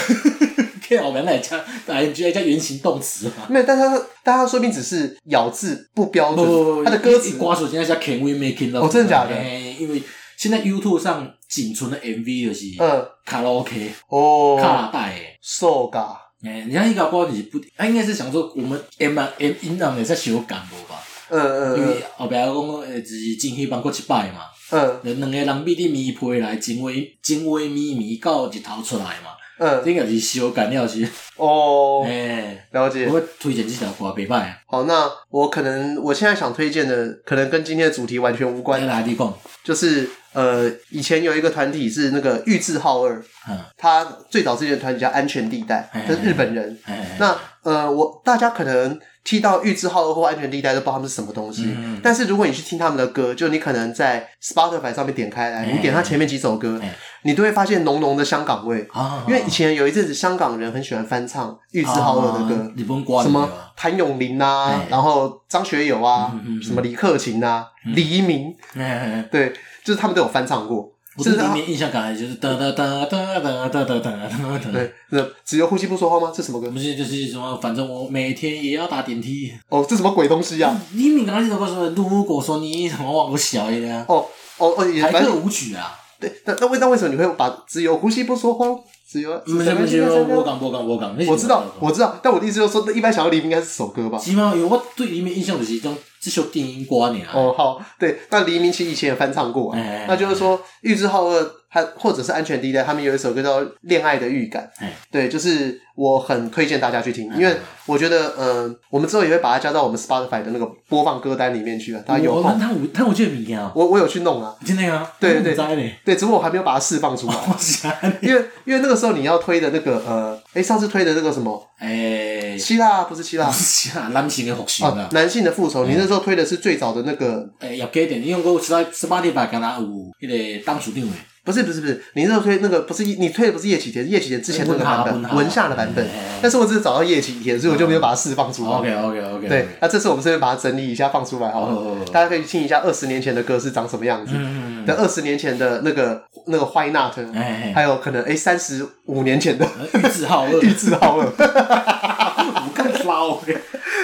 Speaker 2: 去后面来加 ing 来加原形动词嘛。
Speaker 1: 没有，但他但他说不定只是咬字不标
Speaker 2: 不
Speaker 1: 准，
Speaker 2: 不不，
Speaker 1: 他的歌
Speaker 2: 一
Speaker 1: 词
Speaker 2: 歌手现在叫 Can we make it love？
Speaker 1: 哦真的假的
Speaker 2: tonight？嘿因为现在 YouTube 上仅存的 MV 就是
Speaker 1: 嗯
Speaker 2: 卡拉 OK、卡
Speaker 1: 哦
Speaker 2: 拉带诶。
Speaker 1: ，so ga
Speaker 2: 哎，你看一个歌就是不，他应该是想说我们 M M 音浪的在修改无吧？
Speaker 1: 嗯
Speaker 2: 因
Speaker 1: 嗯
Speaker 2: 为后壁讲诶，就是进去帮过一摆嘛。
Speaker 1: 嗯
Speaker 2: 就两个人秘伫棉被内情话情话咪咪到日头出来嘛，
Speaker 1: 嗯嗯
Speaker 2: 应该是小干了是，
Speaker 1: 哦，
Speaker 2: 哎、
Speaker 1: 了解。
Speaker 2: 我推荐这条歌袂歹啊。
Speaker 1: 好，那我可能我现在想推荐的，可能跟今天的主题完全无
Speaker 2: 关
Speaker 1: 关，
Speaker 2: 来你讲，
Speaker 1: 就是呃，以前有一个团体是那个玉置浩二，
Speaker 2: 嗯，
Speaker 1: 他最早之前的团体叫安全地带，
Speaker 2: 嗯
Speaker 1: 他是日本人，
Speaker 2: 哎，
Speaker 1: 那呃，我大家可能听到预知号或安全地带都不知道他们是什么东西，
Speaker 2: 嗯
Speaker 1: 但是如果你去听他们的歌，就你可能在 Spotify 上面点开来，
Speaker 2: 哎
Speaker 1: 你点他前面几首歌，
Speaker 2: 哎
Speaker 1: 你都会发现浓浓的香港味。
Speaker 2: 啊，
Speaker 1: 因为以前有一阵子，香港人很喜欢翻唱玉
Speaker 2: 玉
Speaker 1: 置浩二的歌，
Speaker 2: 啊日本歌
Speaker 1: 什么
Speaker 2: 对吧
Speaker 1: 谭咏麟啊
Speaker 2: 哦哎，
Speaker 1: 然后张学友啊
Speaker 2: 嗯嗯嗯，嗯
Speaker 1: 什么李克勤啊，黎明，
Speaker 2: 哎哎，哎
Speaker 1: 对，就是他们都有翻唱过。
Speaker 2: 我对
Speaker 1: 是
Speaker 2: 里
Speaker 1: 啊
Speaker 2: 面印象感就是哒哒哒哒哒哒哒哒哒哒，
Speaker 1: 对，那只有呼吸不说话吗？这什么歌
Speaker 2: 不？是就是什么，反正我每天也要打电梯。
Speaker 1: 哦，这什么鬼东西啊？
Speaker 2: 李敏刚才这首歌什么？如果说你什么我小一点，
Speaker 1: 哦哦哦，也
Speaker 2: 台
Speaker 1: 反正
Speaker 2: 客舞曲啊，
Speaker 1: 对，那那为那为什么你会把只有呼吸不说话只有
Speaker 2: 不嗯是不是，我讲我讲我讲，
Speaker 1: 我知道我知道，但我的意思就是说，一般想要黎明应该是首歌吧？
Speaker 2: 起码有我对黎明印象就是一种这首电音歌呢。
Speaker 1: 哦，好，对，那黎明其实以前也翻唱过、啊，
Speaker 2: 哎
Speaker 1: 那就是说《预知好恶》他或者是《安全地带》，他们有一首歌叫《恋爱的预感
Speaker 2: 哎》，
Speaker 1: 对，就是我很推荐大家去听，因为我觉得，嗯、我们之后也会把它加到我们 Spotify 的那个播放歌单里面去啊，它有
Speaker 2: 我
Speaker 1: 空，
Speaker 2: 他有他有这个物件啊，
Speaker 1: 我我有去弄啊，
Speaker 2: 真的啊，
Speaker 1: 对
Speaker 2: 我不
Speaker 1: 对
Speaker 2: 知嘞，
Speaker 1: 对，只不过我还没有把它释放出来，
Speaker 2: 我是啊，
Speaker 1: 因为因为那个时候你要推的那个呃，哎，上次推的那个什么
Speaker 2: 哎，
Speaker 1: 希腊不是希腊
Speaker 2: 不。是啊，男性的嗯复仇
Speaker 1: 啊
Speaker 2: 啦，，
Speaker 1: 男性的复仇，你那时候推的是最早的那个，
Speaker 2: 哎，也给点，因为我实在十八礼拜敢若有迄个当署长诶，
Speaker 1: 不是不是不是，你那时候推那个不是你推的不是叶启田，是叶启田之前那个版
Speaker 2: 文夏
Speaker 1: 本，
Speaker 2: 文夏
Speaker 1: 文夏的版本
Speaker 2: 哎哎哎，
Speaker 1: 但是我只是找到叶启田，所以我就没有把它释放出来。
Speaker 2: OK OK 嗯 OK，
Speaker 1: 哦对，那这次我们顺便把它整理一下放出来好
Speaker 2: 哦哦
Speaker 1: 了
Speaker 2: 哦，
Speaker 1: 大家可以听一下二十年前的歌是长什么样子，
Speaker 2: 嗯，
Speaker 1: 等二十年前的那个那个 Why Not，
Speaker 2: 哎，呃
Speaker 1: 还有可能哎三十五年前的
Speaker 2: 玉置浩二，
Speaker 1: 玉置浩二。
Speaker 2: 我 更老诶。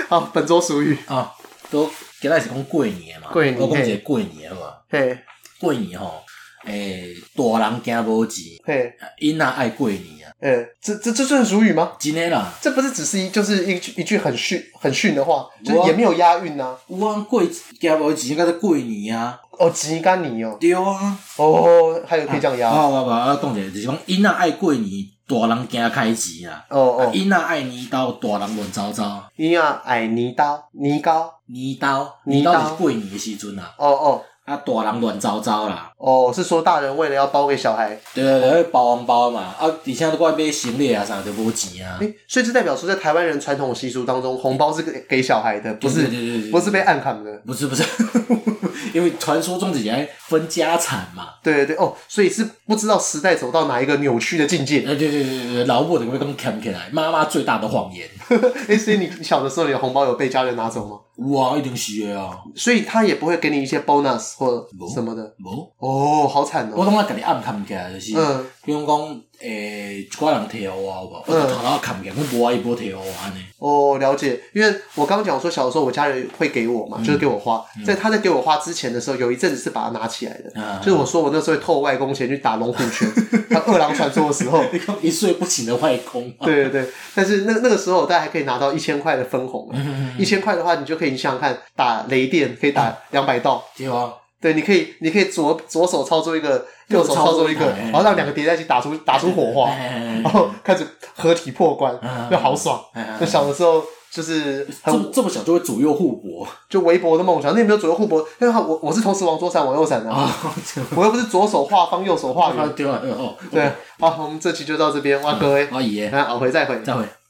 Speaker 1: 好，本周俗语，
Speaker 2: 啊，都今仔是讲过年的嘛，
Speaker 1: 过年
Speaker 2: 我讲一个过年的嘛，
Speaker 1: 嘿
Speaker 2: 过年吼，诶、大人惊无钱，啊
Speaker 1: 嘿，
Speaker 2: 囡仔爱过年啊，
Speaker 1: 呃，这这这算俗语吗？
Speaker 2: 真的啦，
Speaker 1: 这不是只是一就是一句一句很逊很逊的话，就是
Speaker 2: 我啊
Speaker 1: 也没有押韵呐、啊。
Speaker 2: 有啊，过惊无钱，该是过年啊，
Speaker 1: 哦，吉干尼哦，
Speaker 2: 对啊，
Speaker 1: 哦，还有可以这样押。
Speaker 2: 啊，
Speaker 1: 哦
Speaker 2: 我我我讲一个，就是讲囡仔爱过年，大人惊开钱啊，啊
Speaker 1: 哦，
Speaker 2: 囡仔爱年刀，大人乱糟糟，
Speaker 1: 你要矮泥刀泥糕。
Speaker 2: 年刀
Speaker 1: 年
Speaker 2: 年
Speaker 1: 刀
Speaker 2: 刀就是过年的时阵啊，
Speaker 1: 哦哦
Speaker 2: 啊，大人乱糟糟啦，
Speaker 1: 哦，是说大人为了要包给小孩，
Speaker 2: 对啊对对，包红包嘛，啊，而且都怪买行李啊啥，就无钱啊，
Speaker 1: 诶，所以这代表说在台湾人传统习俗当中，红包是给给小孩的，不
Speaker 2: 对对对对
Speaker 1: 是
Speaker 2: 对
Speaker 1: 不是被暗砍的。
Speaker 2: 不是不是， 因为传说中之前分家产嘛。
Speaker 1: 对对对，哦，所以是不知道时代走到哪一个扭曲的境界。
Speaker 2: 哎，对对对对对，老母怎么会这么欠起来？妈妈最大的谎 言，
Speaker 1: 诶，所以你你小的时候，你的红包有被家人拿走吗？
Speaker 2: 哇，一定是的啊！
Speaker 1: 所以他也不会给你一些 bonus 或
Speaker 2: 无
Speaker 1: 什么的。
Speaker 2: 无，
Speaker 1: 哦，好惨
Speaker 2: 我
Speaker 1: 哦。
Speaker 2: 感觉家己暗欠起来就是，
Speaker 1: 嗯
Speaker 2: 比如讲，诶，一寡人摕互我啊有无？我就头脑欠起来，我无爱伊无摕互我啊安尼。
Speaker 1: 哦，了解。因为我刚刚讲说，小的时候我家人会给我嘛，就是给我花。
Speaker 2: 嗯
Speaker 1: 在他在给我花之前的时候，有一阵子是把它拿起来的。
Speaker 2: 啊
Speaker 1: 就是我说我那时候会偷外公钱去打龙虎拳，还有二郎传说的 时候。
Speaker 2: 你讲一岁不醒的外公嘛，
Speaker 1: 对对对，但是那那个时候，大家还可以拿到一千块的分红
Speaker 2: 嗯
Speaker 1: 啊。一千块的话，你就可以你想想看，打雷电可以打两百道，
Speaker 2: 对啊，
Speaker 1: 对，你可以你可以左左手操作一个，右手操作一个，
Speaker 2: 右手操作一嗯台
Speaker 1: 然后让两个叠在一起打出打出火花，
Speaker 2: 哎
Speaker 1: 然后开始合体破关
Speaker 2: 嗯，
Speaker 1: 就好爽
Speaker 2: 嗯。
Speaker 1: 就小的时候就是
Speaker 2: 这
Speaker 1: 很
Speaker 2: 么这么小就会左右互搏
Speaker 1: 就微博的梦想，那有没有左右互搏？因为我我是同时往左闪往右闪的、啊，
Speaker 2: 啊！ 对
Speaker 1: 我又不是左手画方右手画
Speaker 2: 啊
Speaker 1: 圆。
Speaker 2: 对啊，对啊哦，
Speaker 1: 对，好，我们这期就到这边，哇，各位，
Speaker 2: 阿姨，
Speaker 1: 那熬回再回。
Speaker 2: 再会。